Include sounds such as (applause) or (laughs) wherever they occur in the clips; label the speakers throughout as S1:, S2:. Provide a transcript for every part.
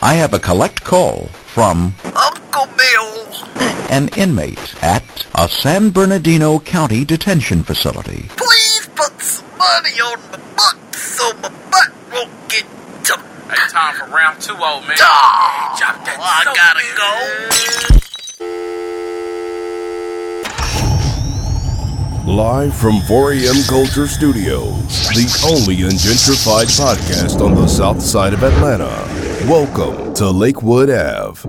S1: I have a collect call from
S2: Uncle Bill.
S1: an inmate at a San Bernardino County detention facility.
S2: Please put some money on my butt so my butt won't get to
S3: Hey, time for round two, old man.
S2: Oh,
S3: Drop that
S2: I
S3: soap,
S2: gotta go.
S3: man.
S4: Live from 4AM Culture Studios, the only ungentrified podcast on the south side of Atlanta. Welcome to Lakewood Ave.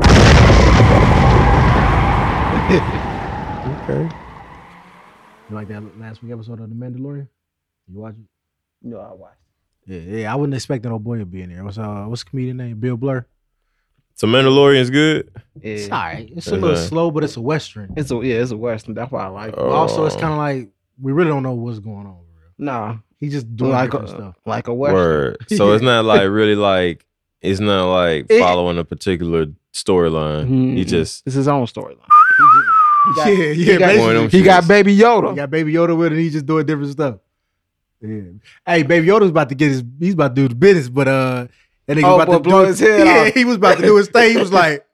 S5: Okay. You like that last week episode of The Mandalorian? You watch it?
S6: No, I watched.
S5: Yeah, yeah. I wasn't expecting old boy to be in there. What's uh, what's the comedian name? Bill Blur.
S7: So Mandalorian's good.
S5: It's
S6: Yeah,
S5: alright. It's a little
S7: Yeah.
S5: slow, but it's a western.
S6: it's a yeah, it's a western. That's why I like. it.
S7: Oh.
S5: also, it's kind of like we really don't know what's going on. for real.
S6: Nah,
S5: He just doing
S6: like uh,
S5: different
S6: a
S5: stuff.
S6: like a western.
S7: Word. So it's not like really like it's not like
S6: It-
S7: following a particular storyline. You
S6: Mm-mm.
S7: just
S6: it's his own storyline. He got-
S5: (laughs) yeah, yeah.
S6: he got,
S7: One of
S5: basically.
S7: them
S6: he got
S7: shits.
S6: Baby
S5: He
S6: Yoda.
S5: got Baby Yoda with it. And he just doing different stuff. Yeah. Hey, Baby Yoda's about to get his. He's about to do the business, but uh, that nigga
S6: Oh,
S5: about
S6: boy,
S5: to
S6: blow
S5: do-
S6: his head
S5: (laughs) Yeah,
S6: off.
S5: he was about to do his thing. He
S6: (laughs)
S5: was like.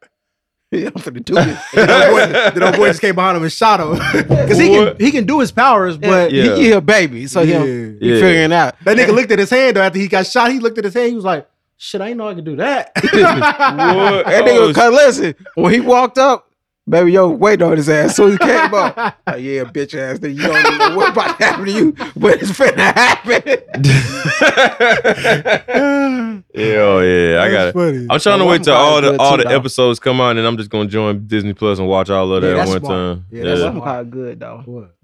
S6: I'm finna do it.
S5: (laughs) Then old boy, then old boy just came behind him and shot him (laughs) because he can
S7: What?
S5: he can do his powers, but
S7: Yeah.
S6: He, he a baby, so yeah. he,
S5: Yeah.
S7: Yeah.
S6: figuring out.
S5: That nigga looked at his hand though, after he got shot. He looked at his hand. He was like, "Shit, I didn't know I could do
S6: (laughs)
S5: that."
S7: What?
S6: That
S7: Oh,
S6: nigga, cause listen, when he walked up, Baby Yoda waited on his ass. So he came up. Like, yeah, bitch ass nigga, you don't even know what about to happen to you, but it's finna happen.
S7: (laughs) yeah, oh yeah, I got
S5: That's
S7: it.
S5: funny.
S7: I'm trying to
S6: Well,
S7: wait
S6: Wi-Fi is
S7: till all the
S6: good
S7: all
S6: too,
S7: the
S6: though.
S7: episodes come out, and I'm just gonna join Disney Plus and watch all of
S5: Yeah,
S7: that at
S5: that's
S7: one
S5: smart.
S7: time.
S5: Yeah,
S6: That's
S5: that's
S7: yeah.
S5: smart.
S6: somehow good though.
S5: What?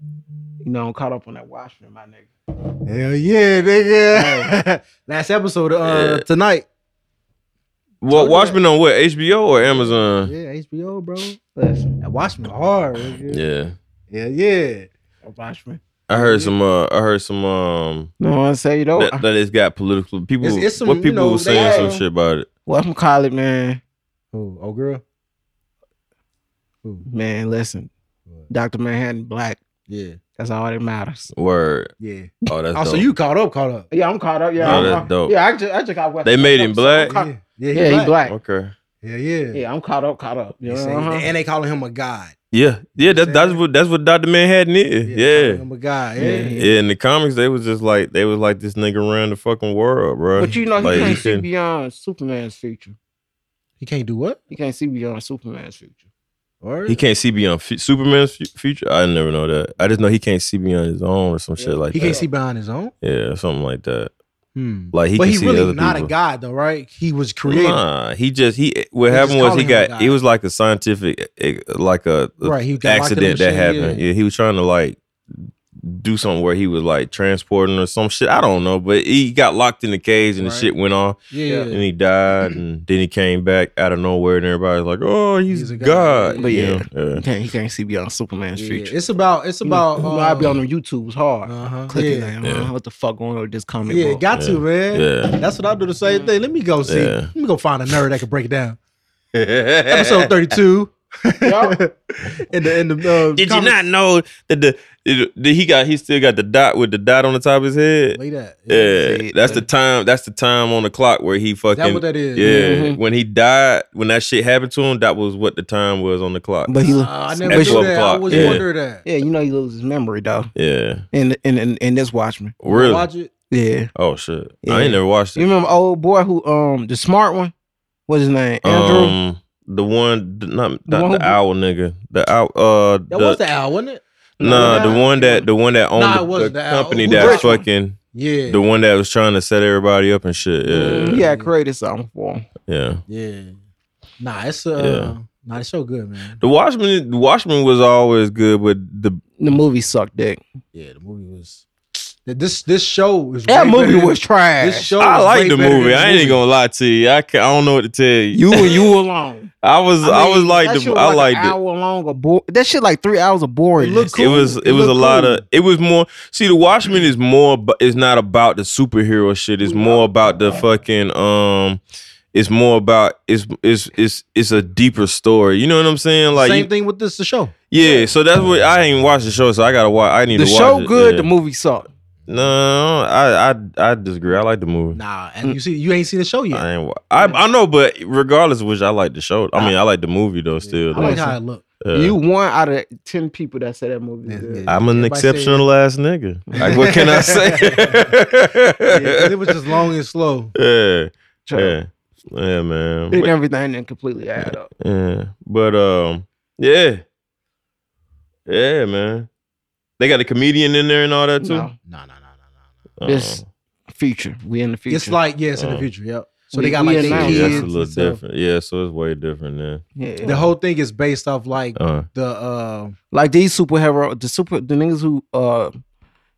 S6: You know, I'm caught up on that Watchmen, my nigga.
S5: Hell yeah, nigga! (laughs) Last episode uh,
S7: Yeah.
S5: tonight.
S7: Well,
S5: Told you
S7: Watchmen on what HBO or Amazon?
S5: Yeah, HBO, bro. That
S6: Listen,
S5: Watchmen hard. Nigga. Yeah,
S7: Yeah,
S5: yeah.
S6: Watchmen.
S7: I heard some. Uh, I heard some. Um,
S6: No one say
S8: Oh,
S6: though.
S7: that, that it's got political people.
S5: It's- it's some,
S7: what
S5: you
S7: people
S5: know,
S7: were
S5: they
S7: saying some
S5: have-
S7: shit about it.
S6: Well, I'm call it, man.
S5: Oh, oh, girl. Ooh,
S6: Man, listen,
S5: what?
S6: Doctor Manhattan Black.
S5: yeah,
S6: That's all that matters.
S7: Word.
S5: yeah.
S7: Oh, that's
S5: Oh, so
S7: dope.
S5: you caught up? Caught up?
S6: Yeah, I'm caught up. Yeah,
S7: Oh,
S6: I'm,
S7: that's
S6: I'm-
S7: dope.
S6: Yeah, I just, I just got.
S7: They made him black?
S6: Yeah,
S5: Yeah,
S6: yeah, he black.
S7: Okay.
S5: Yeah, yeah.
S6: Yeah, I'm caught up. Caught up. You
S5: They
S6: know,
S5: say-
S6: uh-huh.
S5: And they calling him a god.
S7: Yeah, yeah, that, that's
S5: Saying-
S7: what that's what Doctor Manhattan is.
S5: they
S7: Yeah.
S5: calling him a god.
S7: Yeah. in the comics they was just like they was like this nigga around the fucking world, bro.
S6: But you know, he
S7: Like,
S6: can't see
S7: couldn't-
S6: beyond Superman's future.
S5: He can't do what?
S6: He can't see beyond Superman's future.
S5: Or
S7: he can't see beyond fu- Superman's fu- future. I never know that. I just know he can't see beyond his own or some shit like
S5: He
S7: that.
S5: can't see behind his own.
S7: yeah, something like that.
S5: Hmm.
S7: Like he
S5: but
S7: can
S5: he
S7: see
S5: really
S7: other
S5: not
S7: people.
S5: a god though, right? He was created.
S7: Nah, he just he.
S5: They
S7: What
S5: just
S7: happened was
S5: call
S7: he
S5: him a
S7: got.
S5: guy.
S7: It was like a scientific, eh, like a, a
S5: Right, he got locked in the
S7: accident that
S5: machine,
S7: happened.
S5: yeah.
S7: Yeah. he was trying to like do something where he was like transporting or some shit. I don't know, but he got locked in the cage and
S5: Right.
S7: the shit went off,
S5: Yeah.
S7: and he died, and then he came back out of nowhere, and everybody's like, "Oh, he's,
S5: He's a god.
S7: God."
S6: But
S7: you
S6: yeah.
S7: know?
S6: He can't. He can't see beyond Superman's
S5: Yeah,
S6: future.
S5: It's about it's
S6: You know,
S5: about
S6: you know,
S5: uh,
S6: I be on them YouTube's hard.
S5: uh-huh.
S6: Clicking
S5: Yeah,
S6: like, uh,
S7: Yeah.
S6: what the fuck going on with this comic
S5: yeah
S6: book?
S5: got to,
S7: Yeah.
S5: man.
S7: Yeah.
S5: That's what I do the same thing. Let me go see.
S7: Yeah.
S5: Let me go find a nerd that can break it
S7: (laughs)
S5: down.
S7: Episode
S5: Episode 32.
S6: Yup.
S5: (laughs) in the in the uh,
S7: Did you
S5: comic-
S7: not know that the that he got he still got the dot with the dot on the top of his head?
S5: Look at that.
S7: Yeah, that's the time. That's the time on the clock where he fucking.
S5: that what that is? Mm-hmm.
S7: Yeah,
S6: Mhm.
S7: when he died, when that shit happened to him, that was what the time was on the clock.
S6: But he,
S5: Uh,
S6: lo-
S5: I
S7: At
S5: never knew
S7: 12
S5: that. I
S7: o'clock,
S5: was
S7: yeah.
S5: wondering that.
S6: yeah, you know, he loses his memory though.
S7: yeah,
S6: And and and, and this Watchman.
S7: really?
S5: Watch it.
S6: Yeah.
S7: oh shit,
S6: Yeah.
S7: I ain't never watched
S6: You
S7: it.
S6: remember old boy who um the smart one? What's his name? Andrew.
S7: Um, the one, the, not
S6: The
S7: not
S6: one
S7: the
S6: who-
S7: owl nigga, the owl. Uh,
S5: That was
S7: the,
S5: the owl, wasn't it?
S7: nah, the one that the one that owned
S5: Nah, it
S7: the,
S5: wasn't
S7: the
S5: the owl.
S7: company
S5: Who
S7: that
S6: rich one?
S7: fucking
S5: Yeah.
S7: the one that was trying to set everybody up and shit. Yeah,
S5: Mm-hmm.
S6: yeah, I created something for him.
S7: yeah.
S5: Yeah. Nah, it's uh
S7: Yeah.
S5: nah, it's so good, man.
S7: The Watchman, the Watchman was always good, but the
S6: The movie sucked dick.
S5: Yeah, the movie was th- this this show was
S6: That
S5: way
S6: movie
S5: better than-
S6: was trash.
S5: this show
S7: I
S5: was
S7: like
S5: way
S7: the
S5: better than
S7: movie.
S5: this
S7: I ain't gonna lie to you. I, ca- I don't know what to tell you.
S6: you and you alone.
S7: I was (laughs) I, was
S6: mean,
S7: like
S6: that shit
S7: the
S6: was
S7: I
S6: like
S7: liked
S6: an
S7: it.
S6: hour long of bo- that shit like three hours of boring.
S5: It looked cool.
S7: It was it, was a
S5: looked
S7: lot
S5: cool.
S7: of it was more see the Watchmen is more bu- it's not about the superhero shit. It's more about the fucking um it's more about it's it's it's it's a deeper story. You know what I'm saying? Like
S5: same
S7: you-
S5: thing with this the show.
S7: yeah, so that's what I ain't watched the show, so I gotta watch I need
S6: the
S7: to watch
S6: show
S7: it,
S6: good,
S7: yeah.
S6: the movie sucked.
S7: No, I I I disagree. I like the movie.
S5: Nah, and you see, you ain't seen the show yet.
S7: Mm-hmm. I ain't. wa- I I know, but regardless, of which I like the show. I mean, I like the movie though. Still,
S5: I like how it look.
S7: Yeah.
S6: You one out of ten people that said that movie. is
S5: Yeah,
S6: good.
S5: yeah.
S7: Uh, I'm an
S5: Everybody say
S7: exceptional ass nigga. Like,
S5: (laughs)
S7: what can I say?
S5: Yeah, 'cause it was just long and slow.
S7: yeah,
S6: True.
S7: yeah, yeah, man.
S6: It
S7: But-
S6: everything didn't completely add up.
S7: yeah, but um, yeah, yeah, man. They got a comedian in there and all that too.
S6: No,
S5: No, no, no, no, no.
S7: Uh,
S6: this future. We in the future.
S5: It's like yes, in the
S7: Oh.
S5: future. Yep. So
S6: We-
S5: they got
S6: we
S5: like
S6: in
S5: their
S6: now.
S7: yeah,
S5: kids.
S7: that's a
S5: and
S7: little
S5: stuff.
S7: different. Yeah, so it's way different then.
S6: yeah.
S5: The whole thing is based off like
S7: Uh,
S5: the uh,
S6: like these superhero, the super, the niggas who uh,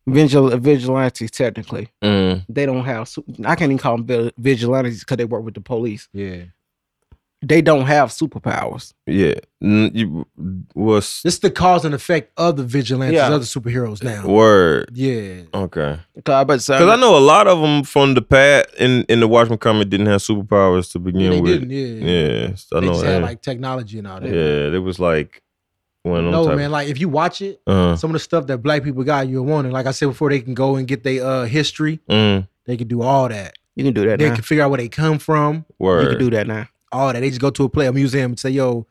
S6: vigil, vigilantes technically.
S7: mm,
S6: they don't have su- I can't even call them vil- vigilantes because they work with the police.
S5: yeah.
S6: They don't have superpowers.
S7: yeah, N- you was
S5: This is the cause and effect of the vigilantes,
S6: Yeah.
S5: other superheroes now.
S7: word.
S5: Yeah.
S7: Okay.
S6: Cause I bet
S7: Because I know a lot of them from the past in, in the Watchmen comic didn't have superpowers to begin
S5: they
S7: with.
S5: didn't. Yeah.
S7: Yeah, so I
S5: They
S7: know.
S5: just had
S7: that.
S5: like technology and all that.
S7: yeah, it was like one of them
S5: No
S7: type.
S5: man, like if you watch it,
S7: uh,
S5: some of the stuff that black people got, you'll want it. Like I said before, they can go and get their uh, history.
S7: mm,
S5: They can do all that.
S6: you can do that
S5: They
S6: now.
S5: can figure out where they come from.
S7: word.
S6: you can do that now.
S5: All that. They just go to a play a museum and say, "Yo,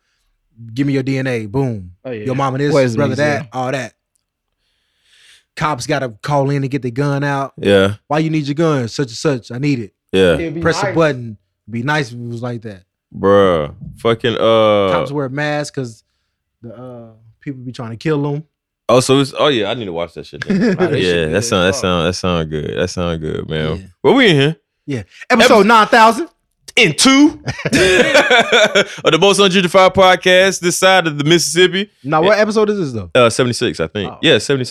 S5: give me your DNA." Boom.
S6: Oh yeah.
S5: Your mama this,
S6: Where's the
S5: brother
S6: museum?
S5: that, all that. Cops got to call in to get the gun out.
S7: yeah,
S5: Why you need your gun? Such and such. I need it.
S7: yeah,
S5: Press a button. Be nice if it was like that.
S7: bruh. Fucking uh.
S5: Cops wear masks because the uh, people be trying to kill them.
S7: Oh, so it's oh yeah. I need to watch that shit. Then.
S6: (laughs) Nah, Oh, that
S7: yeah,
S6: shit
S7: that
S6: good
S7: sound that
S6: as fuck.
S7: sound that sound good. That sound good, man.
S5: Yeah.
S7: Well, we in here
S5: Episode nine thousand.
S7: in (laughs) two of the most unjustified podcast this side of the Mississippi.
S5: Now what episode is this though?
S7: Uh, seventy six, I think.
S5: Oh.
S7: Yeah, seventy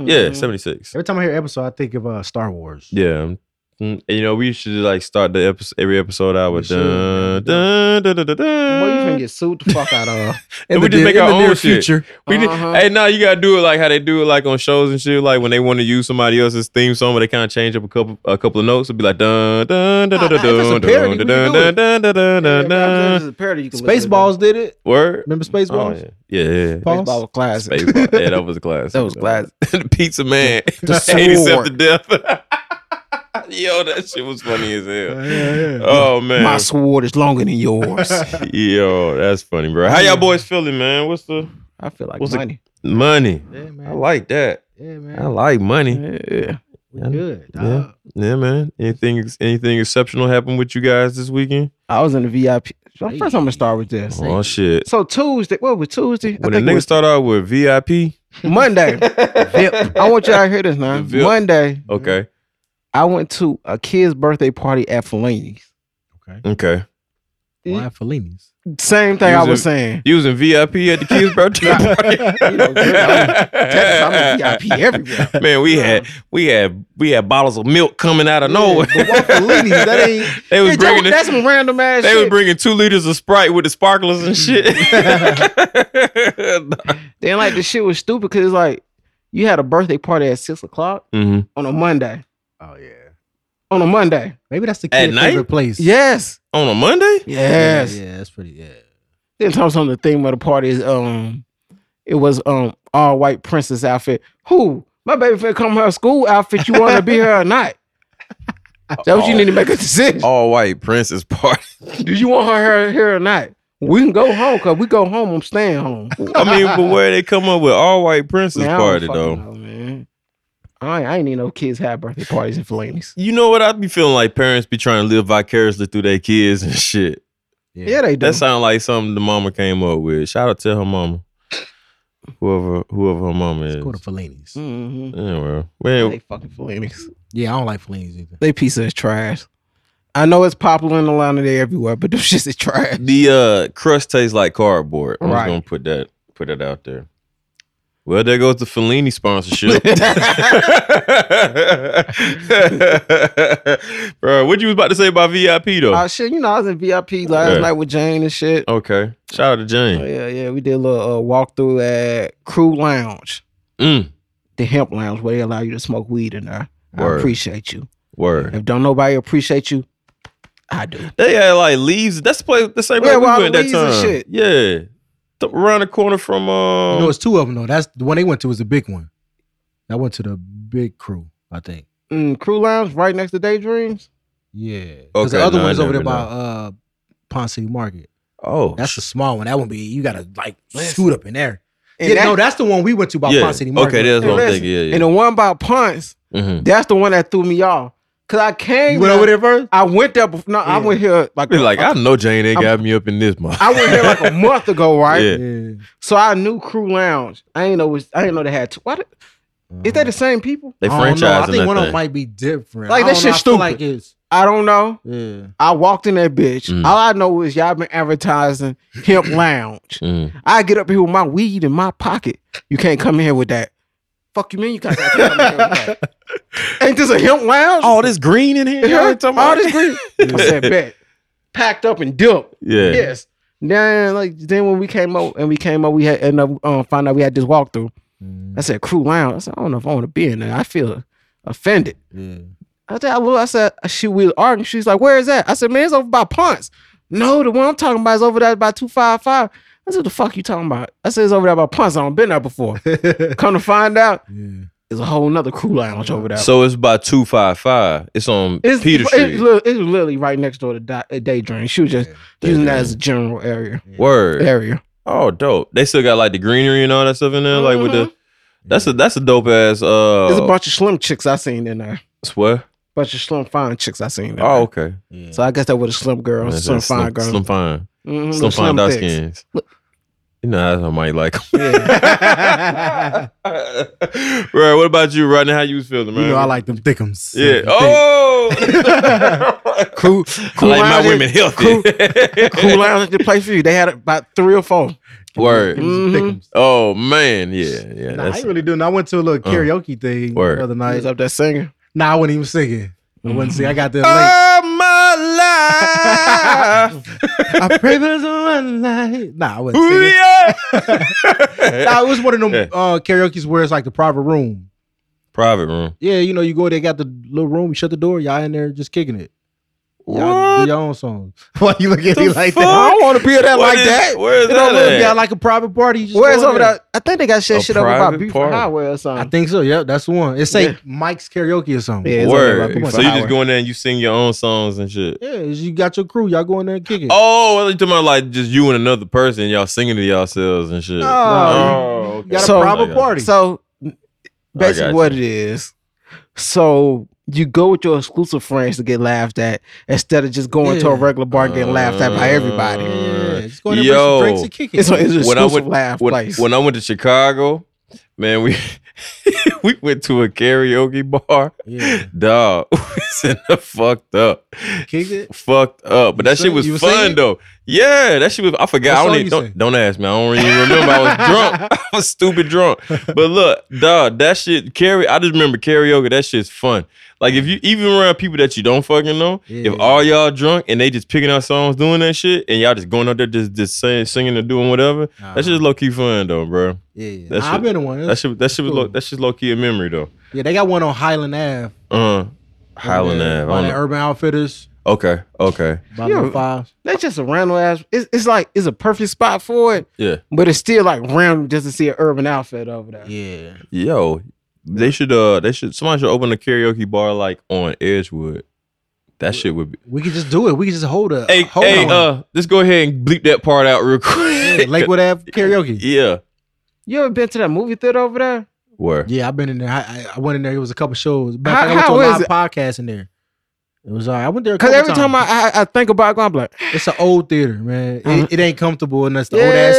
S7: Yeah,
S6: Mhm.
S7: seventy six.
S5: Every time I hear episode, I think of uh, Star Wars.
S7: Yeah. Mm, and, you know, we should like start the episode every episode out with
S5: We
S7: dun,
S5: should.
S7: dun, dun, dun, dun,
S6: Boy, you
S7: dun.
S6: finna get sued the fuck out (laughs) of.
S5: In
S7: And
S5: the
S7: we just
S5: near-
S7: make
S5: in
S7: our
S5: the
S7: own
S5: near
S7: shit.
S5: future.
S7: We did-
S6: Uh-huh.
S7: Hey, now you gotta do it like how they do it, like on shows and shit. Like when they want to use somebody else's theme song, but they kind of change up a couple, a couple of notes. It'd be like dun dun dun
S5: Nah,
S7: dun
S5: nah, if it's a
S7: dun dun
S5: parody,
S7: dun
S5: we can do
S7: dun dun dun dun
S6: Yeah,
S7: dun
S6: man,
S7: dun.
S6: this is a parody you can listen to.
S5: Spaceballs did it.
S7: Word.
S5: Remember
S7: Oh,
S5: Spaceballs?
S7: yeah, yeah, yeah.
S5: Pause.
S6: Baseball was classic.
S7: Baseball. Yeah, that was a class.
S6: That was classic.
S7: (laughs) the pizza man. (laughs)
S6: The
S7: Ate himself
S6: sword.
S7: to death. (laughs) Yo, that shit was funny as hell.
S5: Yeah, yeah, yeah.
S7: Oh man.
S6: My sword is longer than
S7: (laughs)
S6: yours.
S7: Yo, that's funny, bro. How y'all boys feeling, man? What's the
S6: I feel like
S7: What's it-
S6: money.
S7: money?
S5: Yeah, man.
S7: I like that.
S5: Yeah,
S7: I
S5: man.
S7: like money.
S6: Yeah.
S5: We good.
S7: Yeah.
S5: dog.
S7: Yeah, man. Anything anything exceptional happened with you guys this weekend?
S6: I was in the VIP. First, I'm gonna start with this.
S7: Oh shit.
S6: So Tuesday, what was Tuesday?
S7: When
S6: I
S7: the
S6: think it
S7: nigga
S6: was
S7: start out with VIP, (laughs)
S6: Monday. Vip. I want y'all to hear this now.
S7: The Vip.
S6: Monday,
S7: okay,
S6: I went to a kid's birthday party at Fellini's.
S5: Mm-hmm.
S7: okay. Oh,
S5: Why Fellini's?
S6: Same thing
S7: You
S6: I
S7: was
S6: was
S7: a- (laughs)
S6: saying.
S7: You was in VIP at the
S5: (laughs)
S7: kids' birthday party.
S6: You know, Texas, I'm a VIP everywhere.
S7: Man, we had we had we had bottles of milk coming out of nowhere.
S5: But why Fellini's? That ain't.
S7: (laughs) they was
S6: Bitch,
S7: bringing
S6: that- that's some random ass
S7: they
S6: shit.
S7: was bringing two liters of Sprite with the sparklers and shit.
S5: Mm-hmm.
S7: (laughs)
S6: then like the shit was stupid because it's like you had a birthday party at six o'clock
S5: Mm-hmm.
S7: Mhm.
S6: on a Monday.
S5: Oh yeah.
S6: On a Monday.
S5: Maybe that's the
S7: At
S5: kid's
S7: night?
S5: favorite place.
S6: Yes.
S7: On a Monday,
S6: Yes.
S5: Yeah, yeah, that's pretty. Yeah.
S6: Then Thomas on the theme of the party is um it was um all white princess outfit. Who? My baby finna come her school outfit. You wanna be here or not? That's what you need to make a decision.
S7: all white princess party.
S6: Do you want her here, here or not? We can go home because we go home. I'm staying home.
S7: (laughs) I mean, but where they come up with all white princess
S6: Man, I don't
S7: party
S6: fucking
S7: though?
S6: know, man. I, I ain't need no kids have birthday parties in Fellini's.
S7: You know what? I be feeling like parents be trying to live vicariously through their kids and (laughs) shit.
S6: Yeah, they do.
S7: That sound like something the mama came up with. Shout out to her mama, whoever whoever her mama is.
S5: Let's go to Fellini's.
S7: Mm.
S6: Mhm.
S7: Anyway, man,
S6: They fucking Fellini's.
S5: Yeah, I don't like Fellini's either.
S6: They piece of trash. I know it's popular in Atlanta, they everywhere, but them (laughs) shits is trash.
S7: the uh, crust tastes like cardboard. I'm just
S6: Right.
S7: gonna put that put that out there. Well, there goes the Fellini sponsorship, (laughs) bro. What you was about to say about VIP though?
S6: Oh shit, you know I was in VIP last
S7: Yeah.
S6: night with Jane and shit.
S7: okay, shout out to
S6: Oh,
S7: Jane.
S6: yeah, yeah, we did a little uh, walkthrough at Crew Lounge,
S7: Mm,
S6: the Hemp Lounge, where they allow you to smoke weed in there.
S7: Word.
S6: I appreciate you.
S7: word.
S6: If don't nobody appreciate you, I do.
S7: They had like leaves. That's the place. The same
S6: Yeah,
S7: place we
S6: with all
S7: went
S6: the
S7: that
S6: leaves and
S7: time.
S6: shit.
S7: Yeah, Th- around the corner from.
S5: You
S7: Um,
S5: know, it's two of them though. That's the one they went to was the big one. I went to the big crew.
S9: I think.
S6: Mm, Crew Lounge right next to Daydreams.
S9: Yeah. Because the
S7: Okay,
S9: other
S7: no, I
S9: one's over there
S7: never
S9: by
S7: know.
S9: uh Pond City Market.
S7: Oh,
S9: That's the small one. That one be you gotta like scoot up in there.
S6: And
S9: yeah,
S6: that-
S9: no, that's the one we went to by
S7: yeah.
S9: Pond City Market.
S7: Okay, that's
S6: Hey,
S7: what I'm
S6: listen,
S7: thinking. Yeah, yeah.
S6: And the one by Punts,
S7: Mhm.
S6: that's the one that threw me off. Cause I came
S9: You went
S6: there-
S9: over there first?
S6: I went there before. No, I
S9: Yeah.
S6: went here like
S7: Be like, I know Jane ain't
S6: I'm-
S7: got me up in this month.
S6: I went here like a month ago, right?
S7: Yeah.
S9: Yeah.
S6: So I knew Crew Lounge. I ain't know. which- I didn't know they had. Two. What is that? The same people?
S7: They
S9: I don't know. I
S7: franchising
S9: think
S7: that
S9: one of
S7: thing.
S9: them might be different.
S6: Like,
S9: I
S6: that
S9: don't
S6: shit
S9: know. I feel
S6: stupid.
S9: Like it's,
S6: I don't know.
S9: yeah.
S6: I walked in that bitch.
S7: Mm.
S6: All I know is y'all been advertising
S7: (clears throat)
S6: Hemp Lounge.
S7: Mm.
S6: I get up here with my weed in my pocket. You can't come in here with that. Fuck you, mean you can't come in here with that.
S7: (laughs)
S6: Ain't this a Hemp Lounge?
S7: All this green in (laughs) here.
S6: It
S7: y'all
S6: hurt.
S7: ain't talking
S6: All
S7: about
S6: this green. I said, bet. Packed up and dipped.
S7: Yeah.
S6: Yes. Then, like, then when we came up and we came up, we had and um, found out we had this walkthrough.
S7: Mm-hmm.
S6: I said, "Crew Lounge." I said, "I don't know if I want to be in there. I feel offended." I said, I, look, I said, she we was arguing. She's like, "Where is that?" I said, "Man, it's over by Punts." No, the one I'm talking about is over there by two five five. I said, "The fuck you talking about?" I said, "It's over there by Punts. I don't been there
S7: (laughs)
S6: before." Come to find out, it's a whole nother Crew Lounge over there.
S7: So it's by two five five. It's on
S6: It's,
S7: Peter
S6: it's,
S7: Street.
S6: li- it's literally right next door to Di- uh, Daydream. She was just using that
S7: Daydream.
S6: as a general area.
S7: Word.
S6: Area.
S7: Oh, dope. They still got like the greenery and all that stuff in there. Like with the
S6: Mm-hmm.
S7: that's a that's a dope ass uh.
S6: There's a bunch of slim chicks I seen in there.
S7: swear.
S6: Bunch of slim fine chicks I seen. In there.
S7: Oh, okay.
S6: so I guess that was a slim girl,
S7: That's-
S6: slim
S7: that's
S6: fine girl,
S7: Slim fine.
S6: Mhm,
S7: Slim fine dark
S6: thicks.
S7: skins. You know that's how
S6: (laughs)
S7: might (laughs) like. right. What about you, Rodney? How you was feeling, man?
S9: You know, I like them thickums.
S7: Yeah.
S9: Them thick-
S7: Oh. (laughs)
S9: Crew,
S7: I like my
S6: lounge
S7: women
S6: is-
S7: healthy.
S6: (laughs) Cool lounge is the place for you. They had about three or four.
S7: (laughs) Word.
S9: Mm.
S6: Mhm.
S5: Thickums.
S7: Oh man. Yeah. Yeah.
S5: Nah, I
S7: that's Uh-huh.
S5: ain't really doing. I went to a little karaoke thing
S7: Word.
S5: the other
S6: I
S5: night.
S6: was up there singing. (laughs)
S5: Nah, I wasn't even singing. I wasn't
S7: Mm-hmm.
S5: singing. I got there late.
S7: All my
S5: (laughs)
S7: life.
S5: I pray there's one light. Nah, I wasn't
S7: Ooh,
S5: singing.
S7: yeah.
S5: Nah, it was one of them
S7: Yeah.
S5: uh, karaoke's where it's like the private room.
S7: Private room.
S5: Yeah, you know, you go there, got the little room, you shut the door, y'all in there just kicking it. Y'all do your own songs. (laughs) Why you look at me like
S7: fuck?
S5: that?
S6: I don't want to be that
S7: What
S6: like
S7: is-
S6: that.
S7: Where is
S5: It don't look
S7: that?
S5: y'all
S7: at?
S5: like a private party. you just
S6: Where's
S5: go in
S6: over
S5: there.
S6: there? I think they got shit,
S7: A
S6: shit over by
S7: private
S6: Buford
S7: park.
S6: Highway or
S5: I
S6: something.
S5: think so. Yep, that's the one. It's like
S6: Yeah.
S5: Mike's karaoke or something.
S6: Yeah, it's over there by
S7: Word.
S6: Buford
S7: So you
S6: Highway.
S7: just go in there and you sing your own songs and shit.
S5: Yeah, you got your crew. Y'all go in there and kick it.
S7: Oh, well, you talking about like just you and another person, y'all singing to yourselves and shit.
S5: No,
S7: Oh,
S5: You got
S7: okay.
S5: a
S6: So-
S5: private
S7: (laughs)
S5: party.
S6: So basically,
S7: gotcha.
S6: what it is, so you go with your exclusive friends to get laughed at instead of just going to a
S5: Yeah.
S6: regular bar and getting laughed at by everybody.
S5: yeah, just go in there
S7: uh, Yo.
S5: and bring some drinks and kick it.
S6: It's, a, it's an
S7: When I
S6: exclusive
S7: went-
S6: laugh
S7: when,
S6: place.
S7: when I went to Chicago, man, we (laughs) we went to a karaoke bar.
S5: yeah,
S7: Dog, (laughs) we said fucked up.
S5: kick it.
S7: Fucked up. But
S5: You
S7: that
S5: sing-
S7: shit was
S5: you
S7: fun
S5: was singing?
S7: though. Yeah, that shit was I
S5: What
S7: forgot. I don't
S5: song
S7: even
S5: you
S7: don't,
S5: sing?
S7: don't ask me. I don't even remember. I
S5: (laughs)
S7: was drunk. (laughs) I was stupid drunk. But look, dog, that shit carry I just remember karaoke, that shit's fun. Like if you even around people that you don't fucking know,
S5: Yeah.
S7: if all y'all drunk and they just picking out songs doing that shit and y'all just going out there just just saying, singing or doing whatever,
S5: Nah.
S7: that's just low key fun though, bro.
S5: Yeah, yeah.
S7: That
S5: Nah, I've
S7: shit-
S5: been to one.
S7: That shit that shit was
S5: cool.
S7: low, that's just low key a memory though.
S5: yeah, they got one on Highland Ave.
S7: Uh Highland Ave. I
S5: On
S7: don't
S5: the
S7: know.
S5: Urban Outfitters.
S7: Okay, okay.
S5: By
S6: Yeah.
S5: the five.
S6: That's just a random ass. It's, it's like it's a perfect spot for it,
S7: Yeah.
S6: but it's still like random just to see an urban outfit over there.
S5: Yeah.
S7: Yo, they should uh they should somebody should open a karaoke bar like on Edgewood. That shit would be
S5: We could just do it. We could just hold a
S7: Hey,
S5: hold
S7: hey,
S5: on.
S7: uh, let's go ahead and bleep that part out
S5: Yeah,
S7: real (laughs) quick.
S5: Lakewood Ave karaoke.
S7: yeah.
S6: You ever been to that movie theater over there?
S7: Where?
S5: Yeah, I've been in there. I, I, I went in there. It was a couple shows. Matter
S6: How-
S5: of fact, I
S6: how
S5: went to a
S6: is
S5: live
S6: it?
S5: podcast in there. It was all right. I went there
S6: Because every time I, I I think about it, I'm like,
S5: it's an old theater, man. It, it ain't comfortable unless the
S6: yeah.
S5: old ass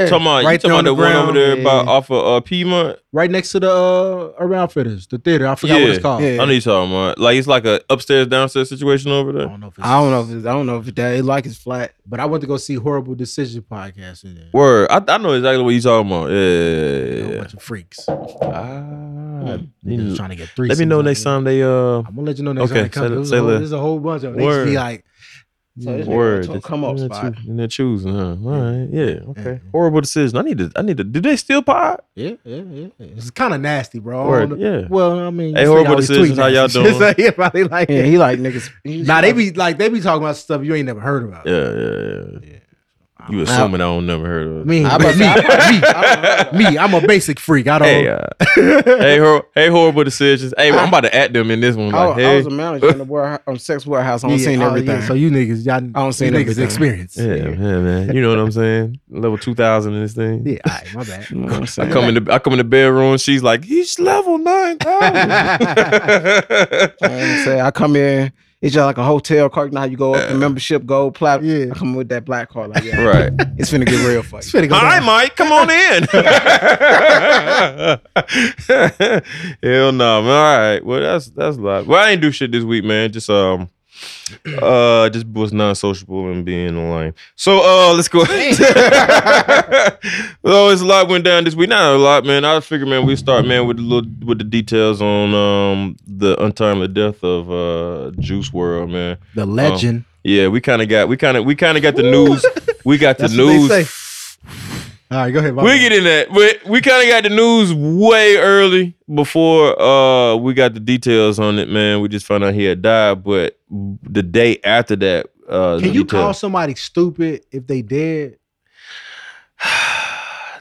S5: seats.
S7: Talking about,
S5: Right
S7: you
S5: there on the
S7: talking about the, one over
S5: ground,
S7: there about
S6: yeah.
S7: off of uh, Piedmont?
S5: Right next to the uh, Urban Outfitters, the theater. I forgot what
S7: Yeah.
S5: it's called.
S6: Yeah.
S7: I know you talking about. Like it's like a upstairs downstairs situation over
S5: I
S7: there.
S5: don't know if it's,
S6: I don't know if it's, I don't know if it's that. It like it's flat.
S5: but I went to go see Horrible Decision podcast in there.
S7: Word, I, I know exactly what you talking about.
S5: A whole
S7: Yeah,
S5: bunch of freaks.
S7: Oh Ah,
S5: Niggas was
S7: need-
S5: trying to get three.
S7: let me know next time they uh.
S5: I'm gonna let you know next
S7: Okay,
S5: time. they come.
S7: say-
S5: It was a
S7: say
S5: whole,
S7: less.
S5: there's a whole bunch of them. They just be
S7: Word.
S5: like,
S6: So it's-
S7: Word,
S6: to a
S7: that's-
S6: come up
S7: yeah,
S6: spot. Mm-hmm.
S7: choo- And they're choosing, huh? All right, yeah, okay.
S5: Yeah.
S7: Horrible decision. I need to. I need to. Do they still pod?
S5: yeah, yeah, yeah. It's kind of nasty, bro. I
S7: Word,
S5: don't know-
S7: yeah.
S5: Well, I mean,
S7: Hey,
S5: you see
S7: Horrible
S5: all these
S7: Decisions,
S5: tweet
S7: how
S9: (laughs)
S7: y'all
S5: messages.
S7: doing?
S5: yeah, probably like
S6: Yeah,
S5: that.
S6: he like niggas. he-
S5: Nah, they be like they be talking about stuff you ain't never heard about.
S7: Yeah, yeah, yeah.
S5: I
S7: You assuming I don't never heard of it.
S9: Me, me,
S6: about to say, I (laughs)
S9: me, me, I'm a basic freak. I don't.
S7: Hey, uh, (laughs) hey, hor- hey, horrible decisions. Hey, I'm about to act them in this one.
S6: I,
S7: Like,
S6: I
S7: hey,
S6: was a manager in the war, um, sex warehouse. I don't seen
S9: oh,
S6: everything.
S9: yeah,
S6: so
S9: so you niggas, y'all,
S6: I don't
S9: you
S6: seen
S9: niggas
S6: everything.
S9: experience.
S7: yeah, yeah, man. You know what I'm saying? Level two thousand in this thing.
S9: Yeah, all right, my bad.
S6: You know what
S7: (laughs)
S6: I'm
S7: I
S6: saying?
S7: come in the I come in the bedroom. She's like, he's level nine
S6: (laughs)
S7: thousand.
S6: You know what I'm saying? I come in. It's just like a hotel card. You know how you go up the membership, gold, platinum.
S9: Yeah.
S6: I come with that black card. Like, yeah,
S7: right.
S6: it's finna get real
S7: (laughs)
S6: for you.
S9: Finna go
S7: Hi,
S9: down.
S7: Mike. Come on in. (laughs) Hell no, man. All right. Well, that's that's a lot. Well, I ain't do shit this week, man. Just um, uh, just was non-sociable and being online. So uh, let's go. (laughs) so it's a lot went down this week. Not a lot, man. I figure, man, we start, man, with a little with the details on um the untimely death of uh Juice World, man.
S9: The legend.
S7: Yeah, we kind of got we kind of we kind of got the news. We got the
S9: That's what they
S7: news
S9: say.
S7: Oh.
S9: All right, go ahead. my
S7: we
S9: bad.
S7: get in that. We we kind of got the news way early before uh we got the details on it, man. We just found out he had died, but the day after that, uh
S5: Can you call
S7: details-
S5: somebody stupid if they dead?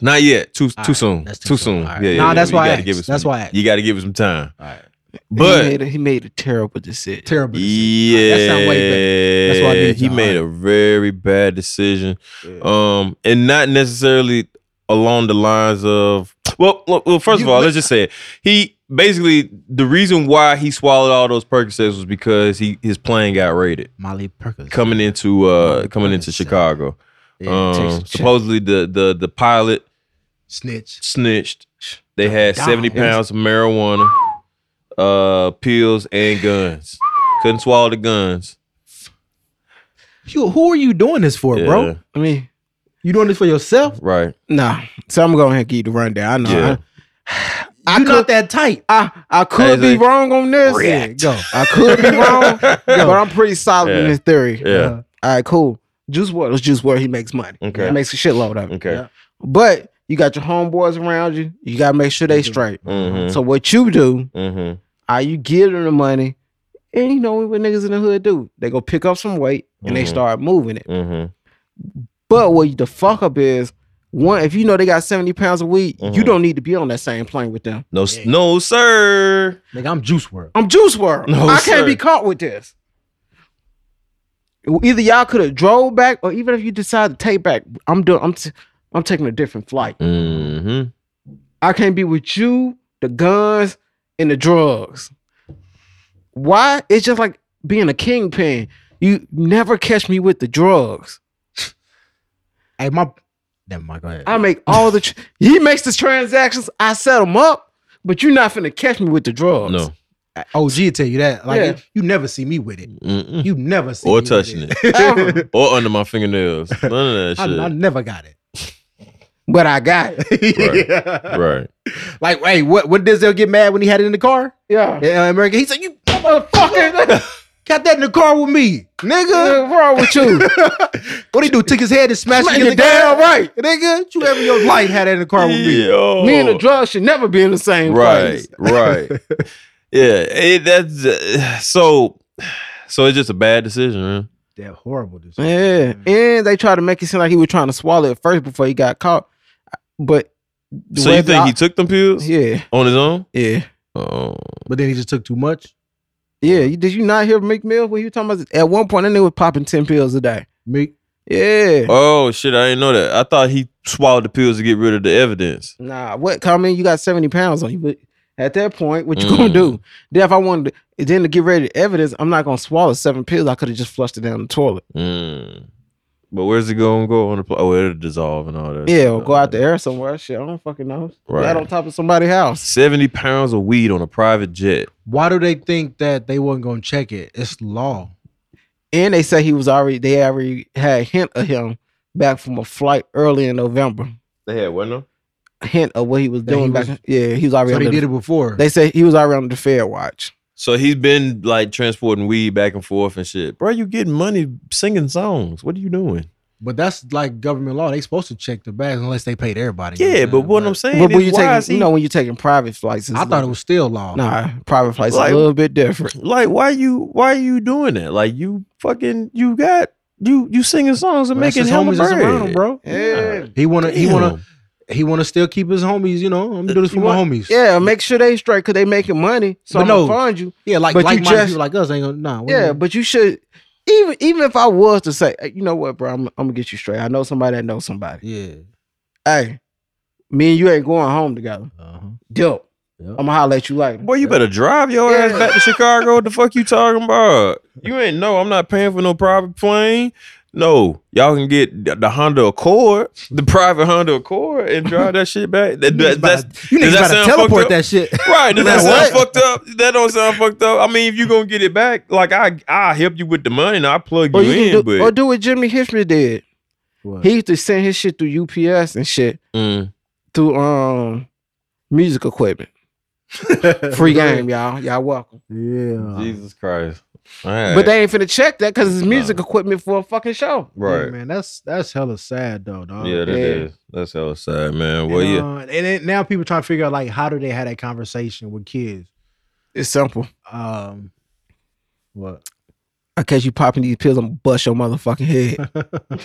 S7: Not yet. Too too
S5: right,
S7: soon.
S5: that's
S7: Too,
S5: too soon.
S7: soon.
S5: All right.
S7: Yeah, yeah.
S5: Nah,
S7: yeah.
S5: that's
S7: You
S5: why I
S7: gotta
S5: asked.
S7: give it some-
S5: That's why I asked.
S7: you got to give it some time.
S5: All right.
S7: But
S6: he made a, he made a terrible decision.
S5: Terrible.
S7: Yeah,
S5: That sound way better. That's why I did
S7: he
S5: y'all.
S7: made a very bad decision, um, and not necessarily along the lines of. Well, well, well, first of all, let's just say it. he basically the reason why he swallowed all those Percocets was because he his plane got raided
S9: Molly Perkins.
S7: coming into
S5: Oh,
S7: uh coming into
S9: Percocet.
S7: Chicago.
S9: Yeah, Texas
S7: um,
S9: Tech.
S7: supposedly the the the pilot
S9: snitch.
S7: snitched. They had
S9: Dog.
S7: 70 pounds of marijuana, uh, pills, and guns. Couldn't swallow the guns.
S9: You, who are you doing this for,
S7: Yeah,
S9: bro?
S6: I mean,
S9: You doing this for yourself?
S7: Right.
S6: nah. So I'm going to keep the rundown. I know.
S7: Yeah.
S9: You not that tight.
S6: I, I could
S7: Hey,
S6: be
S7: Zay.
S6: wrong on this.
S9: React.
S6: Go. I could be
S7: (laughs)
S6: wrong, but I'm pretty solid in
S7: Yeah.
S6: this theory.
S7: Yeah.
S6: All right, cool. Juice World is Juice World. He makes money.
S7: Okay.
S6: He makes a shitload of it.
S7: Okay.
S6: But you got your homeboys around you. You got to make sure they straight.
S7: Mm-hmm.
S6: So what you do,
S7: mm-hmm.
S6: are you give them the money, and you know what niggas in the hood do? They go pick up some weight and they
S7: Mhm.
S6: start moving it.
S7: Mm-hmm.
S6: But what the fuck up is, one, if you know they got 70 pounds of weed, you
S7: Mhm.
S6: don't need to be on that same plane with them.
S7: No, s no, sir.
S9: Nigga, I'm Juice World.
S6: I'm Juice World.
S7: No,
S6: I
S7: Oh, sir.
S6: can't be caught with this. Either y'all could have drove back, or even if you decide to take back, I'm doing. I'm t- I'm taking a different flight.
S7: Mm-hmm.
S6: I can't be with you, the guns, and the drugs. Why? It's just like being a kingpin. You never catch me with the drugs.
S9: Hey, my. Never mind. Go ahead.
S6: I make all the. Tr- (laughs) he makes the transactions. I set them up, but you're not finna catch me with the drugs.
S7: No.
S9: OG will tell you that. Like,
S6: Yeah.
S9: you never see me with it.
S7: Mm-mm.
S9: You never see
S7: Or
S9: me
S7: touching
S9: with
S6: (laughs)
S7: it.
S6: Ever.
S7: Or under
S9: (laughs)
S7: my fingernails. None of that
S9: I, I
S7: shit.
S9: never got it. (laughs)
S6: but I got
S5: (laughs)
S6: it.
S9: Yeah.
S7: Right.
S9: Like, hey, what? What does they'll get mad when he had it in the car?
S6: Yeah.
S9: Yeah, America. He said, "You
S6: Motherfucker,
S7: (laughs)
S9: got that in the car with me, nigga."
S6: what's wrong with you?
S9: What he do? Took his head and smashed it in the
S6: You're damn
S9: car,
S6: right.
S9: nigga. You ever in your life had that in the car with me?
S7: Yo.
S6: Me and the drug should never be in the same
S7: Right.
S6: place.
S7: Right.
S9: (laughs)
S7: yeah. It, that's uh, so. So it's just a bad decision, man.
S9: That horrible. Dude.
S6: Yeah. And they tried to make it seem like he was trying to swallow it first before he got caught. But the
S7: So
S6: way
S7: you think
S6: that-
S7: he took them pills
S6: Yeah,
S7: on his own?
S6: yeah.
S7: Oh.
S9: But then he just took too much.
S6: Yeah. You, did you not hear Mick Mill when he was talking about at one point that nigga was popping 10 pills a day.
S9: Me,
S6: Yeah.
S7: Oh shit! I didn't know that. I thought he swallowed the pills to get rid of the evidence.
S6: Nah, what comment? You got 70 pounds on you. But at that point, what you
S7: Mm.
S6: gonna do? Then if I wanted to then to get rid of the evidence, I'm not gonna swallow seven pills. I could have just flushed it down the toilet.
S7: Mm. But where's it gonna go on the? Pl- oh, it'll dissolve and all that.
S6: Yeah,
S7: shit.
S6: or go out the air somewhere. Shit, I don't fucking know.
S7: Right.
S6: Right. Out on top of somebody's house.
S7: 70 pounds of weed on a private jet.
S9: why do they think that they wasn't gonna check it? It's law.
S6: And they say he was already they already had a hint of him back from a flight early in November.
S7: They had what now?
S6: A hint of what he was
S9: That he
S6: doing back.
S9: was-
S6: yeah, he was already
S9: So
S6: under
S9: they
S6: the-
S9: did it before.
S6: They say he was already on the fair watch.
S7: So he's been like transporting weed back and forth and shit. Bro, you getting money singing songs. What are you doing?
S9: but that's like government law. They supposed to check the bags unless they paid everybody. you know
S7: Yeah, but
S9: saying?
S7: what I'm saying
S6: But when
S7: is,
S6: you
S7: why
S6: taking,
S7: is he,
S6: you know, when you're taking private flights, it's
S9: I thought it was still law.
S6: nah, private flights is
S7: Like-
S6: a little bit different.
S7: like, why you, why are you doing that? Like, you fucking, you got you you singing songs and
S5: Well, that's
S7: making
S5: his
S7: hella
S5: homies that's
S7: bread.
S5: around, bro.
S6: Yeah.
S5: He wanna he
S7: Damn.
S5: wanna he wanna still keep his homies. You know, I'm gonna do this for
S6: You
S5: my
S6: want-
S5: homies.
S6: Yeah, make sure they straight because they making money. So
S5: But
S6: I'm
S5: no.
S6: gonna fund you.
S5: yeah, like
S6: But you
S5: like minded
S6: just-
S5: people like us ain't gonna nah. we
S6: Yeah,
S5: ain't-
S6: but you should even even if I was to say, "Hey, you know what, bro, I'm, I'm gonna get you straight. I know somebody that knows somebody.
S5: yeah.
S6: Hey, me and you ain't going home together.
S5: Uh-huh.
S6: Dope.
S5: Yep.
S6: I'm gonna holler at you later.
S7: Boy, you better drive your ass
S6: Yeah.
S7: back to Chicago. what the fuck you talking about? You ain't no. I'm not paying for no private plane. No, y'all can get the- the Honda Accord, the private Honda Accord, and drive that shit back. That,
S5: You niggas
S7: that, that's,
S5: about, you
S7: does
S5: niggas
S7: that
S5: about
S7: sound
S5: to teleport
S7: fucked up?
S5: that shit.
S7: right. Does that
S5: Man,
S7: sound
S5: what?
S7: fucked up? That don't sound fucked up. I mean, if you gonna get it back, like I, I help you with the money, and I plug you,
S6: Or, you can
S7: in.
S6: do,
S7: but
S6: or do what Jimmy Hitchman did.
S5: What?
S6: He used to send his shit through UPS and shit
S7: Mm.
S6: through um music equipment. (laughs) Free game, y'all. Y'all welcome.
S10: Yeah.
S7: mm. (laughs) Jesus Christ. All right.
S6: But they ain't finna check that because it's music equipment for a fucking show.
S7: (laughs) right.
S10: Yeah, man, that's that's hella sad though, dog.
S7: Yeah, that is.
S6: Yeah.
S7: That's hella sad, man. Well,
S10: and,
S7: yeah.
S10: uh, and then now people trying to figure out like how do they have that conversation with kids?
S6: It's simple.
S10: Um, what?
S6: I catch you popping these pills, I'm gonna bust your motherfucking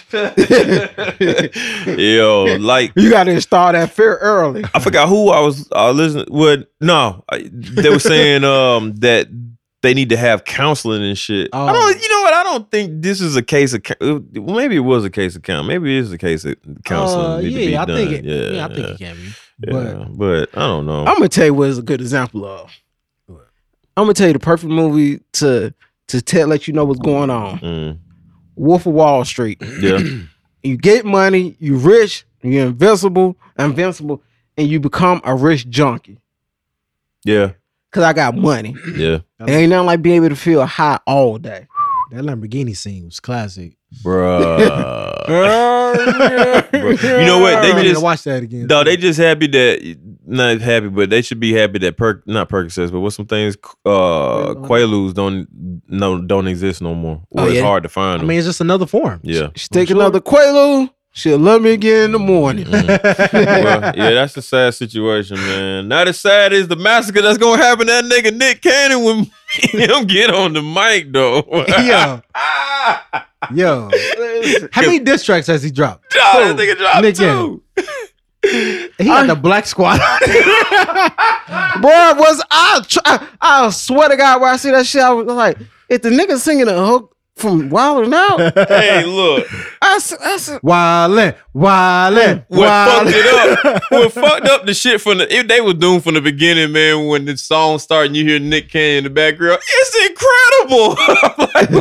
S6: head.
S7: (laughs) Yo, like
S6: you gotta install that fear early.
S10: Uh,
S5: Hmm.
S7: I forgot who I was I listening. What? No, I, they were saying um that they need to have counseling and shit. I
S5: Oh.
S7: don't. You know what? I don't think this is a case of. cou- Well, maybe it was a case of count. Maybe it is a case of counseling.
S5: Uh,
S7: need to be
S5: yeah, I
S7: done.
S5: think it.
S7: yeah,
S5: Yeah, I think it can be.
S7: yeah,
S5: But
S7: but, I don't know.
S6: I'm gonna tell you what is a good example of. I'm gonna tell you the perfect movie to to tell let you know what's going on.
S7: Mm,
S6: Wolf of Wall Street.
S7: yeah,
S6: You get money, you rich, you're invincible, invincible, and you become a rich junkie.
S7: yeah,
S6: Cause I got money.
S7: yeah,
S6: It ain't nothing like being able to feel high all day.
S5: that Lamborghini scene was
S7: (laughs)
S5: classic. (laughs)
S7: bruh. Bruh.
S6: you
S7: You know what?
S5: I
S7: They
S5: need to
S7: just
S5: watch that again.
S7: No, they just happy that not happy, but they should be happy that perk not Percocets, but what some things uh Quaaludes don't no don't exist no more. Or
S6: Oh,
S7: it's
S6: yeah.
S7: hard to find
S5: I
S7: them.
S5: mean, it's just another form.
S7: yeah.
S6: She take another Quaalude. She'll love me again in the morning.
S5: (laughs)
S7: Mm. Well, yeah, that's a sad situation, man. Not as sad as the massacre that's gonna happen to that nigga Nick Cannon when (laughs) him get on the mic (laughs) though.
S5: Yeah. Yo, (laughs) how many diss tracks has he dropped?
S7: Dog, that nigga dropped
S5: Nick
S7: two.
S5: He got the black squad. (laughs)
S6: Boy, was I? Try, I swear to God, when I see that shit, I was like, if the nigga singing a hook from Wildin'
S5: (laughs)
S6: Out,
S7: hey, look.
S6: I, s- I s-
S5: Wildin', wildin',
S7: What fucked
S5: wildin'.
S7: it up? What fucked up the shit from the? If they were doomed from the beginning, man. When the song starts and you hear Nick Cannon in the background, (laughs) it's incredible.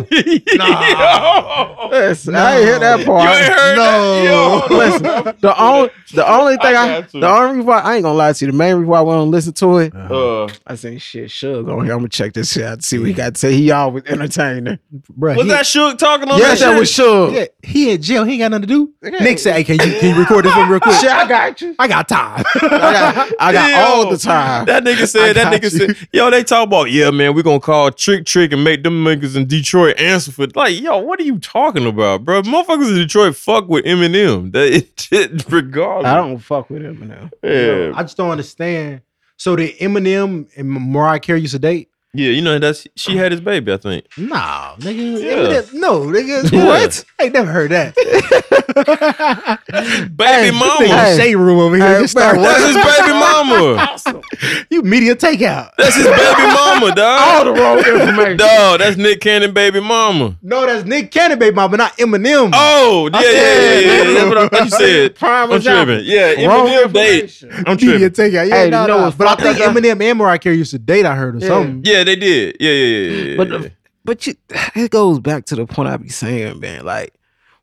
S7: (laughs) nah.
S6: listen, I ain't hear that part.
S7: You ain't heard that? Yo, hold on.
S6: Listen,
S7: (laughs)
S6: the only the only thing
S7: I
S6: I,
S7: got you.
S6: the only reason why I ain't gonna lie to you, the main reason why I won't listen to it,
S7: Uh,
S6: I say shit, Suge on here. I'm gonna check this shit out and see what he got to say. He always entertaining.
S5: Bruh,
S7: was
S5: he,
S7: that Suge talking on
S6: Yes,
S7: that?
S6: that
S7: shit?
S6: was Suge.
S5: yeah, he in jail. He ain't got nothing to do. Nick said, "Hey, can you can you record this one real quick?
S6: Shit, I got you.
S5: I got time."
S6: (laughs) I got, I got
S7: Yo.
S6: all the time.
S7: That nigga said. That
S6: got
S7: nigga
S6: you.
S7: said. Yo, they talk about. Yeah, man, we gonna call Trick Trick and make them niggas in Detroit answer for. Like, yo, what are you talking about, bro? Motherfuckers in Detroit fuck with Eminem. That (laughs) it, regardless.
S6: I don't fuck with him now.
S7: Yeah.
S5: I just don't understand. So did Eminem and Mariah Carey used to date?
S7: Yeah, you know that's she had his baby, I think.
S5: No, nigga.
S7: Oh, Yeah.
S5: Eminem, no, nigga.
S7: Yeah.
S5: What? I ain't never heard that.
S7: Baby mama.
S5: Nigga, shade room over here.
S6: Hey,
S5: You start-
S6: man,
S7: That's his baby mama.
S5: you media takeout.
S7: That's his baby mama,
S6: All
S7: dog.
S6: the wrong information.
S7: Dog, that's Nick Cannon baby mama.
S5: No, that's Nick Cannon, baby mama, not Eminem.
S7: Oh, yeah, yeah, yeah,
S6: said-
S7: yeah. yeah. That's what I thought you said.
S6: Prime
S7: I'm tripping. Yeah, Eminem baby. I'm
S5: media
S7: tripping.
S5: takeout. Yeah,
S6: Hey,
S5: no,
S6: you know
S5: no.
S6: what's
S5: But I
S6: fucked
S5: think
S6: up, though?
S5: Eminem and Mariah Carey used to date. I heard or something.
S7: Yeah, they did. Yeah, yeah, yeah. yeah,
S6: But
S7: yeah.
S6: the- but you, it goes back to the point I be saying, man. Like,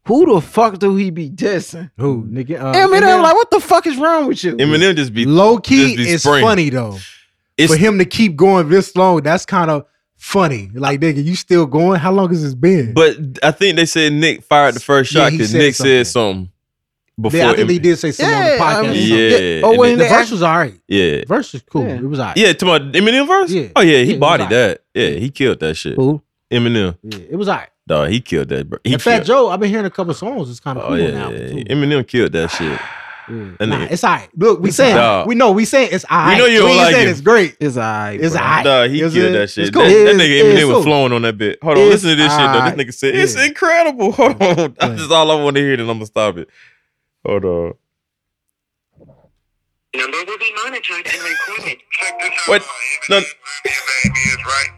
S6: who the fuck do he be dissing?
S5: Who? Nigga. Uh,
S6: Eminem, like, what the fuck is wrong with you?
S7: Eminem just be
S5: Low
S7: Just
S5: key
S7: be
S5: is
S7: spring.
S5: funny though.
S7: it's
S5: For him to keep going this long, that's kind of funny. Like, nigga, you still going? How long has this been?
S7: but I think they said Nick fired the first
S5: Yeah,
S7: shot
S5: he
S7: because
S5: said
S7: Nick said
S5: something.
S7: something before.
S5: yeah, I think
S7: Em-
S5: they did say something
S6: yeah, I
S5: on the podcast.
S6: mean,
S5: or
S7: Yeah.
S5: something.
S6: Oh,
S7: and
S6: when
S5: The
S6: they
S5: verse
S6: act-
S5: was all right.
S7: Yeah.
S5: The verse was cool.
S6: Yeah.
S5: It was all right.
S7: Yeah, to my Eminem verse?
S5: Yeah.
S7: Oh yeah, he
S5: Yeah,
S7: bodied
S5: right.
S7: that. Yeah, he killed that shit.
S6: Who?
S7: Eminem.
S5: Yeah, it was all right.
S7: Dog, he killed that, bro. He
S5: And Fat
S7: killed-
S5: Joe, I've been hearing a couple songs. It's kind of
S7: Oh
S5: cool
S7: yeah,
S5: now.
S7: yeah,
S5: too. (sighs)
S7: yeah. Eminem killed that shit. That
S9: Nah,
S7: nigga-
S9: it's all right. Look, we saying
S7: Dog.
S9: we know we saying it's all right.
S7: know you
S9: we
S7: don't
S9: ain't
S7: like
S9: saying
S7: it.
S9: it's great.
S6: It's alright.
S9: It's all
S6: bro.
S9: right.
S7: Nah, he
S9: It's
S7: killed
S9: a-
S7: that shit.
S9: it's cool.
S7: That, that
S9: It's-
S7: nigga
S9: it's
S7: Eminem was
S9: cool.
S7: flowing on that bit. Hold on,
S6: It's
S7: listen to this shit though.
S6: alright.
S7: This nigga said it's
S9: Yeah.
S7: incredible. (laughs) Hold on, that's just all I want to hear. Then I'm gonna stop it. Hold on.
S8: Number will be monitored and recorded. Check this out.
S7: What?
S8: No.
S7: No.
S8: Is right.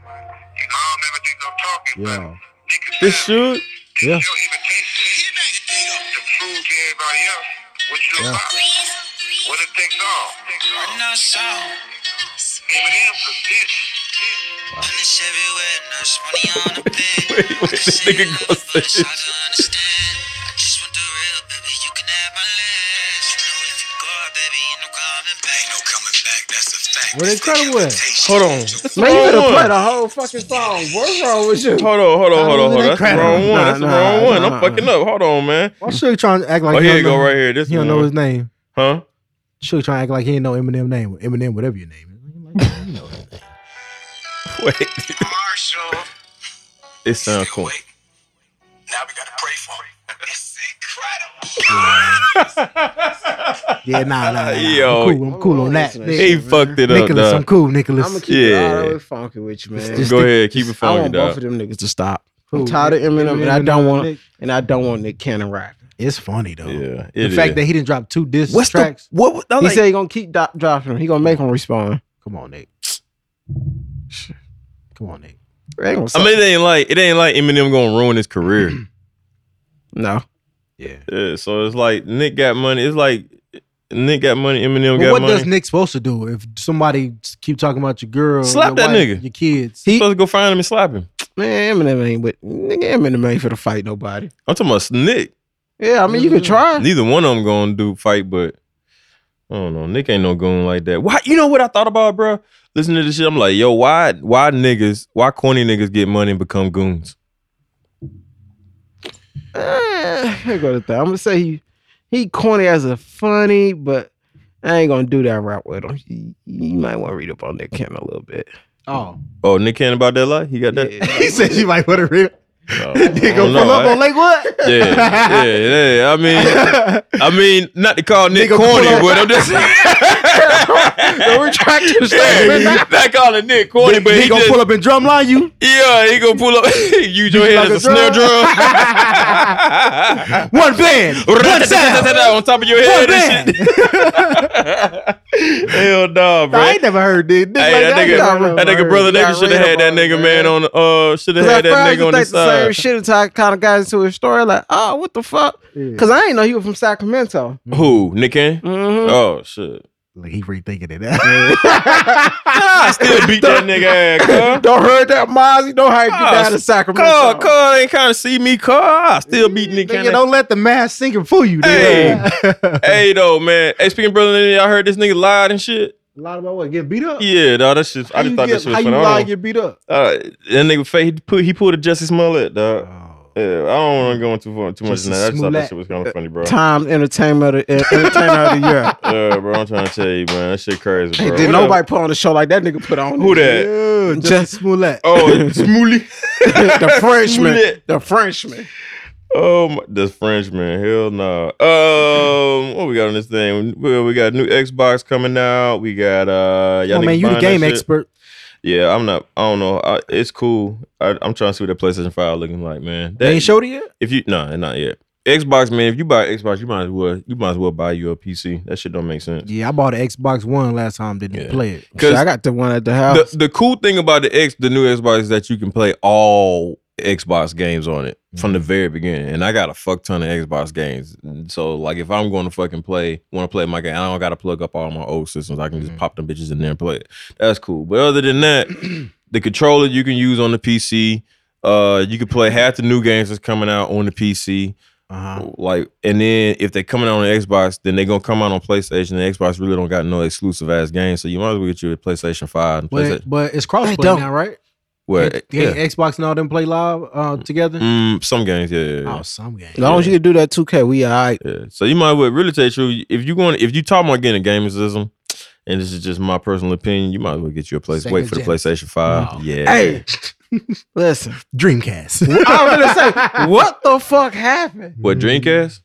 S8: You know, I don't never do no talking,
S9: Yeah.
S8: but Nick is
S7: This
S8: still-
S7: shoot.
S9: Yeah.
S8: Your imitation to prove to everybody else what you're about. When it takes off. Eminem's a bitch.
S7: (laughs) Wait, what this nigga gonna say?
S9: What incredible at?
S7: Hold on. That's the
S6: Man, you
S7: wrong
S6: better play
S7: one.
S6: the whole fucking song. What's wrong with you?
S7: Hold on, hold on, hold on, hold on. That's the
S9: Incredible.
S7: wrong one.
S6: Nah,
S7: That's the
S6: nah,
S7: wrong one.
S6: nah.
S7: I'm fucking up. Hold on, man.
S9: Why should you trying to act like
S7: Oh,
S9: he
S7: here you
S9: don't
S7: go,
S9: know-
S7: right here. This
S9: He don't know his
S7: one.
S9: name.
S7: Huh? (laughs)
S9: Should trying to act like he ain't know Eminem name. Eminem, whatever your name is. Like, you know his name.
S7: Wait.
S8: Marshall.
S7: It sounds cool.
S8: Now we gotta pray for him. (laughs) It's incredible.
S7: (laughs)
S9: Yeah, nah, nah, nah.
S7: Yo.
S9: I'm cool. I'm cool
S6: Oh,
S9: on that.
S6: Hold on,
S7: He
S9: Nick-
S7: fucked it up,
S9: Nicholas, I'm
S7: dog.
S9: cool.
S6: I'm gonna
S9: Nicholas.
S6: keep it all
S7: Yeah.
S6: the way funky with you, man.
S9: Just-
S7: Go ahead, keep it
S6: I
S7: funky,
S6: want both
S7: dog.
S6: of them niggas to stop.
S9: Who?
S6: I'm tired of Eminem, and I
S9: Eminem
S6: don't
S9: and
S6: want
S9: Nick.
S6: and I don't want Nick Cannon rapping.
S9: It's funny though.
S7: Yeah.
S9: the fact that he didn't drop two diss
S6: What's the-
S9: tracks.
S7: what? was- I
S6: He
S7: like-
S6: said he gonna keep do- dropping him. He gonna make him respond.
S9: Come on, Nick. Come on, Nick.
S6: They ain't gonna
S7: I
S6: stop.
S7: mean, it ain't like it ain't like Eminem gonna ruin
S9: (clears throat)
S7: his career.
S6: no.
S9: Yeah.
S7: Yeah, so it's like Nick got money. It's like Nick got money. Eminem
S9: But
S7: got
S9: what
S7: money.
S9: does Nick supposed to do if somebody keep talking about your girl,
S7: Slap
S9: your
S7: that
S9: wife,
S7: nigga.
S9: your kids?
S7: He supposed to go find him and slap him.
S6: Man, Eminem ain't with nigga Eminem ain't finna fight nobody.
S7: I'm talking about Nick.
S6: Yeah, I mean you
S9: (laughs)
S6: can try.
S7: Neither one of them gonna do fight, but I don't know. Nick ain't no goon like that. Why? You know what I thought about, bro? Listen to this shit. I'm like, yo, why? Why niggas? Why corny niggas get money and become goons?
S6: Eh, here go the thing. I'm gonna say he he corny as a funny, but I ain't gonna do that rap with him. You, you might want to read up on Nick Cannon a little bit.
S9: Oh,
S7: Oh, Nick can't about that lie. He got
S9: (laughs)
S7: that.
S6: Yeah.
S9: he said you might want to read. (laughs)
S7: Oh, I
S9: Nigga, pull
S7: don't know.
S9: up
S7: I-
S9: on Lakewood.
S7: yeah, yeah, yeah. I
S6: (laughs)
S7: mean, I mean, not to call Nick
S9: Nigga,
S7: corny,
S9: pull up.
S7: but
S9: (laughs)
S7: I'm just.
S6: Don't retract your statement.
S7: Yeah, not calling Nick corny, but
S9: he,
S7: he
S9: gonna
S7: just,
S9: pull up and drumline you.
S7: Yeah, he gonna pull up. (laughs) Use your head as a
S9: (laughs)
S7: snare drum.
S9: One band, one sound.
S7: on top of your
S9: One
S7: head
S9: band.
S7: and shit. (laughs) Hell no, bro.
S9: I ain't never heard this. This
S7: Hey,
S9: like
S7: that
S9: I ain't never
S7: nigga, that
S9: heard.
S7: nigga brother,
S6: Got
S7: nigga should have
S6: rid
S7: had
S6: of
S7: that
S6: him,
S7: nigga
S6: man.
S7: man on. the- Uh, should have
S6: Cause
S7: had
S6: at
S7: that
S6: first
S7: nigga
S6: you
S7: on
S6: think
S7: the
S6: the same
S7: side.
S6: shit until I kind of got into his story. Like, oh, what the fuck?
S9: Yeah.
S6: Cause I didn't know he was from Sacramento.
S7: Who, Nick? Cannon?
S6: Mm-hmm.
S9: Uh-huh.
S7: Oh shit!
S9: Like he rethinking it. (laughs) I
S7: I (laughs) still beat that nigga ass. cuz.
S6: Don't heard that, Mozzie. Don't hurt you
S7: Ah,
S6: down to
S7: Car,
S6: Sacramento.
S7: car ain't kind of see me. Car, I still beat Nick
S9: Nigga,
S7: Cannon.
S9: don't let the mass singer fool you.
S7: Hey.
S9: nigga.
S7: (laughs) Hey though, man. Hey, speaking of brother, I heard this nigga lied and shit.
S9: a lot about what? Get beat up?
S7: Yeah, dog. That shit.
S9: How
S7: I just
S9: you
S7: thought
S9: get,
S7: that shit was
S9: How you
S7: funny. I
S9: lie
S7: don't-
S9: and get beat up?
S7: Uh, that nigga fake. He put he pulled a Justice Smollett, dog. Yeah, I don't want to go into far- too
S9: Oh.
S7: much
S9: Justice
S7: in that. I just thought
S9: Smollett.
S7: that shit was kind of funny, bro.
S6: Time entertainment, of- entertainer
S9: (laughs)
S6: of the year.
S7: Yeah, bro. I'm trying to tell you, man. That shit crazy, bro.
S6: Did
S7: What
S6: nobody put on a show like that nigga put on?
S7: the- Who that?
S9: Yeah,
S6: Just-
S9: just Smollett.
S7: (laughs)
S9: (laughs)
S7: Oh, Smooly.
S6: the Frenchman.
S7: Smollett.
S6: the Frenchman.
S7: Oh, my, this Frenchman. Hell no. Um, what we got on this thing? Well, we got a new Xbox coming out. We got uh, y'all
S9: Come on, Oh,
S7: niggas
S9: man, you the
S7: buying that
S9: game
S7: shit?
S9: expert.
S7: Yeah, I'm not. I don't know. I, it's cool. I, I'm trying to see what that PlayStation Five looking like, man.
S9: They
S7: That-
S9: ain't showed it yet.
S7: If you no, not yet. Xbox man, if you buy Xbox, you might as well you might as well buy you a PC. That shit don't make sense.
S9: Yeah, I bought an Xbox One last time. Didn't
S7: Yeah.
S9: play it.
S6: Shit,
S7: Cause
S6: I got the one at the house.
S7: the, the cool thing about the X the new Xbox is that you can play all Xbox games on it from the very beginning. And I got a fuck ton of Xbox games. So like if I'm going to fucking play, want to play my game, I don't got to plug up all my old systems. I can just pop them bitches in there and play it. That's cool. But other than that, the controller you can use on the PC. Uh, you can play half the new games that's coming out on the PC.
S9: Uh-huh.
S7: Like, and then if they coming out on Xbox, then they gonna come out on PlayStation. And Xbox really don't got no exclusive ass games, so you might as well get you a PlayStation Five. And PlayStation,
S9: But, but it's
S6: They
S9: crossplay
S6: don't.
S9: now, right?
S7: well,
S9: Can't-
S7: yeah.
S9: can't Xbox and all them play live uh, together.
S7: Mm, some games, yeah, yeah, yeah.
S9: Oh, some game.
S6: as long as you can do that 2K, we all right.
S7: yeah. So you might well really tell you if you going if you talking about getting a gaming system, and this is just my personal opinion, you might as well get you a place.
S9: Sega
S7: Wait for the
S9: Genesis.
S7: PlayStation Five.
S9: No.
S7: Yeah.
S6: Hey, (laughs) listen.
S7: (laughs)
S9: Dreamcast.
S6: I was gonna say, what the fuck happened?
S7: What Dreamcast?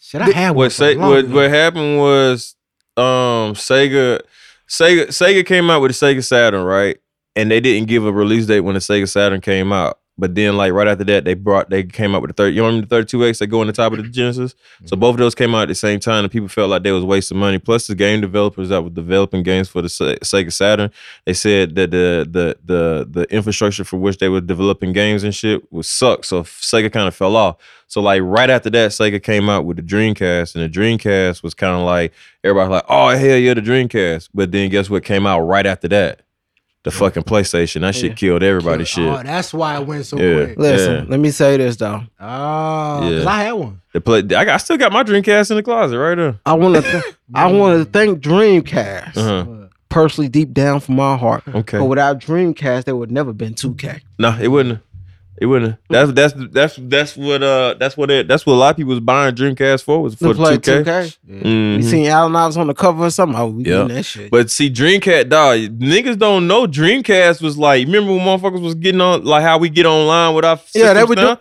S9: Should I have one?
S7: What
S9: for the
S7: say, what
S9: longest?
S7: what happened was um Sega Sega Sega came out with the Sega Saturn, right? And they didn't give a release date when the Sega Saturn came out. But then like right after that, they brought they came out with the thirty you remember the thirty two X that go on the top of the Genesis? So
S9: Mm-hmm.
S7: both of those came out at the same time and people felt like they was wasting money. Plus the game developers that were developing games for the Se- Sega Saturn, they said that the the the the infrastructure for which they were developing games and shit was sucked. So Sega kind of fell off. So like right after that, Sega came out with the Dreamcast, and the Dreamcast was kind of like everybody's like, "Oh hell yeah, the Dreamcast!" But then guess what came out right after that? The fucking PlayStation. That shit killed everybody's
S9: Oh,
S7: shit.
S9: that's why I went so
S7: Yeah.
S9: quick.
S6: Listen,
S7: Yeah.
S6: let me say this though.
S9: Oh, because
S7: Yeah.
S9: I had one.
S7: The play, I, got, I still got my Dreamcast in the closet right there.
S6: I want to,
S7: (laughs)
S6: th- I want to thank Dreamcast
S7: Uh-huh.
S6: personally, deep down from my heart.
S7: Okay.
S6: But without Dreamcast, there would never been 2K.
S7: No, it wouldn't. It wouldn't. That's that's that's that's what uh that's what it, that's what a lot of people was buying Dreamcast for was for
S6: To play 2K,
S7: 2K.
S6: you
S7: Mhm.
S6: seen Allen Ives on the cover or something. Oh, we
S7: Yeah.
S6: getting that shit.
S7: But see, Dreamcast, dog, niggas don't know Dreamcast was like. Remember when motherfuckers was getting on, like how we get online with our
S6: Yeah, they
S7: systems
S6: would do-
S7: now?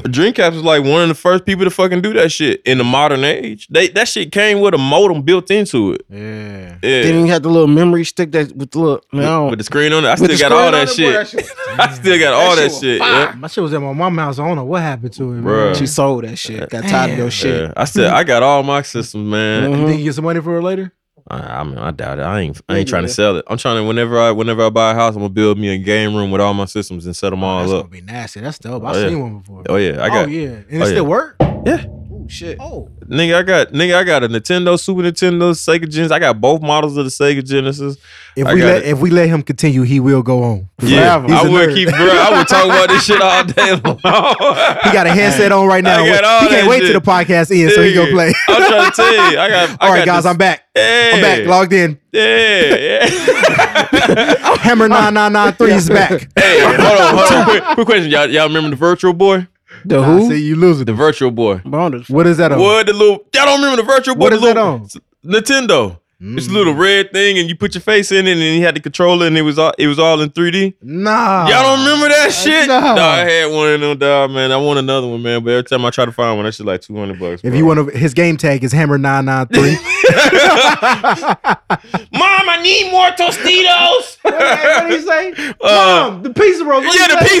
S7: Dreamcast was like one of the first people to fucking do that shit in the modern age. They that shit came with a modem built into it.
S9: Yeah.
S7: Yeah,
S6: Then you had the little memory stick that with the little man, I don't-
S7: with the screen on it, I
S6: with the
S7: still
S6: screen
S7: got all
S6: on
S7: that
S6: it, boy,
S7: shit. (laughs) I still got all that shit. Yeah.
S9: My shit was at my mom's house. I don't know what happened to it,
S7: Bruh.
S9: man.
S6: She sold that shit. Got tired of your shit.
S7: uh, Yeah. I said I got all my systems, man.
S9: You think you get some money for it later?
S7: I, I mean, I doubt it. I ain't, I
S6: Yeah,
S7: ain't trying
S6: yeah.
S7: to sell it. I'm trying to whenever I, whenever I buy a house, I'm gonna build me a game room with all my systems and set them
S6: Oh,
S7: all
S9: That's
S7: up.
S9: gonna be nasty. That's dope. I've
S7: Oh, yeah.
S9: seen one before.
S7: Oh yeah, I got.
S9: oh yeah, and it
S7: oh,
S9: still
S7: yeah.
S9: work.
S6: Ooh, shit.
S9: Oh,
S7: Nigga, I got nigga, I got a Nintendo, Super Nintendo, Sega Genesis. I got both models of the Sega Genesis.
S9: if
S7: I
S9: we
S7: got
S9: let
S7: it.
S9: if we let him continue, he will go on.
S7: Yeah,
S9: He's
S7: I
S9: a
S7: would
S9: nerd.
S7: keep. Bro, I would talk about this shit all day long.
S9: He got a headset on right now.
S7: I
S9: He
S7: got all
S9: can't
S7: that
S9: wait
S7: shit.
S9: till the podcast ends, (laughs) so he gonna
S7: Nigga,
S9: play.
S7: I'm trying to tell you, I got. I
S9: All right,
S7: got
S9: guys,
S7: this-
S9: I'm back.
S7: Hey,
S9: I'm back. Logged in.
S7: Yeah,
S9: (laughs)
S7: yeah. (laughs)
S9: Hammer nine nine nine three is back.
S7: hey, hold on, hold on. Quick,
S9: (laughs)
S7: quick question, y'all. Y'all remember the Virtual Boy?
S6: The
S9: I
S6: who?
S9: see you losing.
S7: The Virtual Boy.
S6: Bro, the-
S9: What is that on?
S7: What the little? Y'all don't remember the Virtual Boy?
S9: What
S7: the
S9: is that
S7: little-
S9: on? Mm.
S7: Nintendo. It's a little red thing, and you put your face in it, and you had the controller, and it was all it was all in 3D.
S9: Nah.
S7: Y'all don't remember that shit?
S9: no.
S7: Nah, I had one of them, dog, man. I want another one, man. But every time I try to find one, that shit like two hundred bucks.
S9: If you want to, his game tag is Hammer nine nine three.
S7: mom, I need more Tostitos.
S9: What do you say?
S7: Uh,
S9: Mom, the pizza rolls. What
S7: yeah,
S9: do you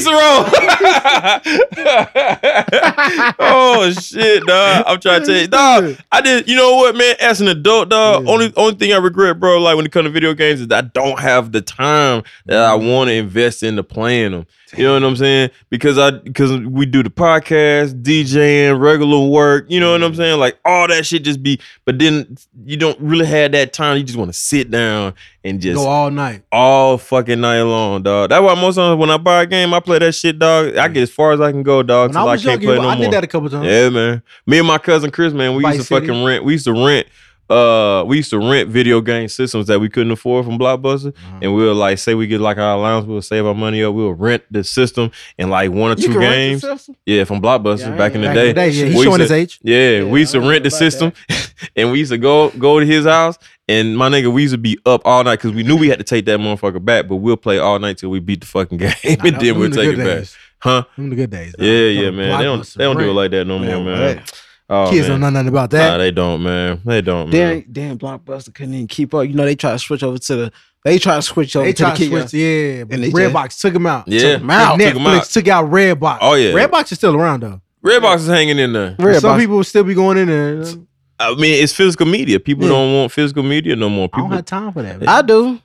S9: say?
S7: the pizza roll. (laughs) oh shit, dog. I'm trying to tell you, dog. I did. You know what, man? As an adult, dog, only only thing I regret, bro, like when it comes to video games, is that I don't have the time that I
S9: Mm.
S7: want to invest into playing them. You know what I'm saying? Because I because we do the podcast, DJing, regular work. You know what
S9: Mm.
S7: I'm saying? Like all that shit just be. But then you don't really have that time. You just want to sit down and just
S9: Go all night.
S7: all fucking night long, dog. That's why most times when I buy a game, I play that shit, dog. I get as far as I can go, dog,
S9: When I
S7: till I,
S9: was
S7: can't
S9: younger,
S7: play no
S9: I
S7: more.
S9: did that a couple times.
S7: yeah, man. Me and my cousin Chris, man, we used
S9: Vice
S7: to
S9: City.
S7: fucking rent. We used to rent. Uh, we used to rent video game systems that we couldn't afford from Blockbuster,
S9: Uh-huh.
S7: and we'll like say we get like our allowance, we'll save our money up, we'll rent the system and like one or
S6: (laughs) you
S7: two
S6: can rent
S7: games.
S6: the system?
S7: Yeah, from Blockbuster
S6: Yeah, I
S7: back in
S9: Back
S6: ain't-
S7: the
S9: in
S7: day.
S9: the day, yeah, he's
S7: We used
S9: showing
S7: to-
S9: his age.
S7: Yeah,
S6: Yeah,
S7: we used
S6: I
S7: to rent
S6: remember
S7: the
S6: about
S7: system, (laughs) and we used to go go to his house, and my nigga, we used to be up all night because we knew we had to take that motherfucker back, but we'll play all night till we beat the fucking (laughs) game, and
S9: Nah,
S7: then
S9: them
S7: we'll
S9: the
S7: take it
S9: good
S7: back,
S9: days.
S7: huh?
S9: Them the good days. dog.
S7: Yeah, yeah,
S9: Them
S7: man. They don't
S9: blockbusters,
S7: they don't do it
S9: rent.
S7: like that no more,
S9: Man,
S7: man.
S6: right.
S7: Oh,
S9: Kids
S7: man.
S9: don't know nothing about
S7: Nah,
S9: that.
S7: they don't, man. They don't, man.
S6: Damn, damn, Blockbuster couldn't even keep up. You know, they try to switch over to the, they try to switch over
S9: They
S6: to the
S9: tried to
S6: kick.
S9: switch, yeah. But
S6: And they
S9: Redbox took him out.
S7: Yeah,
S6: took 'em out.
S7: Took 'em
S9: Netflix
S7: out.
S9: took out Redbox.
S7: Oh, yeah.
S9: Redbox is still around though.
S7: Redbox is hanging in there.
S6: Redbox.
S9: Some people will still be going in there.
S7: I mean, it's physical media. People
S9: Yeah.
S7: don't want physical media no more.
S9: I don't
S7: People
S9: have time for that. man.
S6: I do.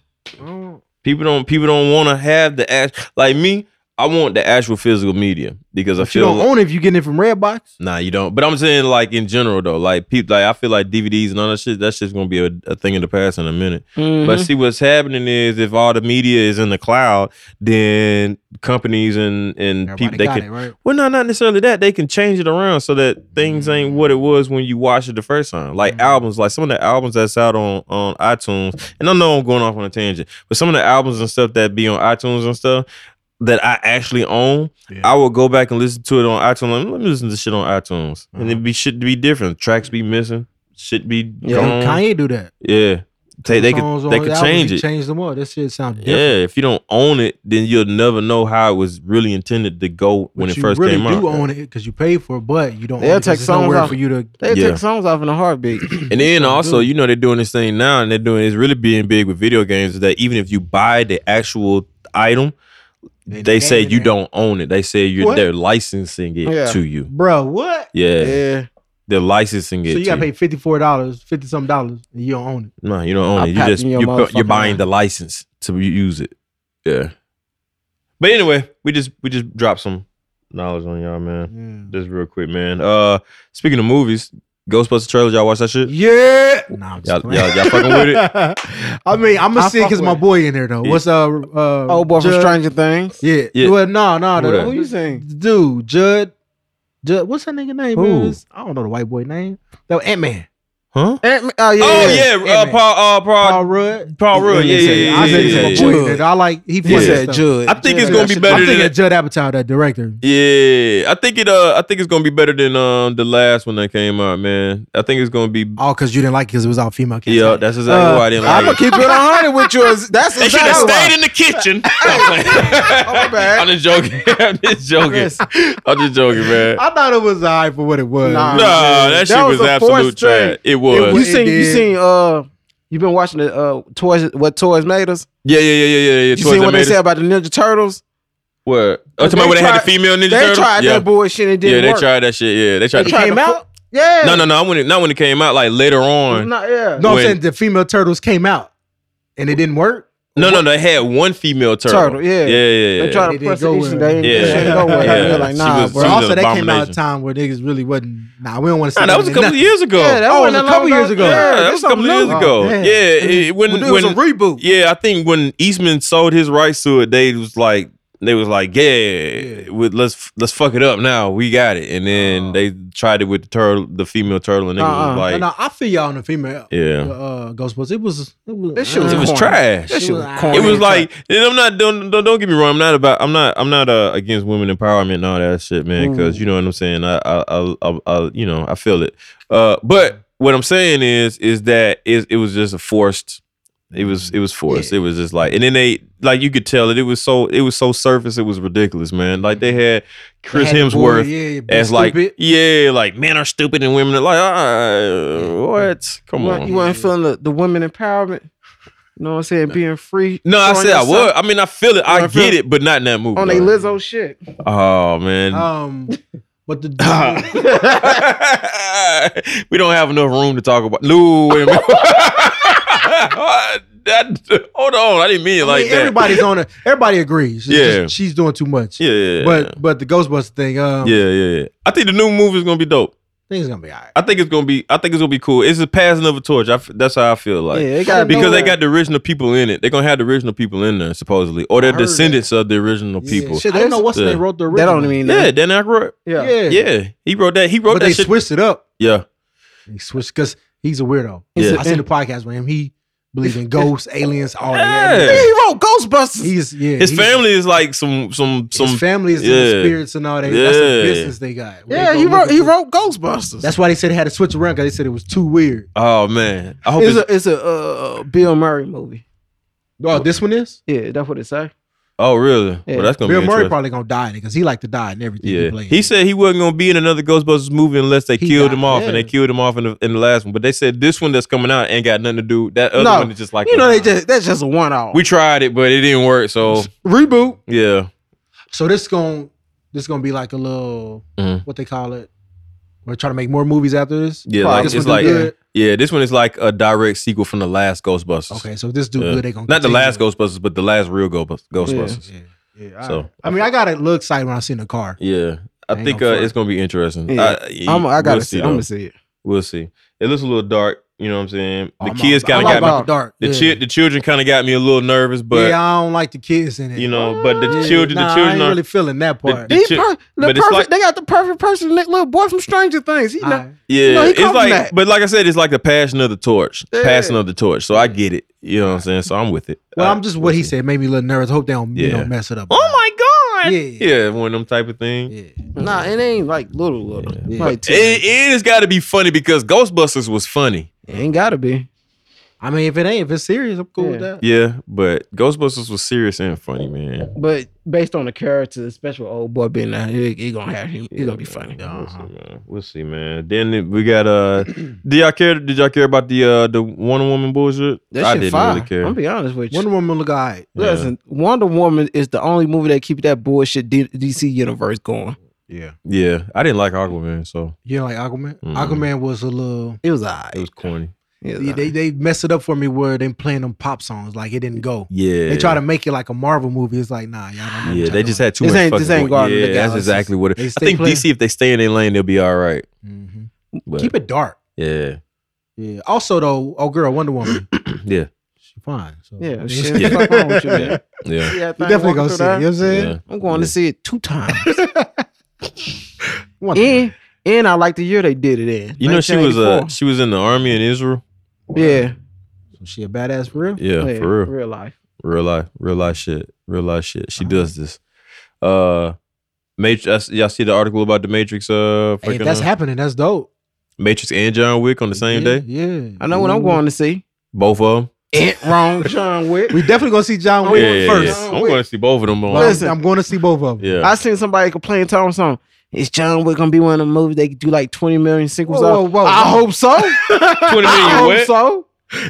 S7: People don't people don't want to have the act like me. I want the actual physical media because I
S9: But you
S7: feel
S9: don't
S7: like,
S9: own it if you getting it from Redbox.
S7: nah, you don't. But I'm saying like in general though, like people like I feel like DVDs and all that shit. That's just gonna be a, a thing in the past in a minute. But
S9: Mm-hmm.
S7: see what's happening is if all the media is in the cloud, then companies and and
S9: Everybody
S7: people they
S9: got
S7: can
S9: it, right?
S7: well, no, not necessarily that. They can change it around so that things ain't what it was when you watched it the first time. Like albums, like some of the albums that's out on on iTunes, and I know I'm going off on a tangent, but some of the albums and stuff that be on iTunes and stuff that I actually own, I will go back and listen to it on iTunes. Like, let me listen to shit on iTunes, and it be shit be different. Tracks be missing, shit be
S6: Yeah.
S7: gone.
S9: Kanye do that.
S7: Yeah, They, they
S5: songs
S7: could
S5: on
S7: they
S5: the
S7: could
S5: album,
S7: change
S5: you
S7: it.
S5: Change them up. That shit sound
S7: Yeah,
S5: different.
S7: if you don't own it, then you'll never know how it was really intended to go when
S5: But
S7: it first
S5: you really
S7: came
S5: do
S7: out.
S5: own it because you paid for it, but you don't.
S6: They'll
S5: own it 'cause
S6: take
S5: there's
S6: songs
S5: nowhere
S6: off.
S5: for you to.
S6: They
S7: Yeah.
S6: take songs off in a
S7: (clears throat)
S6: heartbeat.
S7: And then also, you know, they're doing this thing now, and they're doing it's really being big with video games. Is that even if you buy the actual item, they, say you don't own it. They say you're
S5: What?
S7: they're licensing it
S6: Yeah.
S7: to you.
S5: Bro, what?
S7: Yeah,
S6: yeah.
S7: they're licensing it.
S5: So you
S7: to
S5: gotta pay fifty four dollars, fifty something dollars, and you don't own it.
S7: No, you don't own
S6: I'll
S7: it. You
S6: pat
S7: just
S6: you in your
S7: you bu- you're
S6: motherfucking
S7: buying
S6: eye.
S7: the license to use it. Yeah. But anyway, we just we just dropped some knowledge on y'all, man. Just real quick, man. Uh, speaking of movies, Ghostbusters trailers, y'all watch that shit?
S5: Yeah. Nah, I'm
S7: Y'all,
S5: just
S7: y'all,
S5: playing.
S7: (laughs) y'all fucking with
S5: (laughs)
S7: it?
S5: I mean, I'm
S6: I
S5: gonna see
S6: fuck
S5: because my
S6: with it.
S5: boy in there though.
S7: Yeah.
S5: What's uh, uh
S6: Oh boy from
S5: Judd-
S6: Stranger Things.
S5: Yeah.
S7: Yeah.
S5: Well, no, no,
S7: Who that?
S5: the,
S6: Who
S5: who
S6: you
S5: you
S6: saying?
S5: dude, Judd. Judd, what's that nigga name?
S7: Who?
S5: Is I don't know the white boy name. That Ant Man.
S7: Huh?
S6: Ant- oh yeah.
S7: oh yeah, uh,
S6: Ant-Man.
S7: Paul, uh, Paul,
S5: Paul
S7: Paul,
S5: Rudd.
S7: Rudd. Yeah, yeah, yeah,
S5: I
S7: yeah,
S5: said he's
S7: yeah,
S5: my
S7: yeah,
S5: boy.
S7: yeah.
S5: in there. I like he
S6: You
S5: plays
S6: said
S5: stuff.
S6: Judd.
S7: I think
S6: Judd
S7: it's gonna
S6: got
S7: be
S6: shit
S7: better
S6: done.
S5: I'm
S7: than
S5: thinking
S7: that.
S5: of Judd Apatow, that director.
S7: Yeah, I think it. Uh, I think it's gonna be better than um the last one that came out, man. I think it's gonna be.
S5: Oh, because you didn't like it because it was all female. cast. (laughs)
S7: Yeah, that's exactly
S5: Uh,
S7: why I didn't
S6: I'm
S7: like
S6: gonna
S7: it.
S6: keep it on 100 with you.
S5: (laughs)
S6: That's
S7: They should
S6: exactly
S7: have
S6: why.
S7: stayed in
S6: (laughs)
S7: the kitchen. (laughs) Oh,
S6: Oh, my bad.
S7: I'm just joking. (laughs) I'm just joking.
S6: Listen.
S7: I'm just joking, man.
S5: I thought it was alright for what it was.
S6: Nah.
S7: Nah, that, shit
S6: Ah, That
S7: was,
S6: was a
S7: absolute
S6: forced thing.
S7: trash. It was.
S6: You
S5: was-
S6: seen? You
S5: did.
S6: seen? Uh, you been watching the uh toys? What toys made us?
S7: yeah, yeah, yeah, yeah, yeah. yeah.
S6: You seen what they said about the Ninja Turtles?
S7: What? Oh, talking
S6: They
S7: about when they had the
S6: tried-
S7: female Ninja
S6: They
S7: Turtles?
S6: tried
S7: yeah.
S6: that bullshit and it
S7: Yeah,
S6: didn't
S7: they
S6: work.
S7: tried that shit. Yeah, they tried.
S6: It came
S7: to,
S6: out. Yeah.
S7: No, no, no. Not when it, not when it came out. Like later on.
S6: Not, yeah.
S5: No, I'm
S7: When-
S5: saying the female turtles came out and it didn't work.
S7: No, no, they had one female turtle.
S6: Turtle, yeah.
S7: yeah, yeah,
S6: They
S7: yeah.
S6: tried
S5: It
S6: to
S5: didn't
S6: press
S5: go
S6: the issue.
S5: well.
S6: They
S7: Yeah.
S6: yeah. didn't go well.
S5: Yeah.
S6: They're like,
S7: She
S6: nah,
S7: was-
S6: bro.
S7: she
S5: But
S7: was
S5: also,
S7: an
S5: that came out at
S7: abomination.
S5: a time where niggas really wasn't. Nah, we don't want to.
S7: Nah, that was a couple years ago.
S6: Yeah, that
S7: Oh,
S6: wasn't
S5: it was
S6: that
S5: a couple
S6: long
S5: years
S6: ago.
S5: ago.
S7: yeah,
S6: Yeah,
S7: that was a couple years
S6: new.
S7: ago.
S5: Oh,
S7: yeah,
S5: damn.
S7: it, when
S5: It was
S7: when
S5: a reboot.
S7: Yeah, I think when Eastman sold his rights to it, they was like, they was like, yeah, with let's let's fuck it up now. We got it, and then they tried it with the turtle, the female turtle, and they
S6: Uh-huh. Uh-uh.
S7: was like,
S5: no, I feel y'all on the female.
S7: yeah,
S5: Uh, Ghostbusters. It was. It was. uh,
S6: That shit was
S7: it was
S6: corny.
S7: trash.
S6: That shit was corny.
S7: It was like, and I'm not don't, don't don't get me wrong. I'm not about. I'm not. I'm not uh, against women empowerment and all that shit, man. Because you know what I'm saying. I, I, I, I, I, you know, I feel it. Uh, but what I'm saying is, is that is it was just a forced. It was it was forced. It was just like, and then they like you could tell it. It was so it was so surface. It was ridiculous, man. Like they had Chris
S5: Had the boy,
S7: Hemsworth
S5: yeah, be
S7: as like,
S5: stupid.
S7: yeah, like men are stupid and women are like, uh, what? Come
S6: You
S7: on,
S6: weren't- You weren't feeling the, the women empowerment. You know what I'm saying? Being free.
S7: No, I
S6: showing
S7: said I
S6: yourself
S7: would. I mean, I feel it. I
S6: I feel
S7: get it, but not in that movie.
S6: On a
S7: though.
S6: Lizzo shit.
S7: Oh man.
S5: Um, but the
S7: (laughs) we don't have enough room to talk about. No, wait a
S5: (laughs)
S7: minute. that, hold on, I didn't mean it
S5: I
S7: like
S5: mean,
S7: that.
S5: everybody's on it. Everybody agrees. It's
S7: Yeah.
S5: just she's doing too much.
S7: (laughs) Yeah, yeah, yeah.
S5: But but the Ghostbuster thing. Um,
S7: yeah, yeah, yeah. I think the new movie is gonna be dope.
S5: things gonna be all right.
S7: I think it's gonna be. I think it's gonna be cool. It's a passing of a torch. I f that's how I feel like.
S6: Yeah, they gotta
S7: because
S6: know
S7: they
S6: that.
S7: got the original people in it. They're gonna have the original people in there supposedly, or they're
S5: heard that.
S7: descendants of the original people.
S5: Shit, I don't know what's
S7: Yeah.
S5: they wrote the
S6: That
S5: original.
S6: don't mean
S7: Yeah,
S6: that.
S7: Dan Aykroyd.
S6: Yeah.
S5: Yeah.
S7: Yeah, he wrote that. He wrote
S5: But
S7: that
S5: they
S7: shit.
S5: switched it up.
S7: yeah,
S5: He switched because he's a weirdo.
S7: Yeah.
S5: I seen the podcast with him. He believes
S7: (laughs)
S5: in ghosts, aliens, all
S7: Yeah.
S5: that.
S6: He wrote Ghostbusters.
S5: He's yeah.
S7: his
S5: he's-
S7: family is like some some some.
S5: his family is
S7: yeah.
S5: in the spirits and all that. That's
S7: Yeah.
S5: the business they got. Where
S6: yeah,
S5: they
S6: he
S5: go
S6: wrote he
S5: looking for-
S6: wrote Ghostbusters.
S5: That's why they said they had to switch around because they said it was too weird.
S7: oh man, I hope
S6: it's
S7: it's,
S6: a it's a uh, Bill Murray movie.
S5: Oh, this one is.
S6: Yeah, that's what it say.
S7: oh really?
S6: Yeah.
S7: Well, that's gonna
S5: Bill
S7: be
S5: Murray
S7: interesting.
S5: probably gonna die because he like to die and everything.
S7: yeah,
S5: He, play in.
S7: he said he wasn't gonna be in another Ghostbusters movie unless they
S5: He
S7: killed
S5: died.
S7: him off, and
S6: Yeah.
S7: they killed him off in the, in the last one. But they said this one that's coming out ain't got nothing to do. That other
S6: No.
S7: one is just like
S6: You know
S7: a-
S6: they just that's just a one off.
S7: we tried it, but it didn't work. So
S6: Reboot.
S7: yeah,
S5: so this gonna this gonna be like a little
S7: Mhm.
S5: what they call it. We're trying to make more movies after this.
S7: yeah,
S6: Probably
S7: like
S5: this
S7: it's
S5: one
S7: like
S5: do good.
S7: yeah, this one is like a direct sequel from the last Ghostbusters.
S5: Okay, so if this do
S7: Yeah.
S5: good, they gonna
S7: not the
S5: continue.
S7: last Ghostbusters, but the last real Ghostbus- Ghostbusters.
S5: Yeah, yeah.
S7: So
S5: I mean, I got a little excited when I seen the car.
S7: yeah, I
S5: ain't
S7: think uh,
S5: gonna front.
S7: it's gonna be interesting.
S6: Yeah. I'm, I gotta
S7: we'll
S6: see.
S7: though.
S6: I'm gonna see it.
S7: We'll see. It looks a little dark. You know what I'm saying? The
S5: I'm
S7: kids
S5: all- I'm
S7: kind of
S5: all
S7: got me.
S5: about the dark.
S7: The,
S5: yeah.
S7: chi- the children kind of got me a little nervous, but
S5: yeah, I don't like the kids in it.
S7: you know, but the
S5: Yeah,
S7: children,
S5: nah,
S7: the
S5: I
S7: children
S5: ain't
S7: are.
S5: really feeling that part.
S7: the
S6: He
S7: chi-
S6: per- the
S7: but it's
S6: perfect,
S7: like-
S6: they got the perfect person, the little boy from Stranger Things. He not,
S5: I-
S7: yeah,
S6: No, he
S7: it's
S6: come from
S7: like,
S6: that.
S7: but like I said, it's like the passion of the torch,
S6: Yeah.
S7: passing of the torch. So I get it. You know what I'm saying? So I'm with it.
S5: well,
S7: I-
S5: I'm just what he said made me a little nervous. Hope they don't, you
S7: Yeah.
S5: know, mess it up.
S7: Oh my god!
S5: Yeah.
S7: yeah, one of them type of thing.
S5: Yeah.
S6: nah, it ain't like little little. Like
S7: It, it has got to be funny because Ghostbusters was funny.
S6: It ain't gotta be.
S5: I mean, if it ain't, if it's serious, I'm cool with
S6: Yeah.
S5: that.
S7: Yeah, but Ghostbusters was serious and funny, man.
S6: But based on the character, especially with old boy being out, he, he gonna have him. He's gonna be funny.
S7: We'll
S5: Uh-huh.
S7: see, man. We'll see, man. Then we got uh do y'all care did y'all care about the uh the Wonder Woman bullshit?
S6: That
S7: I
S6: shit
S7: didn't
S6: fire.
S7: really care.
S6: I'm gonna be honest with you.
S5: Wonder Woman look alright.
S7: Yeah.
S6: Listen, Wonder Woman is the only movie that keep that bullshit D- DC universe going.
S5: Yeah.
S7: yeah. I didn't like Aquaman, so
S5: You don't like Aquaman?
S7: Mm.
S5: Aquaman was a little.
S6: It was alright.
S7: it was corny.
S6: It was
S5: Yeah,
S6: alright.
S5: they they messed it up for me where they playing them pop songs like it didn't go.
S7: Yeah.
S5: They try to make it like a Marvel movie. It's like nah, y'all don't. know what
S7: Yeah,
S5: y'all
S7: they just
S5: doing.
S7: had too
S6: This
S7: much
S6: ain't-
S7: fucking
S6: this ain't
S7: going-
S6: Guardians of
S7: Yeah,
S6: the
S7: that's
S6: Galaxy.
S7: exactly what it
S5: They
S7: I
S5: stay
S7: think
S5: playing-
S7: DC if they stay in their lane, they'll be all right.
S5: Mhm.
S7: But,
S5: keep it dark.
S7: Yeah.
S5: Yeah. Also though, oh girl, Wonder Woman,
S7: (clears throat) Yeah.
S5: she fine. So.
S6: yeah, (laughs)
S5: (laughs)
S6: shit. What's wrong with you, man?
S7: Yeah.
S6: See that
S5: You
S6: thing
S5: definitely
S6: walking
S5: gonna
S6: through
S5: see it. You know
S6: there?
S5: what I'm saying?
S7: yeah.
S6: I'm going to see it two times. (laughs)
S5: Wonder Woman.
S6: and and I like the year they did it in.
S7: You know she was uh
S6: 1984.
S7: she was in the army in Israel.
S6: yeah,
S5: So she a badass for real.
S7: Yeah,
S6: yeah,
S7: for real.
S6: real life.
S7: Real life, real life shit, real life shit.
S5: Uh-huh.
S7: She does this. Uh, Matrix. Y'all see the article about the Matrix? Uh,
S5: Hey,
S7: freaking,
S5: if that's
S7: uh,
S5: happening, that's dope.
S7: Matrix and John Wick on the same
S5: yeah,
S7: day.
S5: Yeah.
S6: I know what I'm going to see.
S7: Both of them.
S6: Ain't wrong, (laughs) John Wick.
S5: (laughs) We definitely gonna see John Wick
S7: yeah, yeah,
S5: first.
S7: yeah.
S6: John
S7: I'm
S6: Wick.
S7: going to see both of them. On.
S5: But
S6: Listen.
S5: I'm going to see both of them.
S7: Yeah.
S6: I seen somebody complain to him something. Is John Wick gonna be one of the movies they do like 20 million sequels
S5: Whoa,
S6: of?
S5: whoa, whoa.
S6: I hope so.
S7: Twenty
S6: I
S7: million.
S6: hope
S7: What?
S6: so.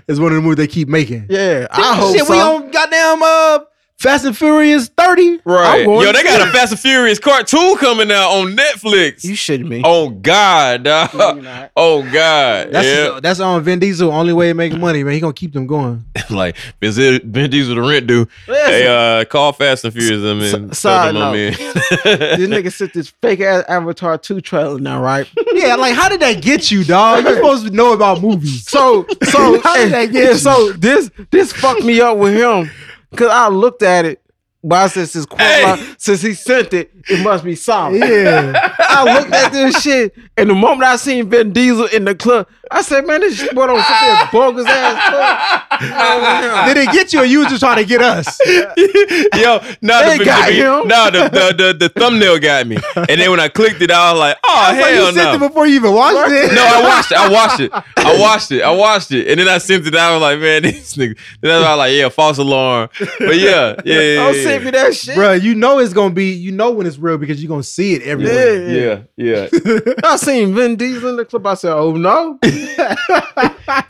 S5: It's one of the movies they keep making.
S6: Yeah, I hope
S5: Shit,
S6: so.
S5: we on goddamn uh Fast and Furious 30.
S7: Right.
S6: I'm going
S7: Yo,
S6: to
S7: they got a Fast and Furious Part Two coming out on Netflix.
S6: you shitting me.
S7: oh God. dawg.
S6: No, you're not.
S7: (laughs) Oh God.
S5: That's
S7: yeah.
S5: that's on Vin Diesel. Only way to make money, man. He gonna keep them going.
S7: (laughs) like Ben Z- Ben Diesel the rent due.
S6: Listen,
S7: Hey, uh, call Fast and Furious. I mean,
S6: S- side
S7: in.
S6: this nigga sent this fake ass Avatar 2 trailer now, right?
S5: yeah, like how did that get you, dog? You're supposed to know about
S7: (laughs)
S5: movies.
S6: So so
S5: How did that
S6: and-
S5: get
S6: and
S5: you?
S6: so this this fucked me up with him because I looked at it. But I said since Quavo- since he sent it, it must be solid.
S5: Yeah.
S6: I looked at this shit, and the moment I seen Vin Diesel in the club, I said, "Man, this shit boy don't sit there bogus ass club." Oh,
S5: did it get you or you was just trying to get us?
S7: (laughs) Yo, nah,
S6: They
S7: the, picture-
S6: got him.
S7: nah, the, the, the, the thumbnail
S6: (laughs)
S7: got me. And then when I clicked it, I was like, oh,
S5: That's why you
S7: hell
S5: sent it
S7: no.
S5: before you even watched it.
S7: (laughs) No, I watched it. I
S6: (laughs)
S7: watched it. I watched it. I watched it. And then I sent it. I was like, man, (laughs) this nigga. Then I was like, yeah, false alarm. But yeah, yeah,
S6: (laughs)
S7: yeah.
S6: Don't send me that
S5: (laughs)
S6: shit.
S5: Bruh, you know it's gonna be, you know when it's real because you're gonna see it everywhere.
S6: Yeah.
S7: yeah, yeah. yeah.
S6: I seen Vin Diesel in the club. I said, "Oh no,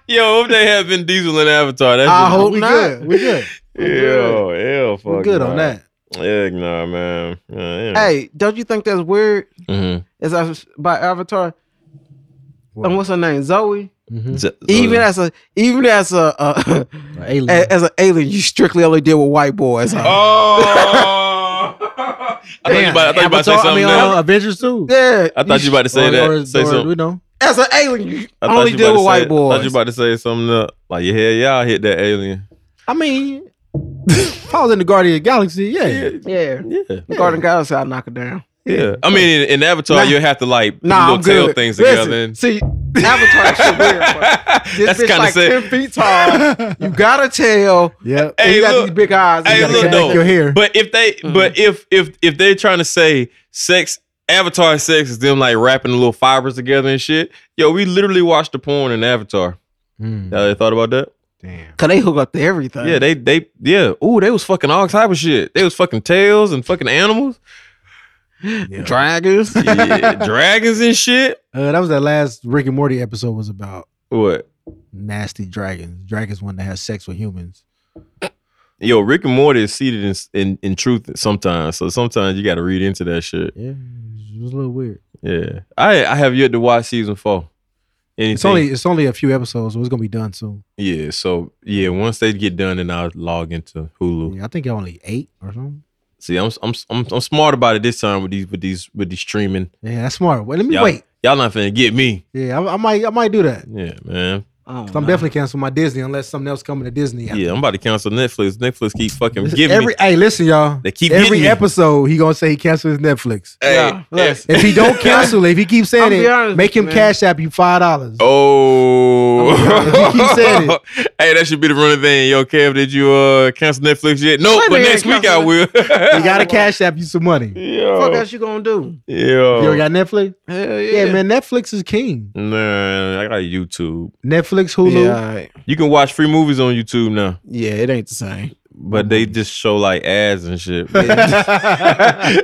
S7: Yo, if they have Vin Diesel in Avatar, that's
S6: I
S7: just,
S6: hope
S5: we
S6: not."
S5: good. We good.
S7: Ew, ew, fuck.
S5: We good on that.
S7: Yeah, nah, man. Yeah, yeah.
S6: Hey, don't you think that's weird?
S7: Mhm.
S6: As I was- by Avatar, and what's her name, Zoe?
S7: Z-
S6: Even as a even as a uh,
S5: Alien.
S6: a- as an alien, you strictly only deal with white boys. huh?
S7: Oh, I thought you about, I thought you about to say
S5: Avatar-
S7: something.
S5: I mean,
S7: else.
S5: uh, Avengers too.
S6: Yeah,
S7: I thought you about to say that. say something.
S5: You know.
S6: as an alien, you
S7: I thought
S6: only
S7: you
S6: deal
S7: about
S6: with
S7: to say-
S6: white
S7: I thought you
S6: boys.
S7: about to say something uh, like, yeah, y'all hit that alien.
S5: I mean, if I was in the Guardian of the Galaxy, yeah.
S6: Yeah,
S7: Yeah,
S6: Garden Galaxy, I knock it down.
S7: yeah. I mean, in, in Avatar, you have to like
S6: Nah,
S7: little
S6: I'm
S7: tail
S6: good.
S7: things
S6: Listen,
S7: together. (laughs)
S6: (laughs)
S7: And,
S6: See, Avatar shit weird. bro. This
S7: that's
S6: bitch
S7: kind of
S6: like ten
S7: sad.
S6: feet
S5: (laughs)
S6: tall. (laughs) You got a tail.
S5: Yeah.
S6: and
S7: Hey,
S6: you got
S7: look.
S6: these big eyes.
S7: Hey,
S6: you got
S7: look,
S6: a
S5: no.
S7: though.
S5: your hair.
S7: (laughs) But if they,
S5: Mm-hmm.
S7: but if if if they're trying to say sex, Avatar sex is them like wrapping the little fibers together and shit. Yo, we literally watched the porn in Avatar.
S5: Mm.
S7: Y'all ever thought about that?
S6: Cause they hook up to everything.
S7: Yeah, they they yeah. Ooh, they was fucking all type of shit. They was fucking tails and
S5: (laughs)
S7: fucking animals, (laughs)
S6: dragons.
S7: yeah, dragons and shit.
S5: Uh, that was that last Rick and Morty episode was about
S7: What?
S5: nasty dragons. Dragons one that has sex with humans.
S7: Yo, Rick and Morty is seated in in, in truth sometimes. So sometimes you got to read into that shit.
S5: Yeah. It was a little weird.
S7: Yeah, I I have yet to watch season four. Anything?
S5: It's only it's only a few episodes, so it's gonna be done soon.
S7: yeah. So yeah, once they get done, then I'll log into Hulu.
S5: Yeah, I think only eight or something.
S7: See, I'm, I'm I'm I'm smart about it this time with these with these with these streaming.
S5: Yeah, that's smart. Wait, let me
S7: Y'all,
S5: wait.
S7: y'all not finna get me.
S5: Yeah, I, I might I might do that.
S7: Yeah, man.
S6: Oh,
S5: I'm definitely canceling my Disney unless something else coming to Disney.
S7: Yeah, I'm about to cancel Netflix. Netflix keep fucking
S5: Listen,
S7: giving me.
S5: every hey, listen, y'all.
S7: They keep hitting
S5: every
S7: me.
S5: episode he gonna say he canceled his
S7: (laughs)
S5: Netflix.
S7: Hey,
S6: Yeah,
S7: if-
S5: If he don't cancel it, if he keeps saying
S6: I'll be
S5: it,
S6: honest
S5: make
S6: with you,
S5: him
S6: man.
S5: cash app you five dollars.
S7: oh, (laughs) Oh,
S5: He keep saying it.
S7: (laughs) hey, that should be the running thing. Yo, Kev, did you uh cancel Netflix yet? No,
S6: My
S7: but
S6: nigga
S7: next
S6: ain't
S7: week I will.
S5: You gotta cash app you some money.
S6: Fuck
S7: (laughs) Yo,
S6: else you gonna do?
S5: You
S7: yo,
S5: already got Netflix?
S6: Hell
S5: Yeah, man. Netflix is king.
S7: nah, I got YouTube.
S5: Netflix, Hulu.
S6: Yeah, all right.
S7: You can watch free movies on YouTube now,
S6: yeah, it ain't the same.
S7: but they just show like ads and shit. (laughs) I,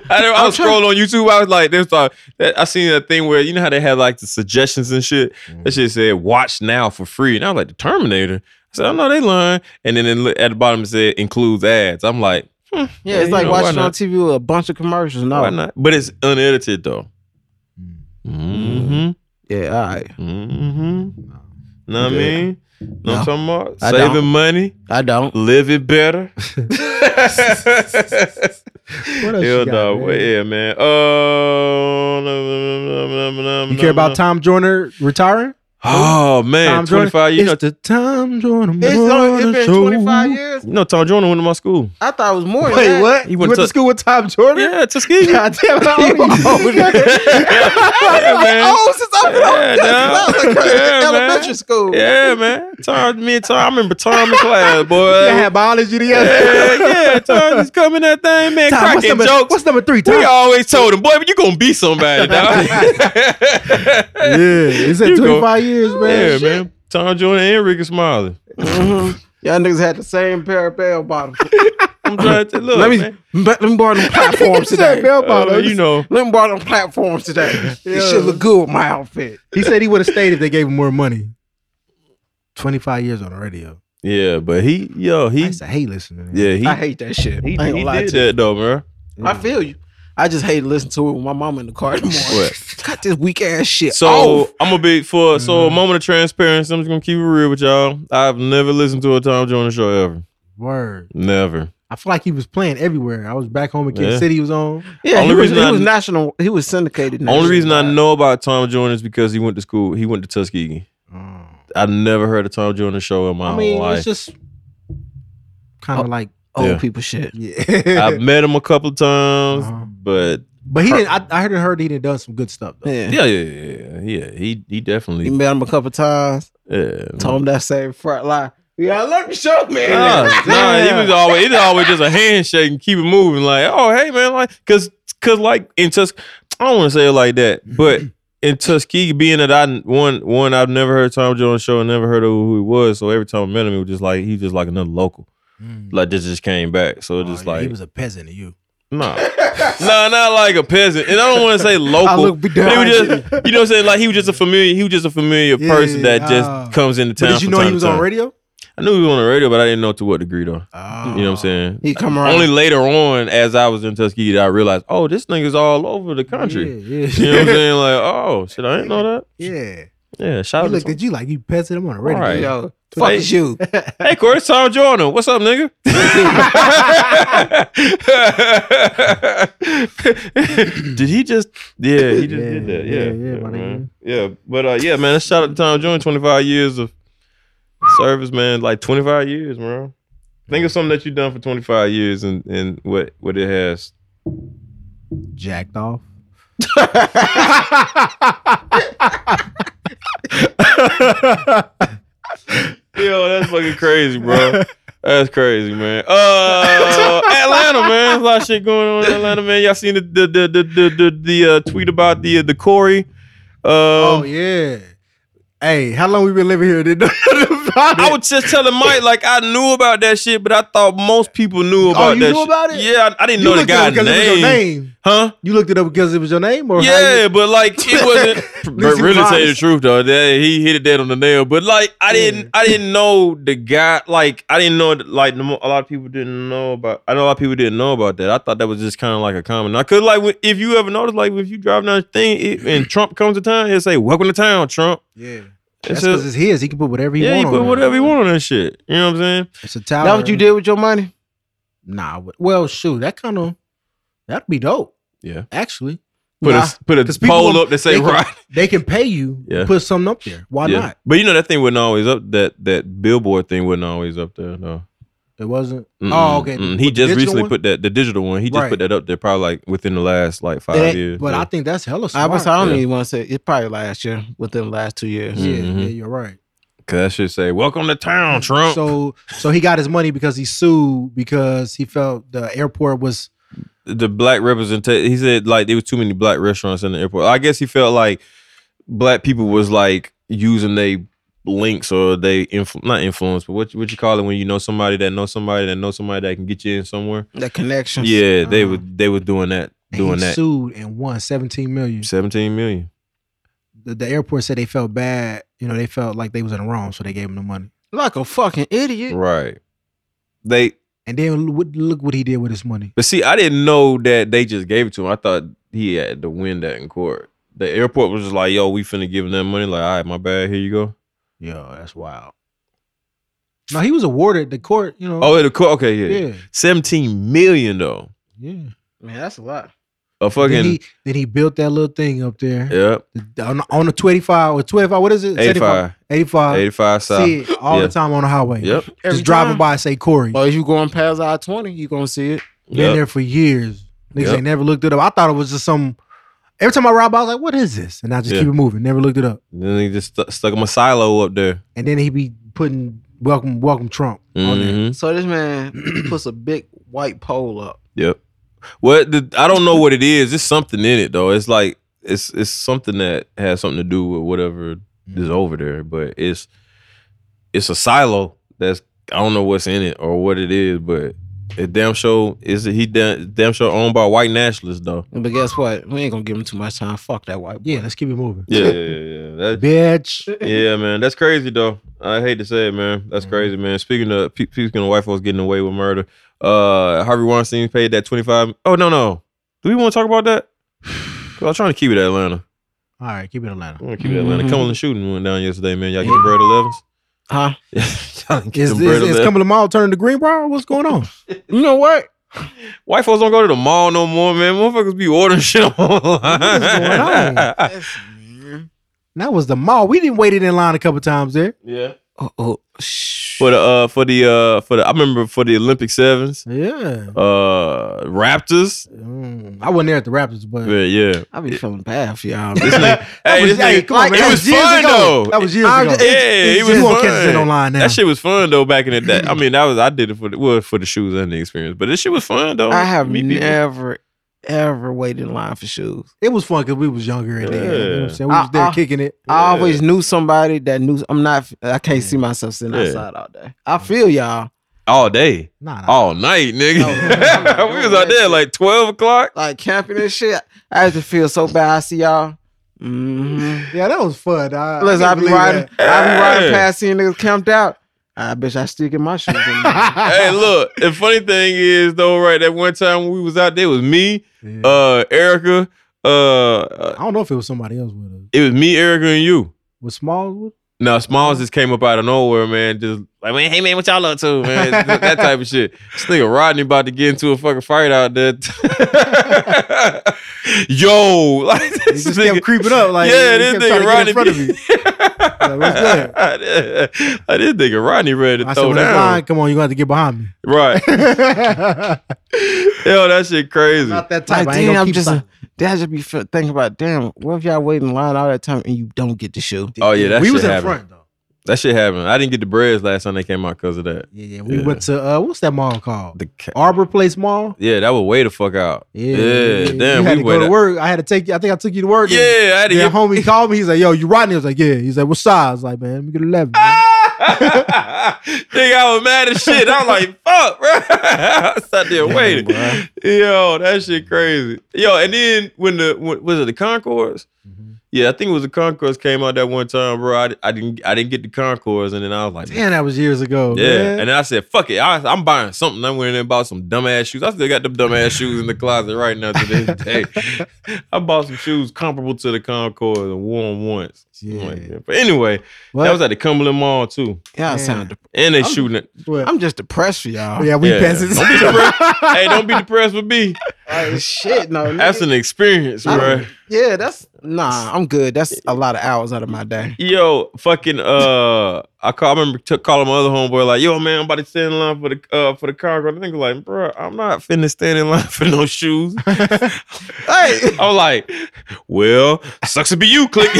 S7: know, I was scrolling on YouTube. I was like, there's like, that- I seen that thing where you know how they had like the suggestions and shit. That shit said watch now for free, and I was like, the Terminator. I said, oh no, they lying. And then it, li- at the bottom it said includes ads. I'm like, "Hmm,
S6: Yeah,
S7: Yeah,
S6: it's
S7: you
S6: like
S7: know, why
S6: watching on
S7: not?
S6: TV with a bunch of commercials. No,
S7: why not? But it's unedited though. Mm-hmm.
S6: yeah, all right.
S7: Mm-hmm. Know what I mean? Know what I'm talking about?
S6: I
S7: Saving
S6: don't.
S7: money,
S6: I don't.
S7: live
S5: (laughs)
S7: it better.
S5: What else
S7: Hell
S5: you got,
S7: no,
S5: man?
S7: Well, yeah, man. Uh, nom, nom, nom, nom, nom,
S5: You care
S7: nom,
S5: about
S7: nom.
S5: Tom Joyner retiring?
S7: Oh man,
S5: Tom Joyner?
S7: twenty five. You know,
S5: It's the Tom Joyner.
S6: It's, only, it's been
S5: Show.
S6: 25 years.
S7: you know, Tom Jordan went to my school.
S6: I thought it was more. than
S5: Wait,
S6: that. (laughs)
S5: what?
S7: He
S5: You
S7: went
S5: went to
S7: to-
S5: school with Tom Jordan?
S7: (laughs) Yeah, Tuskegee.
S5: God damn, how old are you?
S7: yeah,
S5: (laughs)
S7: man.
S6: Oh, since I've been
S7: Yeah,
S6: I was like,
S7: dawg. (laughs) Yeah,
S6: (laughs) elementary
S7: man.
S6: school.
S7: Yeah, man. Tom, me and Tom. I remember Tom in class,
S5: (laughs)
S7: boy.
S5: I had biology the other (laughs)
S7: yeah, yeah, Tom is coming that thing, man.
S5: Tom, what's
S7: cracking
S5: number,
S7: jokes.
S5: what's number three, Tom?
S7: we always told him, boy, you gonna be
S5: (laughs)
S7: somebody, dog.
S5: yeah, it's at
S7: You go-
S5: 25 years, man.
S7: yeah, man. Tom Jordan and Ricky Smiley.
S6: Mhm. Y'all niggas had the same pair of bell
S7: (laughs)
S6: bottoms.
S7: I'm trying to look.
S6: Let me
S7: man.
S6: let me
S7: (laughs)
S6: borrow them platforms
S5: He said,
S6: today.
S5: bell
S7: Uh,
S5: bottoms.
S7: you know.
S6: Let me borrow them platforms today. This shit look good with my outfit.
S5: he said he would have stayed if they gave him more money. 25 years on the radio.
S7: Yeah, but he, yo,
S5: I
S7: he,
S5: used to hate listening. to that.
S7: yeah, he,
S6: I hate that shit.
S7: he,
S6: I ain't
S7: he
S6: gonna lie
S7: did
S6: to you.
S7: that though, man.
S6: I feel you. I just hate listening to it with my mom in the car in the morning. (laughs) Got this weak ass shit.
S7: So
S6: off.
S7: I'm a big for so
S6: Mm-hmm.
S7: a moment of transparency. I'm just gonna keep it real with y'all. I've never listened to a Tom Jones show ever,
S5: Word.
S7: never.
S5: I feel like he was playing everywhere. I was back home in Kansas
S7: Yeah.
S5: City. He was on.
S6: yeah,
S7: only
S6: he, was,
S7: reason
S6: he
S7: I-
S6: was national. He was syndicated.
S7: Only
S6: nationally.
S7: reason I know about Tom Jones is because he went to school. He went to Tuskegee. I never heard a Tom Jones show in my
S5: Oh. I mean,
S7: whole life.
S5: it's just
S7: Oh.
S5: kind of like,
S6: old
S7: Yeah.
S6: people shit.
S7: I've
S5: yeah.
S7: met him a couple times,
S5: Uh-huh.
S6: Um,
S7: but
S5: (laughs) but he didn't. I, I heard heard he done done some good stuff though.
S6: Yeah.
S7: yeah, yeah, yeah, yeah. yeah. He he
S6: You
S7: definitely
S6: met him a couple times.
S7: yeah.
S6: Told him that same front line. Yeah, let me show man.
S7: Nah, nah,
S6: Yeah.
S7: it was always it was always just a handshake and keep it moving. Like, oh hey man, like cause cause like in Tus I don't want to say it like that, but in Tuskegee, being that I one one I've never heard Tom Jones show and never heard of who he was, so every time I met him, it was just like he was just like another local. Like this just came back. So it's just
S5: Mm. Oh, he
S7: like
S5: was a peasant to you.
S7: Nah. nah, not like a peasant. And I don't want
S5: (laughs)
S7: to say local. (laughs)
S6: look
S7: but
S6: down
S7: he was just, you know what I'm saying? Like he was just a familiar, he was just a familiar
S5: Yeah,
S7: person that
S5: ah.
S7: just comes into
S5: But
S7: town.
S5: did you
S7: from
S5: know
S7: time
S5: he
S7: to
S5: was on
S7: time.
S5: radio?
S7: I knew he was on the radio, but I didn't know to what degree though. You
S5: Ah. Oh,
S7: know what I'm saying?
S6: He come around.
S7: Only later on, as I was in Tuskegee, did I realized, oh, this nigga's all over the country.
S5: Yeah,
S7: You know what I'm
S5: yeah.
S7: saying? Like, oh, shit, I didn't know that.
S5: (laughs) yeah.
S7: Yeah,
S5: He
S7: shout out
S5: looked
S7: to
S5: at you like you peasant. I'm on the radio.
S7: All right.
S6: Yo, fuck is
S7: (laughs)
S6: you.
S7: Hey, Corey, it's Tom Jordan. What's up, nigga? (laughs) did he just? Yeah, he just did that. Yeah,
S5: yeah, yeah, my nigga.
S7: man. Yeah, but uh, yeah, man. Shout out to Tom Jordan. Twenty five years of service, man. Like twenty five years, bro. Think of something that you've done for twenty five years and and what what it has.
S5: Jacked off.
S7: Yo, that's fucking crazy, bro. That's crazy, man. Uh, Atlanta, man. There's a lot of shit going on in Atlanta, man. Y'all seen the the the the the, the, the uh, tweet about the uh, the Corey? Uh,
S5: oh yeah. Hey, how long we been living here? (laughs) Didn't know nothing about
S7: I
S5: it.
S7: was just telling Mike like I knew about that shit, but I thought most people knew about
S5: Oh, you
S7: that.
S5: knew
S7: shit.
S5: about it?
S7: Yeah, I, I didn't know the
S5: looked it up
S7: guy's
S5: because it was
S7: name.
S5: your name.
S7: huh?
S5: You looked it up because it was your name, or how
S7: Yeah,
S5: you-
S7: but like
S5: (laughs)
S7: it wasn't.
S5: least
S7: but
S5: he
S7: really,
S5: was
S7: tell you the
S5: honest.
S7: truth though, that he hit it dead on the nail. But like, I didn't, I didn't know the guy. Like, I didn't know. Like, the mo- a lot of people didn't know about. I know a lot of people didn't know about that. I thought that was just kind of like a common. I could like, when- if you ever notice, like, if you drive down the thing it, and
S5: (clears throat)
S7: Trump comes to town, he'll say, "Welcome to town, Trump."
S5: yeah.
S7: It's
S5: That's because
S7: a-
S5: it's his. He can put whatever he
S7: yeah,
S5: want
S7: you
S5: on
S7: put
S5: there.
S7: whatever you want on that shit. You know what I'm saying?
S5: It's a tower.
S6: That what you did with your money?
S5: Nah. but- Well, shoot, that kind of that'd be dope.
S7: Yeah.
S5: Actually,
S7: Put
S5: Nah,
S7: a put
S5: 'cause
S7: a
S5: people
S7: poll
S5: will-
S7: up that say
S5: they can-
S7: right.
S5: they can pay you.
S7: Yeah.
S5: Put something up there. Why
S7: Yeah.
S5: not?
S7: But you know that thing wasn't always up. That that billboard thing wasn't always up there. No.
S5: It wasn't.
S7: Mm-mm,
S5: Oh, okay.
S7: mm-mm. He
S5: With the
S7: just
S5: digital
S7: recently
S5: one?
S7: put that the digital one. He just
S5: Right.
S7: put that up there probably like within the last like five
S5: That-
S7: years.
S5: But
S7: yeah.
S5: I think that's hella
S6: I
S5: smart.
S6: was. I don't
S7: Yeah.
S6: even want to say it's probably last year, within the last two years.
S5: yeah,
S7: Mhm.
S5: yeah, you're right.
S7: Cause that should say "Welcome to town, Trump."
S5: So, so he got his money because he sued because he felt the airport was
S7: the black representation. He said like there was too many black restaurants in the airport. I guess he felt like black people was like using they links or they influ- not influence, but what what you call it when you know somebody that knows somebody that knows somebody that can get you in somewhere.
S6: That connection.
S7: Yeah, they
S5: Uh-huh.
S7: were they were doing that
S5: and he
S7: doing that.
S5: sued and won 17 million.
S7: Seventeen million.
S5: The, the airport said they felt bad. You know, they felt like they was in the wrong, so they gave him the money.
S6: Uh, Like a fucking idiot.
S7: Right. They
S5: And then look, look what he did with his money.
S7: But see, I didn't know that they just gave it to him. I thought he had to win that in court. The airport was just like, yo, we finna give him that money. Like, all right, my bad, here you go.
S5: Yo, that's wild. No, he was awarded the court. You know.
S7: Oh, in the court, okay, yeah.
S5: yeah,
S7: 17 million though.
S5: yeah.
S6: Man, that's a lot.
S7: A
S5: Then
S7: fucking
S5: he then he built that little thing up there
S7: Yep.
S5: on, on the 25 or 25. What is it?
S7: 85.
S5: 85.
S7: 85 South.
S5: uh, See it all
S7: Yeah.
S5: the time on the highway.
S7: Yep.
S6: Every
S5: Just driving
S6: time.
S5: by, say Corey.
S6: Or if you going past I twenty, you gonna see it.
S5: Been
S7: yep.
S5: there for years. Niggas
S7: Yep.
S5: ain't never looked it up. I thought it was just some. Every time I rob, I was like, "What is this?" And I just
S7: Yeah.
S5: keep it moving. Never looked it up.
S7: Then they just stu- stuck him a silo up there.
S5: And then he be putting "Welcome, Welcome Trump" on Oh, there.
S7: Mhm.
S6: So this (clears throat) man puts a big white pole up.
S7: Yep. Well, the, I don't know what it is. It's something in it though. It's like it's it's something that has something to do with whatever is over there, but it's it's a silo that's I don't know what's in it or what it is, but it damn sure is he damn, damn sure owned by white nationalists though.
S6: But guess what? We ain't gonna give him too much time. Fuck that white boy.
S5: Yeah, let's keep it moving.
S7: Yeah, (laughs) yeah, yeah. That,
S5: Bitch,
S7: yeah, man. That's crazy though. I hate to say it, man. That's crazy, man. Speaking of pe- speaking of white folks getting away with murder, uh, Harvey Weinstein paid that twenty five. Oh no, no. Do we want to talk about that? (sighs) 'Cause I'm trying to keep it at Atlanta.
S5: all right, keep it Atlanta.
S7: I'm gonna keep it at Atlanta.
S5: Mm-hmm.
S6: Mhm.
S7: Cumberland shooting went down yesterday, man. Y'all getting bread elevens? (laughs)
S6: Huh?
S7: Y'all ain't
S5: Is,
S7: getting bread
S5: is, is
S7: 11s.
S5: Cumberland Mall turning to Greenbrier? What's going on?
S6: You know what?
S7: White folks don't go to the mall no more, man. Motherfuckers be ordering (laughs) shit online.
S5: going
S7: on?
S5: that was the mall. We didn't waited in line a couple times there.
S7: yeah.
S6: Oh, oh shh.
S7: For the uh, for the uh, for the I remember for the Olympic sevens,
S5: Yeah,
S7: uh, Raptors.
S5: Mm. I wasn't there at the Raptors, but
S7: Yeah,
S5: (laughs)
S7: yeah.
S6: I be feeling bad for y'all.
S7: This nigga, hey, this nigga, it
S5: that
S7: was, fun
S5: ago.
S7: though.
S5: That was years
S7: I-
S5: ago.
S7: Yeah, it was
S5: You won't catch
S7: fun.
S5: that online now.
S7: That shit was fun though back in the
S5: (laughs)
S7: day. I mean, that was I did it for the well, for the shoes and the experience, but this shit was fun though. (laughs)
S6: I have
S7: Meet people.
S6: never, ever waited in line for shoes.
S5: it was fun because we was younger and then, you know what I'm
S7: Yeah.
S5: saying? We was there
S6: Uh-uh.
S5: kicking it.
S6: I always knew somebody that knew. I'm not. I can't see myself sitting
S7: Yeah.
S6: outside all day. I feel y'all.
S7: all day.
S5: Nah, nah.
S7: all night, nigga. (laughs)
S6: No,
S7: we was out there like twelve
S6: (laughs)
S7: o'clock.
S6: Like camping and shit. I used to feel so bad. I see y'all. Mm-hmm.
S5: Yeah, that was fun. I,
S6: Listen, I
S5: can't
S6: be
S5: believe
S6: riding.
S5: that.
S6: I be riding
S7: Yeah.
S6: past seeing niggas camped out. I bitch, I still get my shoes. on.
S7: hey, look. The funny thing is though, right? That one time when we was out there, it was me,
S5: Yeah.
S7: uh, Erica, uh, uh,
S5: I don't know if it was somebody else with us.
S7: it was me, Erica, and you.
S5: Was Smalls with?
S7: No, Smalls just came up out of nowhere, man. Just like, man, hey man, what y'all up to,
S6: (laughs)
S7: man? Th- that type of shit. This nigga Rodney about to get into a fucking fight out there. (laughs) Yo, (laughs) like
S5: He
S7: this
S5: just
S7: nigga,
S5: kept creeping up. Like,
S7: yeah,
S5: he
S7: this
S5: kept trying to
S7: nigga
S5: get
S7: Rodney.
S5: in front of me.
S7: (laughs)
S5: Like, what's good?
S7: I did think Rodney ready to
S5: I said,
S7: throw
S5: when it's
S7: down.
S5: line, come on, you're going to have to get behind me. (laughs)
S7: (laughs) Right. Yo, that shit crazy.
S5: Not that type.
S6: like,
S5: I ain't
S6: damn,
S5: going
S6: I'm
S5: to keep
S6: just.
S5: silent.
S6: Dad just be fe- thinking about, damn, what if y'all wait in line all that time and you don't get the shoe?
S7: Oh yeah, that
S5: We
S7: shit
S5: was in the
S7: happened.
S5: front, though.
S7: That shit happened. I didn't get the breads last time they came out because of that.
S5: Yeah, yeah. We
S7: Yeah.
S5: went to, uh, what's that mall called?
S7: The ca-
S5: Arbor Place Mall?
S7: yeah, that would way the fuck out. Yeah, damn,
S5: you had to
S7: we
S5: go
S7: waited.
S5: to work. I had to take you. I think I took you to work.
S7: Yeah, I had to
S5: Then
S7: get (laughs)
S5: homie called me. He's like, "Yo, you Rodney?" I was like, "Yeah." He's like, "What size?" I was like, "Man, let me get 11. man."
S7: (laughs) Nigga, I was mad as shit. I was like, fuck, bro. (laughs) I sat there waiting. Yo, that shit crazy. Yo, and then when the when, was it the Concords?
S5: Mm-hmm.
S7: Yeah, I think it was the Concords came out that one time, bro. I, I didn't I didn't get the Concords, and then I was like,
S5: Damn, that was years ago.
S7: yeah.
S5: man.
S7: And then I said, fuck it. I, I'm buying something. I went in and bought some dumbass shoes. I still got them dumbass shoes in the
S5: (laughs)
S7: closet right now to this day. I bought some shoes comparable to the Concord and wore them once. I'm
S5: Yeah.
S7: like, yeah. But anyway, that
S5: Well,
S7: was at the Cumberland Mall too,
S6: Y'all
S5: Yeah.
S6: sound. dep-
S7: and they
S6: I'm-
S7: shooting it.
S5: what?
S6: I'm just depressed for y'all.
S5: Yeah, we
S7: Yeah.
S5: peasants. (laughs)
S7: Don't be depressed. hey, don't be depressed with me.
S6: Like, shit, no.
S7: That's
S6: nigga.
S7: an experience,
S6: I
S7: bro.
S6: don't- yeah, that's nah. I'm good. That's a lot of hours out of my day.
S7: Yo, fucking uh, I call. I remember took calling my other homeboy like, "Yo, man, I'm about to stand in line for the uh for the car." I think like, bro, I'm not finna stand in line (laughs) for
S6: (laughs)
S7: no shoes.
S6: Hey,
S7: I'm like, well, sucks to be you. Click. (laughs)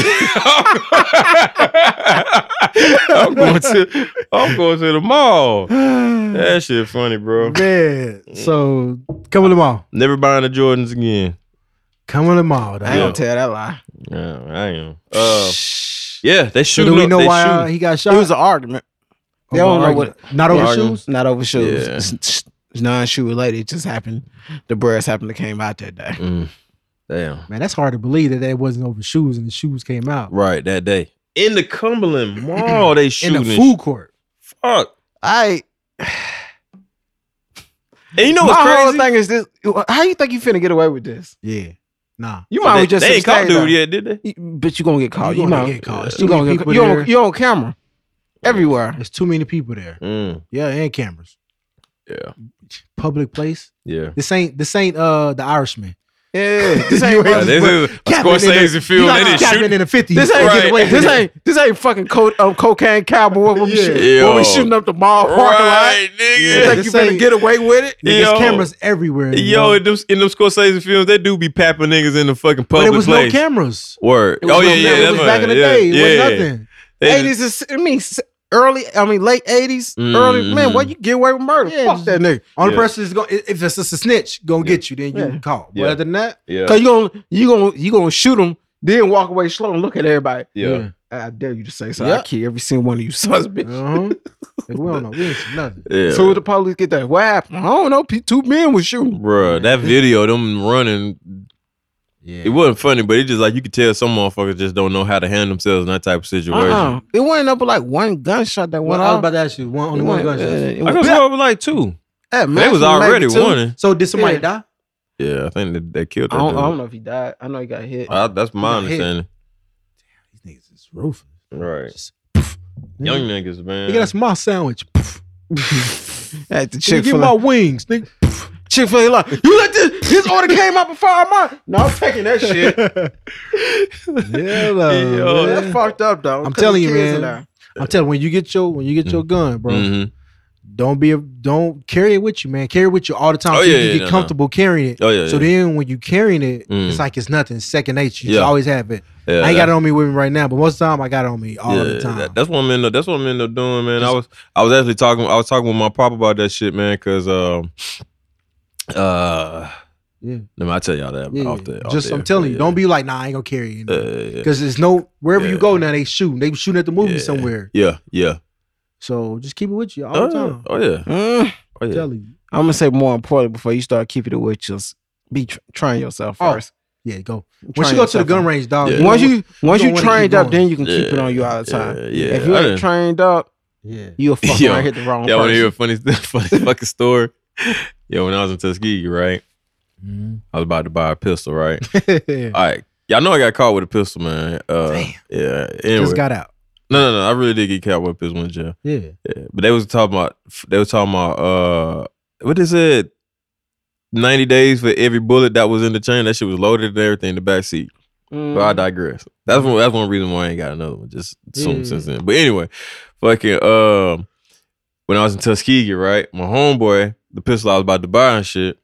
S7: I'm going to I'm going to the mall. That shit funny, bro.
S5: Man, so come on the mall.
S7: Never buying the Jordans again.
S5: Come on the mall. dog.
S6: I don't tell that lie.
S7: Yeah, I
S5: (sighs)
S7: am. Uh, yeah, they
S5: So
S7: shooting.
S5: do we
S7: up-
S5: know
S7: they
S5: why
S7: shooting.
S5: uh, he got shot?
S6: It was an argument. They don't know what
S5: Not over
S7: Bargain.
S5: shoes.
S6: not over shoes.
S7: Yeah.
S6: It's- it's Non-shoe related. It just happened. The birds happened to came out that day.
S7: Mm, damn.
S5: Man, that's hard to believe that that wasn't over shoes and the shoes came out
S7: Right that day in
S5: (clears throat)
S7: the Cumberland Mall, they
S5: in
S7: shooting.
S5: the food court.
S7: Fuck.
S6: I
S7: And you know what's
S6: my
S7: crazy?
S6: whole thing is this: how you think you finna get away with this?
S5: Yeah, nah.
S6: You
S7: But
S6: might as
S7: they,
S6: well just
S7: they ain't caught
S6: abstain,
S7: dude
S6: though.
S7: yet, did they?
S6: You- But you gonna get caught.
S5: You
S6: You,
S5: gonna
S6: know,
S5: get caught. There's
S6: you
S5: too
S6: gonna
S5: many
S6: get
S5: people
S6: you
S5: there.
S6: on, you on camera everywhere.
S5: There's too many people there.
S7: Mm,
S5: Yeah, and cameras.
S7: Yeah.
S5: Public place.
S7: yeah.
S5: This ain't this ain't uh the Irishman.
S6: Yeah, this
S5: (laughs) You
S6: ain't
S5: ain't
S7: Uh, this is a Scorsese film. They didn't shoot
S5: in the fifties.
S6: this ain't
S7: Right.
S6: getting away. This ain't this ain't fucking co- um, cocaine cowboy when we,
S5: Yeah.
S6: shoot, when
S7: Yo.
S6: we shooting up the mall parking lot.
S7: Right,
S6: You
S7: nigga.
S6: think you
S5: This
S6: finna
S5: ain't-
S6: get away with it?
S5: There's
S7: Yo.
S5: cameras everywhere. you
S7: (laughs) Yo,
S5: know?
S7: in them, in them Scorsese films, they do be papping niggas in the fucking
S5: but it
S7: public
S5: was
S7: place.
S5: no cameras.
S7: Word.
S5: It was
S7: oh
S5: no
S7: yeah, yeah.
S5: cameras. It
S7: that's
S5: was
S7: what-
S5: back in the
S7: yeah,
S5: day. It
S7: yeah.
S5: was nothing.
S7: They just-
S6: Eighties is I mean s- early. I mean late eighties, early. Man,
S7: Mhm.
S6: what you get away with murder?
S5: Yeah,
S6: Fuck that nigga.
S5: Only
S7: Yeah.
S5: person is going if it's just a snitch gonna get you, then you
S6: Yeah.
S5: can call. But
S7: Yeah.
S5: other
S6: (laughs)
S5: than that,
S7: yeah,
S6: Cause you gonna you gonna you gonna shoot him, then walk away slow and look at everybody.
S7: yeah.
S6: I dare you to say so. I
S5: Yeah.
S6: kill every single one of you sons, bitch.
S5: uh-huh. Like, we don't know. We ain't see nothing.
S7: yeah.
S6: So the police get that? What happened? I don't know. P- Two men was shooting.
S7: Bruh, that video, them running,
S5: Yeah.
S7: it wasn't funny, but it just like you could tell some motherfuckers just don't know how to handle themselves in that type of situation.
S6: Uh-uh. It wasn't up but like one gunshot that
S5: Well,
S6: went
S5: I was
S6: off.
S5: about to ask you. One only one gunshot.
S6: Uh,
S7: I guess I was like two. They was already warning.
S5: So did somebody
S6: Yeah.
S5: die?
S7: Yeah, I think that they killed
S6: I
S7: that.
S6: don't, I don't
S7: dude.
S6: know if he died. I know he got hit.
S7: I- that's my
S5: He got hit.
S7: understanding.
S5: These niggas is ruthless.
S7: Right.
S5: Just-
S7: Young niggas, man.
S5: Nigga, that's my sandwich. Pff.
S6: At the
S5: Nigga,
S6: Chick
S5: give
S6: Fil
S5: me my
S6: A,
S5: wings, nigga.
S6: Chick Fil A, like you let this his order came out before mine. No, I'm taking that
S5: (laughs)
S6: shit.
S5: Hell
S6: (laughs)
S7: Yo,
S5: man.
S6: That's fucked up though.
S5: I'm
S6: 'Cause
S5: telling you,
S6: the kids
S5: man.
S6: in there.
S5: I'm telling you, when you get your when you get your gun, bro,
S7: Mhm.
S5: don't be a, don't carry it with you, man. Carry it with you all the time
S7: Oh,
S5: so
S7: yeah,
S5: you can
S7: yeah, no,
S5: get
S7: no.
S5: comfortable carrying it.
S7: Oh, yeah.
S5: So
S7: yeah.
S5: then when you carrying it,
S7: Mm.
S5: it's like it's nothing. It's second nature. You should
S7: Yeah.
S5: always have it.
S7: yeah,
S5: I ain't
S7: that-
S5: got it on me with me right now, but most of the time I got it on me all the
S7: Yeah,
S5: time.
S7: that- that's what I'm end up. That's what I'm end up doing, man. I was I was actually talking. I was talking with my pop about that shit, man. Cause um, uh,
S5: Yeah.
S7: Let me I tell y'all that
S5: Yeah,
S7: off the. Off
S5: just
S7: the
S5: I'm telling you,
S7: yeah.
S5: don't be like, nah, I ain't gonna carry it.
S7: Yeah,
S5: Because there's no wherever
S7: Yeah.
S5: you go now, they shooting. They shooting at the movie
S7: Yeah.
S5: somewhere.
S7: yeah, yeah.
S5: So just keep it with you all
S7: Oh,
S5: the time.
S7: yeah. oh yeah,
S6: Mm,
S7: oh
S5: I'm
S7: yeah.
S5: telling you.
S6: I'm gonna say more importantly before you start keeping it with just be tr- train yourself
S5: Oh,
S6: first.
S5: Yeah, go.
S6: Train
S5: Once you go to the
S6: yourself
S5: gun
S6: on-
S5: range, dog.
S7: Yeah.
S5: you
S6: once
S5: (laughs) don't-
S6: you once you
S5: don't wanna keep
S6: trained up,
S5: going.
S6: then you can keep it
S7: Yeah,
S6: on you all the
S7: yeah,
S6: time.
S7: yeah.
S6: If you
S7: I
S6: ain't
S7: done-
S6: trained up,
S5: yeah.
S6: you'll fuck
S7: Yo.
S5: (laughs)
S6: around and hit the wrong
S7: Y'all want to hear a
S6: person.
S7: funny, (laughs) funny
S6: (laughs)
S7: fucking story? Yo, when I was in Tuskegee, right? I was about to buy a pistol, right? All right, y'all know I got caught with a pistol, man. Uh,
S5: Damn.
S7: Yeah. Anyway,
S5: Just got out.
S7: no, no, no. I really did get caught with a pistol in jail.
S5: Yeah.
S7: Yeah, but they was talking about they was talking about uh what is it? Ninety days for every bullet that was in the chain. That shit was loaded and everything in the back seat.
S6: Mm.
S7: But I digress. That's one. That's one reason why I ain't got another one. Just soon
S5: Yeah.
S7: since then. But anyway, fucking um, when I was in Tuskegee, right, my homeboy, the pistol I was about to buy and shit,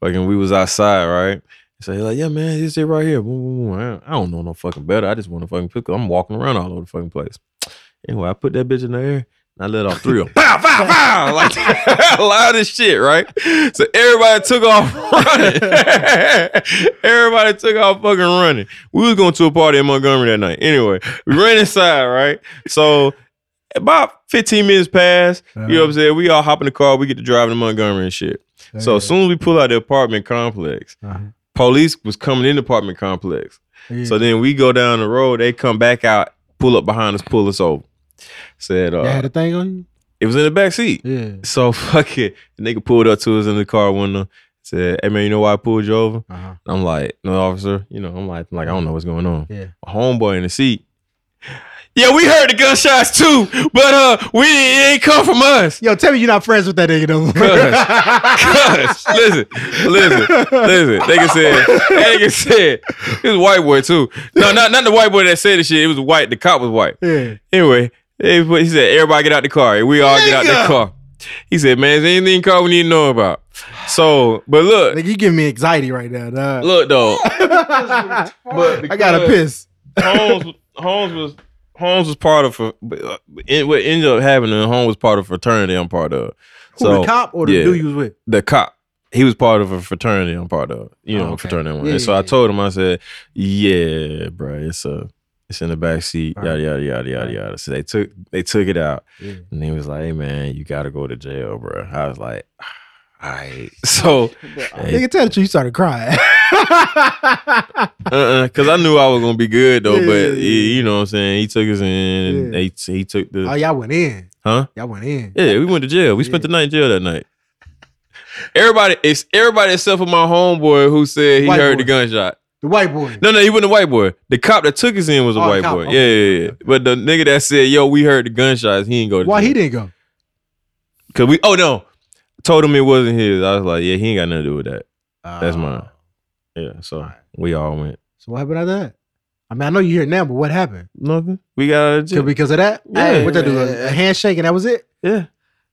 S7: fucking, we was outside, right. So he's like, yeah, man, this it right here. Boom, boom, boom. I- I don't know no fucking better. I just want a fucking pistol. I'm walking around all over the fucking place. Anyway, I put that bitch in the air. and I let off three of them. Pow, pow, pow. (laughs) Like, loud as shit, right? So everybody took off (laughs) running. everybody took off fucking running. We was going to a party in Montgomery that night. Anyway, we ran inside, right? So about 15 minutes passed. You know what I'm saying? We all hop in the car. We get to driving to Montgomery and shit. So as soon as we pull out the apartment complex,
S5: Uh-huh.
S7: police was coming in the apartment complex.
S5: Yeah.
S7: So then we go down the road. They come back out, pull up behind us, pull us over. Said uh,
S5: They had a thing on
S7: it was in the back seat.
S5: you? Yeah.
S7: So (laughs) fuck it. The nigga pulled up to us in the car window. Said, "Hey man, you know why I pulled you over?"
S5: Uh-huh.
S7: (laughs) I'm like, "No, officer. You know, I'm like, I'm like I don't know what's going on."
S5: Yeah.
S7: My homeboy in the seat Yeah, we heard the gunshots too, but uh, we it ain't come from us.
S5: Yo, tell me you're not friends with that nigga no
S7: (laughs)
S5: more. (laughs)
S7: Cuz, listen, listen, listen. Nigga said, that nigga said, it was a white boy too. No, not not the white boy that said the shit. It was white. The cop was white.
S5: Yeah.
S7: Anyway, they- he said, everybody get out the car. And we all get out the
S5: Nigga.
S7: car. He said, man, is there anything in the car we need to know about? So, but look,
S5: Nigga, you giving me anxiety right now, dog.
S7: look though.
S5: I
S7: uh,
S5: gotta piss.
S7: Holmes, Holmes was Holmes was part of a- in- what ended up happening. Holmes was part of a fraternity I'm part of.
S5: Who
S7: So
S5: the cop or the
S7: yeah.
S5: dude you was with?
S7: the cop. He was part of a fraternity I'm part of. You know,
S5: Oh, okay.
S7: fraternity one.
S5: Yeah,
S7: and so
S5: yeah,
S7: I
S5: yeah.
S7: told him, I said, "Yeah, bro, it's a, it's in the back seat. Yada yada yada yada yada." So they took they took it out,
S5: Yeah.
S7: and he was like, "Hey man, you gotta go to jail, bro." I was like, "Ah, "All right." (laughs) So,
S5: Oh,
S7: hey,
S5: Nigga, tell the truth. You started crying. (laughs)
S7: uh-uh, because I knew I was gonna be good though,
S5: Yeah,
S7: but
S5: yeah, yeah.
S7: he- you know what I'm saying. He took us in. and
S5: Yeah.
S7: They he took the
S5: oh, y'all went in.
S7: huh.
S5: Y'all went in.
S7: Yeah, we went to jail. We spent the night in jail that night. Everybody, it's everybody except for my homeboy who said he
S5: White
S7: heard
S5: boy.
S7: the gunshot.
S5: The white boy.
S7: No, no, he wasn't a white boy. The cop that took us in was a
S5: Oh, the
S7: white
S5: cop.
S7: boy.
S5: Okay,
S7: Yeah, yeah, yeah. But the nigga that said, "Yo, we heard the gunshots," he ain't go to
S5: Why
S7: jail.
S5: he didn't go?
S7: Cause we, oh no, told him it wasn't his. I was like, "Yeah, he ain't got nothing to do with that.
S5: Uh-huh.
S7: That's mine." Yeah, so we all went.
S5: So what happened after that? I mean, I know you're here now, but what happened?
S7: Nothing. We got out of
S5: Just
S7: jail.
S5: Because of that?
S7: Yeah.
S5: Hey, what that do? A a handshake and that was it?
S7: yeah.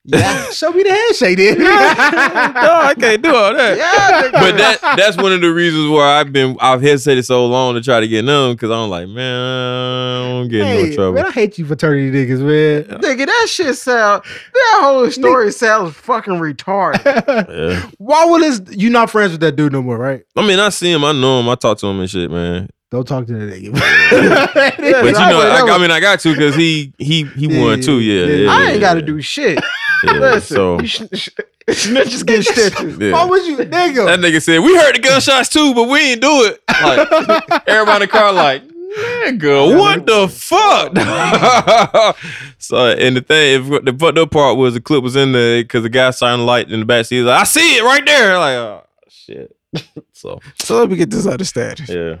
S5: Yeah. (laughs) Show me the handshake then. (laughs)
S7: no, I can't do all that. but that that's one of the reasons why I've been I've hesitated so long to try to get numb because I'm like, man, I don't get in
S5: Hey,
S7: no trouble.
S5: man, I hate you fraternity niggas, man.
S6: Nigga, that shit sound. That whole story sounds fucking retarded.
S7: Yeah.
S5: Why will this? You not friends with that dude no more, right?
S7: I mean, I see him, I know him, I talk to him and shit, man.
S5: Don't talk to that nigga. (laughs)
S7: But you know,
S6: I was-
S7: I,
S6: that was-
S7: I mean, I got to because he he he
S5: Yeah,
S7: won too. Yeah,
S5: yeah,
S7: yeah,
S6: I ain't
S7: yeah,
S6: got to
S7: yeah.
S6: do shit.
S7: Yeah,
S6: Listen,
S7: so
S6: you sh- sh- snitches get stitches.
S7: yeah.
S5: Why would you, nigga?
S7: that nigga said we heard the gunshots too, but we didn't do it. Like everybody in the car, like nigga, what the fuck? (laughs) so and the thing, if the fucked up part was the clip was in there because the guy signed light in the back seat. He's like, I see it right there. Like, oh shit. (laughs) so
S6: So let me get this other status.
S7: yeah,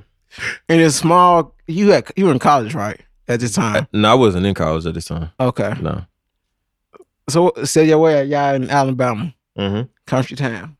S6: And it's small. You had you were in college, right? At the time.
S7: no, I wasn't in college at this time.
S6: Okay.
S7: No.
S6: So so your way at y'all in Alabama,
S7: Mm-hmm.
S6: country town.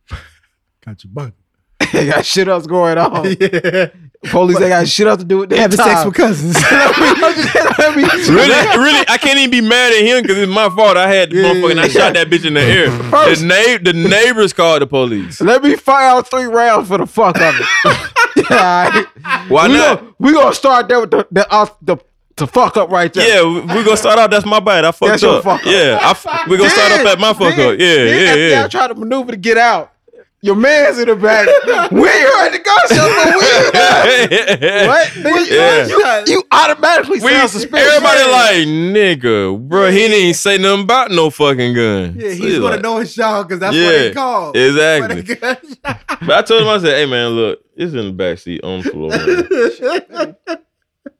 S5: Got you bunk.
S6: (laughs) they got shit else going on.
S5: Yeah.
S6: Police, they got shit else to do with their
S5: Having
S6: time.
S5: sex
S6: (laughs)
S5: with cousins.
S6: I mean,
S7: (laughs) Really, really, I can't even be mad at him because it's my fault. I had the
S5: Yeah,
S7: motherfucking, I shot that bitch in the air. The, na- the neighbors called the police.
S6: Let me fire out three rounds for the fuck of it. (laughs) Alright.
S7: Why
S6: we
S7: not?
S6: Gonna, we gonna start there with the the, uh, the the fuck up right there.
S7: Yeah, we- we gonna start off. That's my bad. I fucked
S6: That's your
S7: up.
S6: fuck up.
S7: Yeah, I f- we gonna start off at my fuck up. Yeah, yeah, yeah.
S6: Y'all trying to maneuver to get out. Your man's in the
S7: (laughs)
S6: back. we heard the gunshots, but we ain't heard it. What? Nigga,
S7: (laughs) Yeah.
S6: you, you automatically
S7: We,
S6: sound suspicious.
S7: everybody like nigga, bro. He didn't say nothing about no fucking gun.
S5: Yeah, he's
S7: He
S5: gonna
S7: like,
S5: know his y'all because that's what
S7: Yeah,
S5: they call. (laughs)
S7: exactly.
S6: (laughs)
S7: But I told him, I said, "Hey man, look, it's in the back seat on the floor." man."
S5: (laughs)
S7: I'm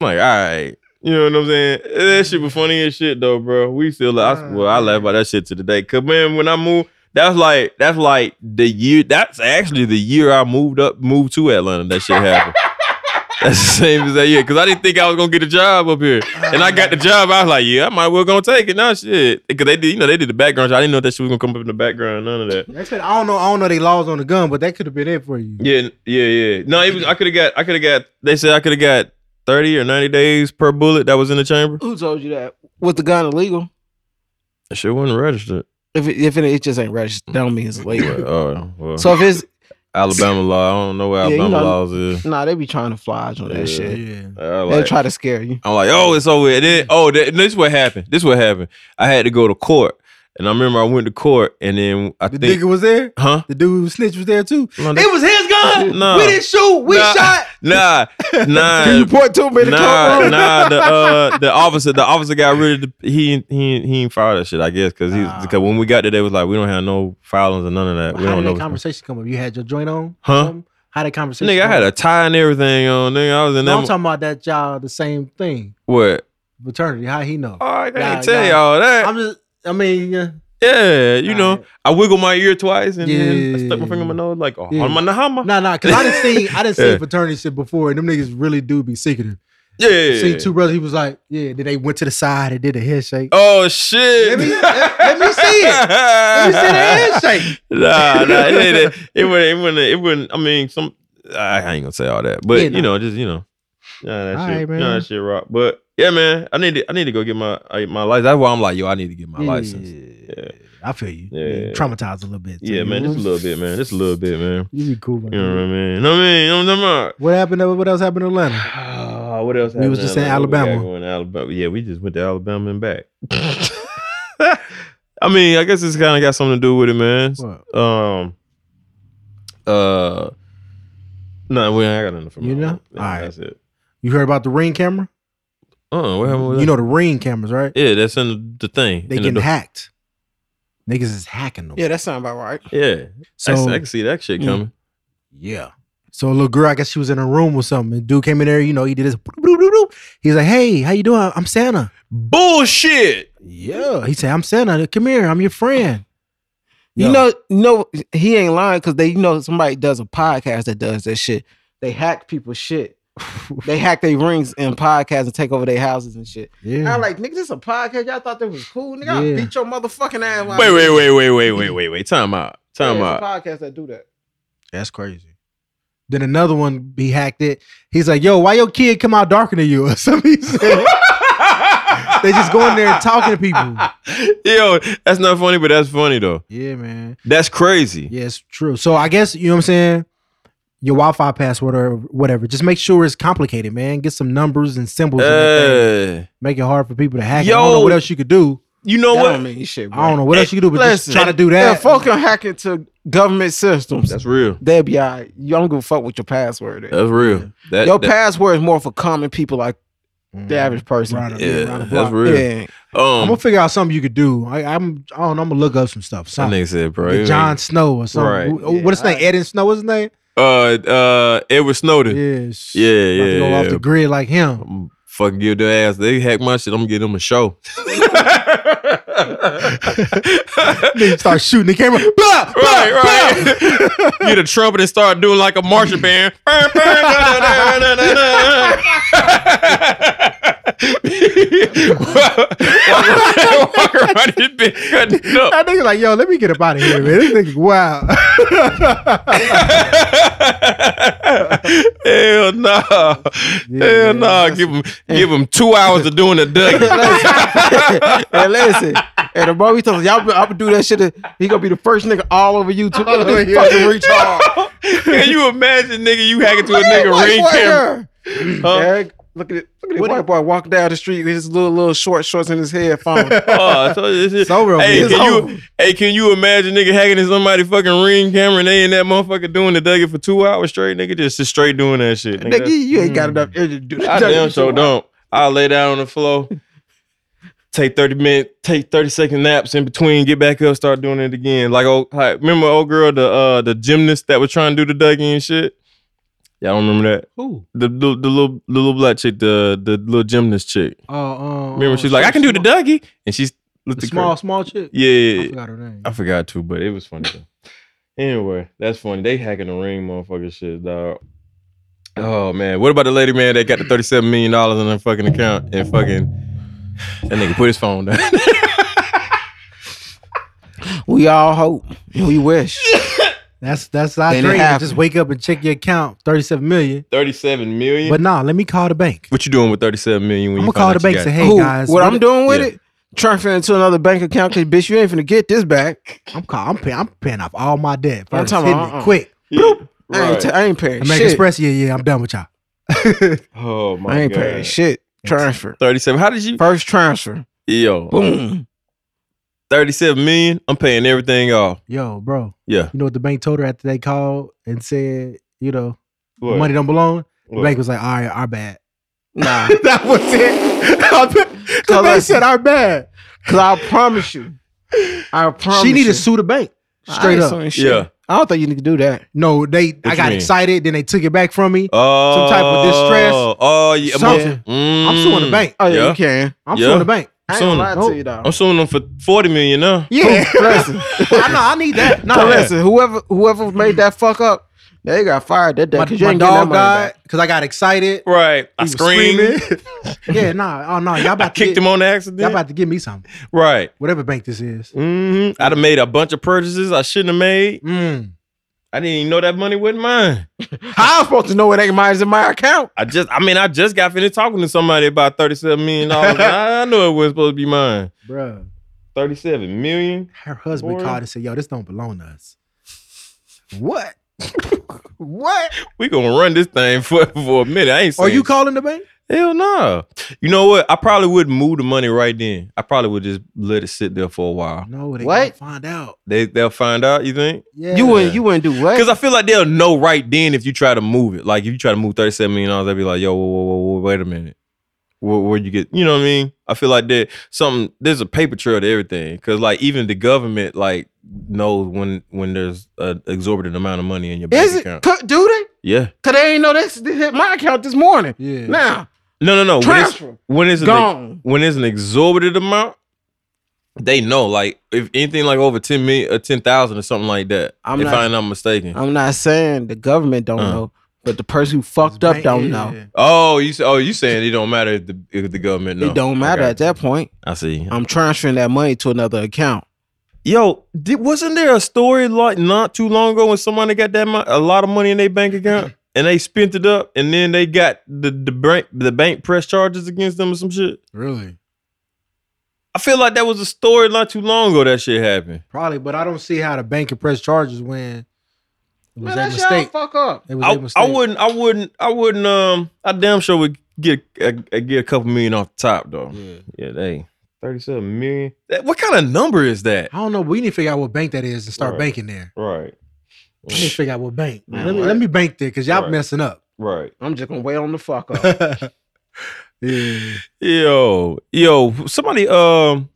S7: like, all right. You know what I'm saying? That shit was funny as shit though, bro. We still laugh. well, I laugh about that shit to the day. Cause man, when I moved, that's like that's like the year. That's actually the year I moved up, moved to Atlanta. That shit happened. that's the same as that year. Cause I didn't think I was gonna get a job up here, and I got the job. I was like, yeah, I might well gonna take it. Nah, shit. Cause they did, you know, they did the background. check. I didn't know that shit was gonna come up in the background. None of that.
S5: That's it. I don't know. I don't know they laws on the gun, but that could have been it for you.
S7: Yeah, n- yeah, yeah. No, it was. I could have got. I could have got. They said I could have got thirty or ninety days per bullet that was in the chamber.
S6: who told you that? Was the gun illegal?
S7: That shit
S6: (coughs)
S7: wasn't registered.
S6: If it, if it, it just ain't registered, that don't mean it's illegal.
S7: Oh, well,
S6: so if it's
S7: Alabama law. I don't know what
S6: Yeah, you
S7: Alabama
S6: know-
S7: laws is.
S6: nah, they be trying to fly on that
S7: Yeah.
S6: shit.
S5: Yeah.
S7: I
S6: They
S7: like-
S6: try to scare you.
S7: I'm like, oh, it's over. And then, oh, that, this what happened. This what happened. I had to go to court, and I remember I went to court, and then I
S5: The
S7: think,
S5: nigga was there.
S7: huh?
S5: The dude who snitched was there too.
S7: No, that-
S5: it was his gun.
S7: No.
S5: We didn't shoot. We
S7: Nah.
S5: shot.
S7: Nah, nah.
S6: (laughs) Can you point to me in the
S7: Nah, nah,
S6: (laughs)
S7: the uh, the officer, the officer got rid of the, he he he ain't filed that shit. I guess because he because when we got there, they was like we don't have no filings and none of that. We
S5: How did that
S7: don't know. what's going-
S5: conversation come up? You had your joint on.
S7: Huh?
S5: Um, How did conversation?
S7: Nigga, I
S5: come
S7: had
S5: up?
S7: a tie and everything on. Nigga, I was in
S5: No,
S7: that.
S5: I'm talking about that y'all the same thing.
S7: what?
S5: Fraternity. How he know?
S7: Oh, I can't
S5: Nah,
S7: tell
S5: nah.
S7: y'all that.
S5: I'm just. I mean, uh,
S7: yeah, you know, I wiggled my ear twice and then I
S5: Yeah.
S7: stuck my finger in my nose like, oh,
S5: Yeah.
S7: I'm on the hammer.
S5: nah, nah. Cause I didn't see. I didn't see
S7: (laughs) Yeah.
S5: fraternity shit before, and them niggas really do be secretive.
S7: Yeah, yeah,
S5: See
S7: yeah.
S5: two brothers. He was like, yeah. Then they went to the side and did a handshake.
S7: Oh
S5: Let
S7: shit! (laughs)
S5: me let, let me see it. Let me see the handshake.
S7: nah, nah, it, ain't that. it wouldn't, it wouldn't, it wouldn't. I mean, some. I ain't gonna say all that, but
S5: Yeah, nah.
S7: you know, just you know, nah, that
S5: All
S7: shit,
S5: right, man.
S7: nah, that shit rock. But yeah, man, I need to, I need to go get my, I, my license. That's why I'm like, yo, I need to get my license.
S5: Yeah. I feel you.
S7: Yeah.
S5: You Traumatized a little bit.
S7: Yeah, man, just a little bit, man, just a little bit, man.
S5: You be cool, man.
S7: You know what I mean? You know what I mean? You know what I'm talking about?
S5: What happened? to- What else happened in Atlanta?
S7: Ah, what else?
S5: We was
S7: happened?
S5: just in
S7: Like, what we got
S5: Alabama.
S7: going in Alabama. Yeah, we just went to Alabama and back. (laughs) I mean, I guess it's kind of got something to do with it, man.
S5: What?
S7: Um. Uh. No, we ain't got nothing from
S5: You know?
S7: All
S5: Alright.
S7: that's it.
S5: You heard about the ring camera?
S7: Oh, what happened with
S5: You
S7: that?
S5: know the ring cameras, right?
S7: Yeah, that's in the, the thing.
S5: They
S7: in the
S5: getting
S7: door.
S5: hacked. Niggas is hacking them.
S6: Yeah, that sounds about right.
S7: Yeah, I,
S5: So
S7: s- I can see that shit
S6: Mm.
S7: coming.
S5: yeah. So a little girl, I guess she was in a room or something. And dude came in there, you know, he did his. He's like, "Hey, how you doing? I'm Santa."
S7: Bullshit.
S5: Yeah. He said, "I'm Santa. Come here. I'm your friend."
S6: You
S5: Yo.
S6: know, no, he ain't lying because they, you know, somebody does a podcast that does that shit. They hack people's
S5: (laughs)
S6: shit. they hack their rings and podcasts and take over their houses and shit.
S5: Yeah.
S6: I'm like, nigga, this a podcast. Y'all thought that was cool, nigga.
S5: Yeah.
S6: I'll beat your motherfucking ass.
S7: Wait, wait, wait, wait, wait, wait, wait, wait. Time out. Time
S6: Yeah,
S7: out.
S6: it's a podcast that do that.
S5: That's crazy. Then another one he hacked it. He's like, "Yo, why your kid come out darker than you?" (laughs) Or something. He said.
S7: (laughs)
S5: they just go in there and talking to people.
S7: Yo, that's not funny, but that's funny though.
S5: Yeah, man.
S7: That's crazy.
S5: Yeah, it's true. So I guess you know what I'm saying. Your Wi-Fi password or whatever. Just make sure it's complicated, man. Get some numbers and symbols. in that thing.
S7: Hey.
S5: Make it hard for people to hack. Yo, I don't know
S7: Uh, Yo.
S5: what else you could do.
S7: You know
S6: That
S7: what?
S6: don't mean shit, bro.
S5: I don't know what else you could do, but
S6: Listen,
S5: just try to do
S6: Yeah,
S5: that.
S6: folk can hack into government systems.
S7: That's real.
S6: They'll be all right. You don't give a fuck what your password is.
S7: That's real. That,
S6: your
S7: that-
S6: password is more for common people like
S5: Mm.
S6: the average person.
S5: Right, yeah,
S7: yeah,
S5: around the block.
S7: that's real.
S6: Yeah.
S5: I'm
S7: Um,
S5: gonna figure out something you could do. I, I'm. I don't know. I'm gonna look up some stuff.
S7: that
S5: Something.
S7: nigga said, bro.
S5: Get
S7: you
S5: John Snow or something.
S7: Right.
S5: Who- What is his name? Ed and Snow. What's his name?
S7: ain't- Uh, uh, Edward Snowden.
S5: Yes.
S7: Yeah,
S5: About to
S7: yeah,
S5: go
S7: yeah.
S5: off the grid like him. (laughs)
S7: I'm fucking give their ass. They hack my shit. I'm gonna give them a show.
S5: Nigga start shooting the camera. (laughs) Blah, blah,
S7: (laughs) (laughs) Right, right. Get a trumpet and start doing like a (laughs) marching band. (laughs) Walk around this bitch cutting it up.
S5: That nigga like, yo, let me get up out of here, man. This nigga, (laughs) wow.
S7: Hell nah. Hell nah. Give him give him two hours of doing a (laughs) dougie.
S6: (laughs) and listen, and the moment he tells y'all, I'm gonna do that shit. He gonna be the first nigga all over YouTube. All over (laughs) fucking retard.
S7: (laughs) Can you imagine, nigga, you hacking to a nigga
S6: White
S7: ring
S6: boy
S7: camera?
S6: here.
S7: Huh?
S6: Eric, look at it. Look at this white boy walking down the street with his little little short shorts and his
S7: (laughs)
S6: headphone.
S7: Oh, I told you this shit.
S5: It's over,
S7: hey,
S5: man. It's
S7: can you, hey, can you imagine nigga hacking to somebody fucking ring camera and they in that motherfucker doing the dougie for two hours straight? Nigga just, just straight doing that shit. Nigga,
S6: nigga, you, you ain't got enough energy to do
S7: Hmm.
S6: that.
S7: I damn sure don't. I'll lay down on the floor, take 30 minute, take 30 second naps in between, get back up, start doing it again. Like old like, remember old girl, the uh the gymnast that was trying to do the Dougie and shit? Y'all don't remember that?
S5: Who?
S7: The, the, the little the little black chick, the the little gymnast chick.
S5: Oh, um,
S7: Remember she's like, I can do the Dougie. And she's looked
S5: the
S7: at
S5: small,
S7: her.
S5: small chick.
S7: Yeah, yeah,
S5: I
S7: yeah.
S5: forgot her name.
S7: I forgot to, but it was funny. though. anyway, that's funny. They hacking the ring, motherfucking shit, dog. Oh man, what about the lady man that got the thirty-seven million dollars in her fucking account and fucking that nigga put his phone down? (laughs)
S6: We all hope. and We (laughs) wish.
S5: That's that's our
S6: Then it
S5: dream.
S6: happened.
S5: Just wake up and check your account, thirty-seven million.
S7: thirty-seven million.
S5: But nah, let me call the bank.
S7: what you doing with thirty-seven million? When
S5: I'm
S7: you
S5: gonna call the
S7: find
S5: bank.
S7: out
S5: Say,
S7: you
S5: hey
S6: Who?
S5: guys,
S6: what I'm doing with
S7: yeah.
S6: it? Transfer into another bank account because bitch, you ain't finna get this back.
S5: I'm call, I'm paying. I'm paying off all my debt.
S6: I'm
S5: First,
S6: talking
S5: hitting
S6: about,
S5: it
S6: uh-uh.
S5: quick.
S7: got it?
S6: I, ain't
S7: Right.
S6: ta- I ain't paying
S5: American
S6: shit.
S5: Express. Yeah, yeah. I'm done with y'all.
S7: oh my
S6: I ain't
S7: god,
S6: paying shit. Transfer.
S7: thirty-seven. How did you?
S6: First transfer.
S7: Yo,
S6: Boom.
S7: thirty-seven million. I'm paying everything off.
S5: Yo, bro.
S7: Yeah.
S5: You know what the bank told her after they called and said, you know,
S7: What?
S5: money don't belong. The
S7: What?
S5: bank was like, all right, our bad.
S6: (laughs) Nah.
S5: that was it. the
S6: Cause I-
S5: bank said, our bad.
S6: Cause I promise you. I promise
S5: She
S6: you.
S5: need to sue the bank. Straight
S6: I ain't
S5: up.
S6: suing shit.
S7: Yeah.
S6: I don't think you need to do that.
S5: No, they. I
S7: you
S5: got
S7: mean?
S5: excited. Then they took it back from me.
S7: Oh,
S5: type of distress.
S7: Oh yeah,
S5: Something. I'm suing the bank.
S6: Oh yeah,
S7: Yeah.
S6: you can.
S5: I'm
S7: Mm. Yeah.
S5: suing the bank.
S6: I ain't
S7: Suing
S6: gonna lie
S7: them.
S6: to you (laughs) though.
S7: I'm suing them for forty million now.
S5: Yeah, (laughs)
S6: Listen. (laughs)
S5: I know. I need that. No,
S6: Now listen, whoever whoever made that fuck up, They got fired that day
S5: My,
S6: because you
S5: my
S6: ain't getting that
S5: dog
S6: money
S5: died
S6: back.
S5: because I got
S6: (laughs)
S5: excited.
S7: Right. I
S5: He was
S7: screamed.
S5: screaming. yeah, nah, oh no, y'all
S7: I
S5: about to
S7: kicked
S5: get,
S7: him on the
S5: y'all
S7: accident.
S5: about to give me something.
S7: Right.
S5: Whatever bank this is.
S7: hmm I'd have made a bunch of purchases I shouldn't have made.
S5: Mm.
S7: I didn't even know that money wasn't mine.
S6: How I'm supposed to know it ain't mine is in my account?
S7: I just, I mean, I just got finished talking to somebody about thirty-seven million dollars. I I knew it wasn't supposed to be mine.
S5: Bruh.
S7: Thirty-seven million.
S5: Her husband
S7: Boy.
S5: called and said, yo, this don't belong to us. What? (laughs)
S6: What?
S7: We gonna run this thing (laughs) for for a minute. I ain't.
S5: Are
S7: saying
S5: you calling the bank?
S7: Hell no. You know what? I probably wouldn't move the money right then. I probably would just let it sit there for a while.
S5: No, they
S6: What?
S5: what? find out.
S7: They they'll find out. You think?
S5: Yeah.
S6: You wouldn't you wouldn't do what?
S7: Because I feel like they'll know right then if you try to move it. Like if you try to move thirty-seven million dollars, they'll be like, "Yo, whoa, whoa, whoa, whoa wait a minute, where, where you get?" You know what I mean? I feel like there something. There's a paper trail to everything. Because like even the government like knows when when there's an exorbitant amount of money in your bank
S6: Is it?
S7: account.
S6: Could- Do they?
S7: Yeah.
S6: Cause they ain't know this, this hit my account this morning.
S5: Yeah.
S6: Now
S7: No, no, no. When it's,
S6: Transfer.
S7: when it's an-
S6: gone.
S7: when it's an exorbitant amount, they know. Like if anything like over ten million or ten thousand or something like that.
S6: I'm
S7: if
S6: not-
S7: I'm not mistaken.
S6: I'm not saying the government don't
S7: Uh.
S6: know, but the person who fucked up don't know.
S7: oh, you say, oh you saying it don't matter if the, if the government know?
S6: It don't matter
S7: Okay.
S6: at that point.
S7: I see.
S6: I'm transferring that money to another account.
S7: Yo, did, wasn't there a story like not too long ago when somebody got that mo- a lot of money in their
S6: (clears throat)
S7: bank account and they spent it up and then they got the the bank the bank press charges against them or some shit?
S5: Really?
S7: I feel like that was a story not too long ago that shit happened.
S5: Probably, but I don't see how the bank can press charges when it was that mistake.
S6: fuck up.
S5: It was
S7: I,
S5: their mistake.
S7: I wouldn't I wouldn't I wouldn't um I damn sure would get uh, get a couple million off the top though. Yeah, they thirty seven million. That- what kind of number is that?
S5: I don't know. We need to figure out what bank that is and start
S7: Right.
S5: banking there.
S7: Right,
S5: We need to figure out what bank.
S6: Man,
S5: let, me,
S6: right.
S5: let me bank there because y'all all
S7: Right.
S5: messing up.
S7: right.
S6: I'm just gonna wait on the fuck
S7: (laughs)
S6: up.
S5: yeah.
S7: (sighs) Yo, yo, somebody um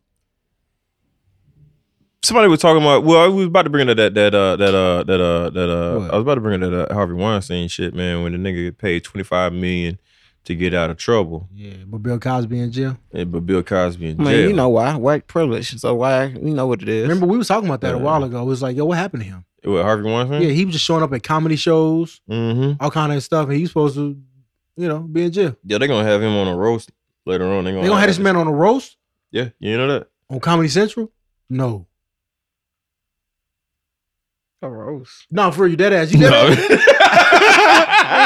S7: somebody was talking about well, I was about to bring up that that uh that uh that uh that uh
S5: What?
S7: I was about to bring up that uh, Harvey Weinstein shit, man, when the nigga get paid twenty five million to get out of trouble.
S5: Yeah. But Bill Cosby in jail.
S7: And, but Bill Cosby in
S6: Man,
S7: jail.
S6: you know why? White privilege. So why? You know what it is.
S5: Remember, we was talking about that a
S7: Yeah. Mm-hmm.
S5: while ago. It was like, yo, what happened to him?
S7: What, Harvey Weinstein?
S5: Yeah, he was just showing up at comedy shows,
S7: Mm-hmm.
S5: all kind of stuff, and he's supposed to, you know, be in jail.
S7: Yeah, they're gonna have him on a roast later on. They're gonna,
S5: They gonna have this man on a roast
S7: Yeah, you know that.
S5: on Comedy Central? No.
S6: Gross.
S5: No, for you dead ass. You dead (laughs) ass.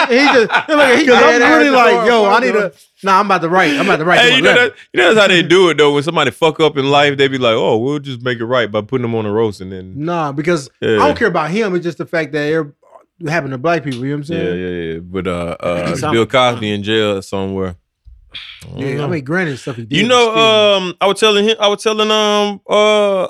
S6: he just look at
S7: (laughs)
S6: he
S5: Because I'm
S6: dead at
S5: really
S6: the door.
S5: like, yo, I need a. Nah, I'm about to write. I'm about to write.
S7: Hey, you
S5: you
S7: know, that, you know that's how they do it though. When somebody fuck up in life, they be like, "Oh, we'll just make it right by putting them on a roast," and then
S5: Nah, because
S7: yeah,
S5: I don't care about him. It's just the fact that every- it happened to black people. You know what I'm
S7: Yeah, yeah,
S5: saying?
S7: yeah. But uh, uh
S6: Some-
S7: Bill Cosby in jail somewhere. I don't
S5: Yeah,
S7: know.
S5: I mean, granted, stuff he did.
S7: Mm-hmm. you
S5: but
S7: know,
S5: still.
S7: um, I was telling him, I was telling um, uh,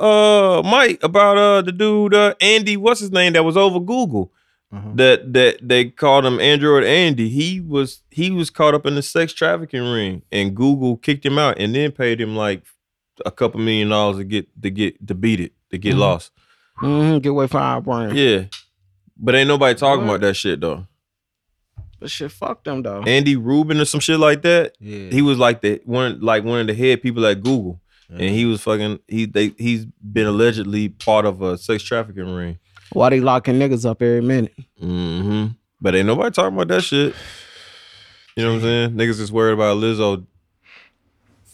S7: uh, Mike about uh the dude uh Andy, what's his name that was over Google,
S5: Uh-huh.
S7: that that they called him Android Andy. He was he was caught up in the sex trafficking ring, and Google kicked him out, and then paid him like a couple million dollars to get to get to beat it to get
S6: Mhm.
S7: lost.
S6: Mhm, get away from our brain.
S7: Yeah, but ain't nobody talking
S6: What?
S7: about that shit though.
S6: But shit, fuck them though.
S7: Andy Rubin or some shit like that.
S5: yeah.
S7: he was like the one like one of the head people at Google. And he was fucking he they he's been allegedly part of a sex trafficking ring.
S6: Why they locking niggas up every minute?
S7: hmm But ain't nobody talking about that shit. You know what I'm saying? Niggas is worried about Lizzo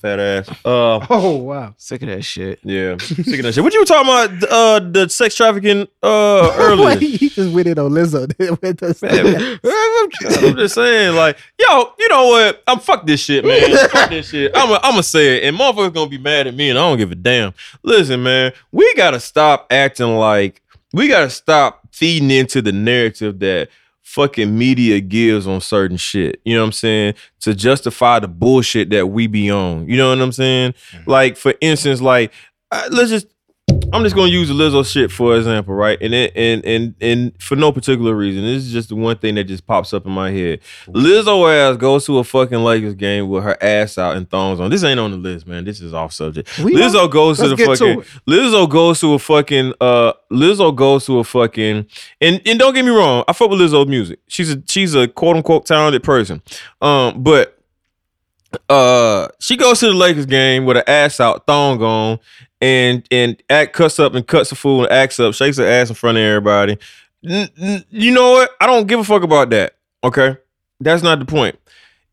S7: fat ass. Uh
S5: oh wow.
S6: Sick of that shit.
S7: yeah. Sick of that shit. What you were talking about uh the sex trafficking uh earlier?
S9: he just went in on Lizzo. With us.
S7: (laughs) Man, I'm just- I'm just saying, like, yo, you know what? I'm fuck this shit, man. fuck this shit. I'm gonna I'm say it, and motherfuckers gonna be mad at me, and I don't give a damn. Listen, man, we gotta stop acting like we gotta stop feeding into the narrative that fucking media gives on certain shit. You know what I'm saying? To justify the bullshit that we be on. You know what I'm saying? Like, for instance, like, uh, let's just I'm just gonna use the Lizzo shit for example, right? And it, and and and for no particular reason, this is just the one thing that just pops up in my head. Lizzo ass goes to a fucking Lakers game with her ass out and thongs on. This ain't on the list, man. This is off subject.
S6: We
S7: Lizzo goes to
S6: Let's
S7: the
S6: get to
S7: fucking.
S6: it.
S7: Lizzo goes to a fucking. Uh, Lizzo goes to a fucking. And and don't get me wrong, I fuck with Lizzo music. She's a she's a quote unquote talented person. Um, but uh she goes to the Lakers game with her ass out, thong on, and and act cuts up and cuts the fool and acts up, shakes her ass in front of everybody. N- n- you know what? I don't give a fuck about that. Okay, that's not the point.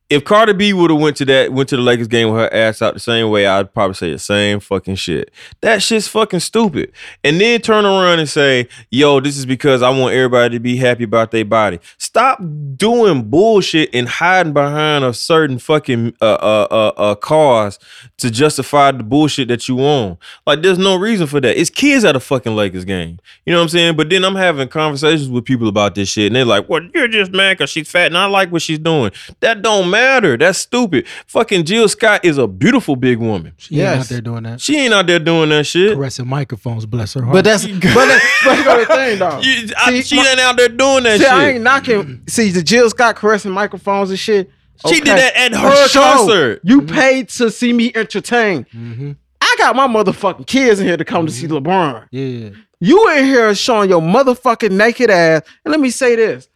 S7: If Carter B would have went to that went to the Lakers game with her ass out the same way, I'd probably say the same fucking shit. That shit's fucking stupid. And then turn around and say, "Yo, this is because I want everybody to be happy about their body." Stop doing bullshit and hiding behind a certain fucking uh uh uh, uh cause to justify the bullshit that you on. Like, there's no reason for that. It's kids at a fucking Lakers game. You know what I'm saying? But then I'm having conversations with people about this shit, and they're like, "Well, you're just mad because she's fat, and I like what she's doing." That don't matter. That's stupid. Fucking Jill Scott is a beautiful big woman.
S5: She ain't
S6: Yes.
S5: out there doing that.
S7: She ain't out there doing that shit.
S5: Caressing microphones, bless her heart.
S6: But that's but that's, but that's the thing,
S7: (laughs)
S6: dog.
S7: You- I-
S6: See,
S7: she
S6: my-
S7: ain't out there doing that
S6: See, I
S7: shit.
S6: ain't knocking. See, the Jill Scott caressing microphones and shit.
S7: She did that at her
S6: For sure.
S7: concert. Mm-hmm.
S6: You paid to see me entertain. I got my motherfucking kids in here to come to see LeBron.
S5: yeah,
S6: You in here showing your motherfucking naked ass. And let me say this.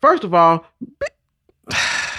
S6: First of all,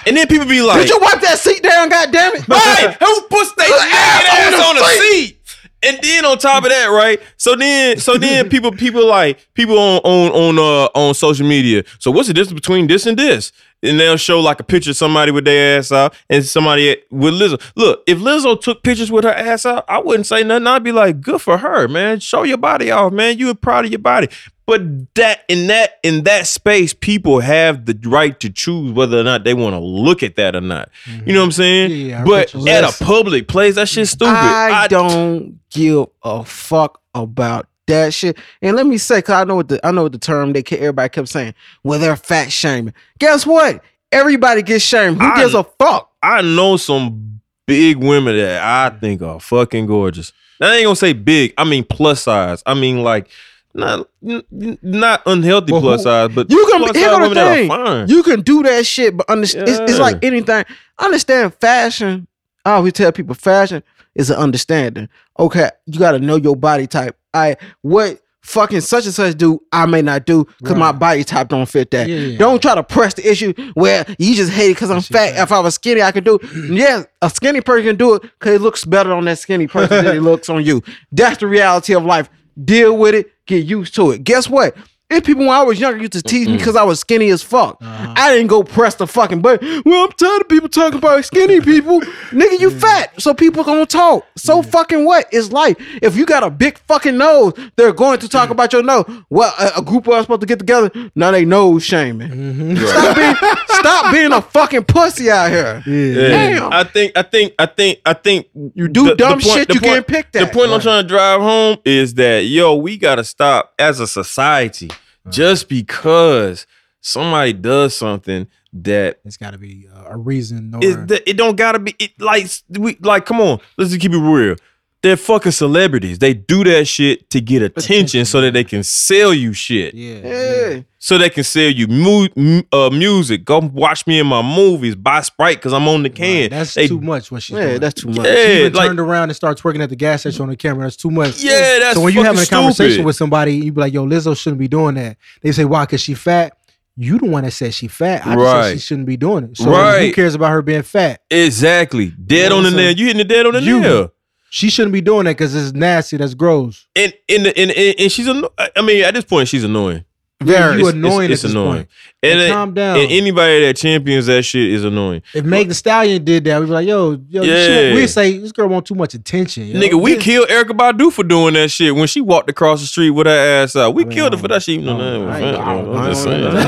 S7: And then people be like,
S6: did you wipe that seat down, goddammit?
S7: (laughs) Right, who puts their ass, ass on, the seat? And then on top of that, right? So then,
S6: (laughs)
S7: so then people, people like people on on on uh on social media. So what's the difference between this and this? And they'll show like a picture of somebody with their ass out and somebody with Lizzo. Look, if Lizzo took pictures with her ass out, I wouldn't say nothing. I'd be like, good for her, man. Show your body off, man. You are proud of your body. But that in that in that space, people have the right to choose whether or not they want to look at that or not. You know what I'm saying?
S5: Yeah, yeah, I
S7: but
S5: bet you
S7: at
S5: less.
S7: a public place, that shit's stupid.
S6: I, don't give a fuck about that shit. And let me say, cause I know what the I know what the term they kept, everybody kept saying. Well, they're fat shaming. Guess what? Everybody gets shamed. Who
S7: I-
S6: gives a fuck?
S7: I know some big women that I think are fucking gorgeous. Now, I ain't gonna say big. I mean plus size. I mean like not n- n- not unhealthy
S6: Well,
S7: plus
S6: who-
S7: size, but
S6: You can
S7: plus
S6: here
S7: size
S6: go
S7: women
S6: the thing.
S7: that are fine.
S6: You can do that shit, but under, it's, it's
S7: Yeah.
S6: like anything. Understand fashion. I always tell people fashion is an understanding. Okay, you got to know your body type. I what fucking such and such do I may not do because my body type don't fit that.
S5: Yeah, yeah.
S6: Don't try to press the issue where you just hate it because I'm fat. If I was skinny, I could do. it. yeah, a skinny person can do it because it looks better on that skinny person than it looks on you. That's the reality of life. Deal with it. Get used to it. Guess what? If people when I was younger used to tease me because I was skinny as fuck, I didn't go press the fucking button. Well, I'm tired of people talking about skinny people. Nigga, you fat, so people gonna talk. So fucking what? It's life. If you got a big fucking nose, they're going to talk about your nose. Well, a, a group of us supposed to get together. Now they nose shaming. Stop being, stop being a fucking pussy out here.
S7: Yeah.
S6: Damn.
S7: I think I think I think I think you
S6: do dumb shit, you can't pick
S7: The
S6: that.
S7: point I'm trying to drive home is that yo, we gotta stop as a society just because somebody does something that
S5: it's got to be uh, a reason. Or,
S7: is that it don't gotta be it like we like come on, let's just keep it real. They're fucking celebrities. They do that shit to get attention, so that they can sell you shit
S5: yeah,
S6: Yeah.
S7: so they can sell you mu- m- uh, music. Go watch me in my movies. Buy Sprite because I'm on the can.
S5: Right, that's
S7: They-
S5: too much. What she's
S6: Yeah,
S5: doing.
S6: that's too much.
S7: Yeah,
S5: she even
S7: like-
S5: turned around and starts working at the gas station on the camera. That's too much.
S7: Yeah, that's
S5: so when you
S7: fucking
S5: having a conversation
S7: stupid.
S5: with somebody, you be like, "Yo, Lizzo shouldn't be doing that." They say, "Why? Cause she fat." You the one that said she fat. I just said she
S7: Right.
S5: shouldn't be doing it. So who
S7: Right.
S5: cares about her being fat?
S7: Exactly. Dead
S5: know
S7: on
S5: what
S7: the
S5: I'm
S7: nail.
S5: saying?
S7: You hitting the dead on the
S5: You.
S7: nail.
S5: She shouldn't be doing that because it's nasty. That's gross.
S7: And and and, and, and she's anno- I mean, at this point, she's annoying.
S5: Very. You
S7: It's- it's-
S5: annoying
S7: It's,
S5: at this
S7: annoying.
S5: point.
S7: And,
S5: Like,
S7: it-
S5: calm down.
S7: and anybody that champions that shit is annoying.
S5: If Meg The Stallion did that, we'd be like, "Yo, yo,
S7: Yeah.
S5: we say this girl want too much attention." yo."
S7: Nigga, we killed Erica Badu for doing that shit when she walked across the street with her ass out. We killed her for that shit. No, no, no,
S6: I ain't- I
S7: no,
S6: don't-
S7: I'm just
S6: I don't
S7: saying.
S6: know.
S7: She was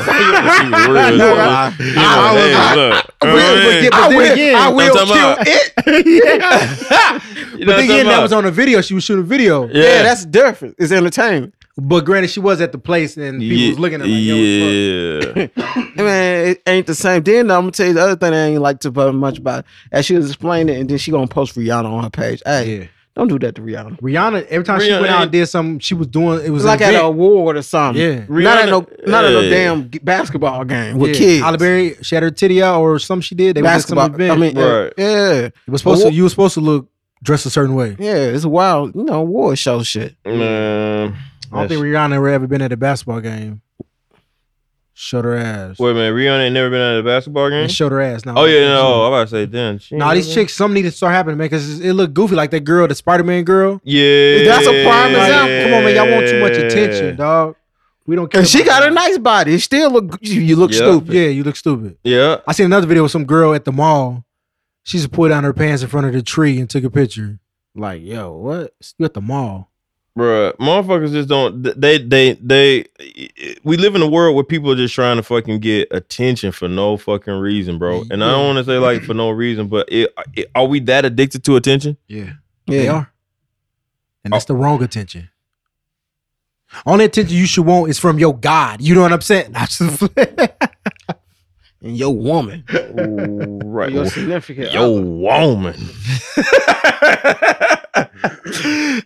S7: real. You know what I mean?
S5: I will, but, yeah,
S6: I
S5: but then (laughs)
S7: Look, (laughs)
S6: will-
S5: again,
S6: I will kill
S7: I'm talking about-
S6: it.
S7: you know
S5: But
S7: what
S5: then
S7: I'm
S5: again,
S7: talking
S5: that was on
S7: about?
S5: a video. She was shooting a video.
S6: Yeah, that's different. It's entertainment.
S5: But granted, she was at the place and people was
S7: (laughs)
S5: looking at her like, yo, what's up?
S7: yeah.
S6: Man, it ain't the same. Then I'm gonna tell you the other thing I ain't like to bu- much about. it. As she was explaining, it, and then she gonna post Rihanna on her page. Hey,
S5: Yeah.
S6: don't do that to Rihanna.
S5: Rihanna, every time she
S7: Rihanna
S5: went out
S7: ain't-
S5: and did something, she was doing it was
S6: like
S5: an
S6: at an
S5: event.
S6: award or something.
S5: Yeah.
S6: not at no,
S7: Rihanna-
S6: not at no
S7: yeah.
S6: damn g- basketball game with
S5: Yeah.
S6: kids.
S5: Halle Berry, she had her titty out or something she did. They was at some
S6: basketball.
S5: event.
S6: I mean,
S7: Right.
S6: yeah,
S5: it was supposed to, you were supposed to look dressed a certain way.
S6: yeah, it's a wild, you know, award show shit.
S7: (laughs) Man,
S5: I don't
S7: that's-
S5: think Rihanna ever ever been at a basketball game. Showed her ass.
S7: Wait a minute, Rihanna ain't never been at a basketball game.
S5: And showed her ass. Nah,
S7: Oh yeah, no, I'm about to say then. she
S5: Nah,
S7: ain't
S5: these
S7: never-
S5: chicks, some need to start happening, man, because it looked goofy like that girl, the Spider Man girl.
S7: Yeah,
S6: That's a prime
S5: Like,
S6: example.
S5: Come on, man, y'all want too much attention, dog. We don't care.
S6: And she
S5: about
S6: got
S5: that.
S6: a nice body. It still look you you look
S7: Yeah.
S6: stupid.
S5: Yeah, you look stupid.
S7: Yeah.
S5: I seen another video of some girl at the mall. She just pulled down her pants in front of the tree and took a picture. Like, yo, what? You at the mall?
S7: Bruh, motherfuckers just don't. They, they, they. We live in a world where people are just trying to fucking get attention for no fucking reason, bro. And I don't want to say like for no reason, but it, it, are we that addicted to attention?
S5: Yeah, they
S6: Yeah.
S5: are. And that's the wrong attention. Only attention you should want is from your God. You know what I'm saying? (laughs) That's the-
S6: And your woman.
S7: (laughs) right.
S6: Your significant.
S7: Yo,
S6: (laughs)
S7: woman.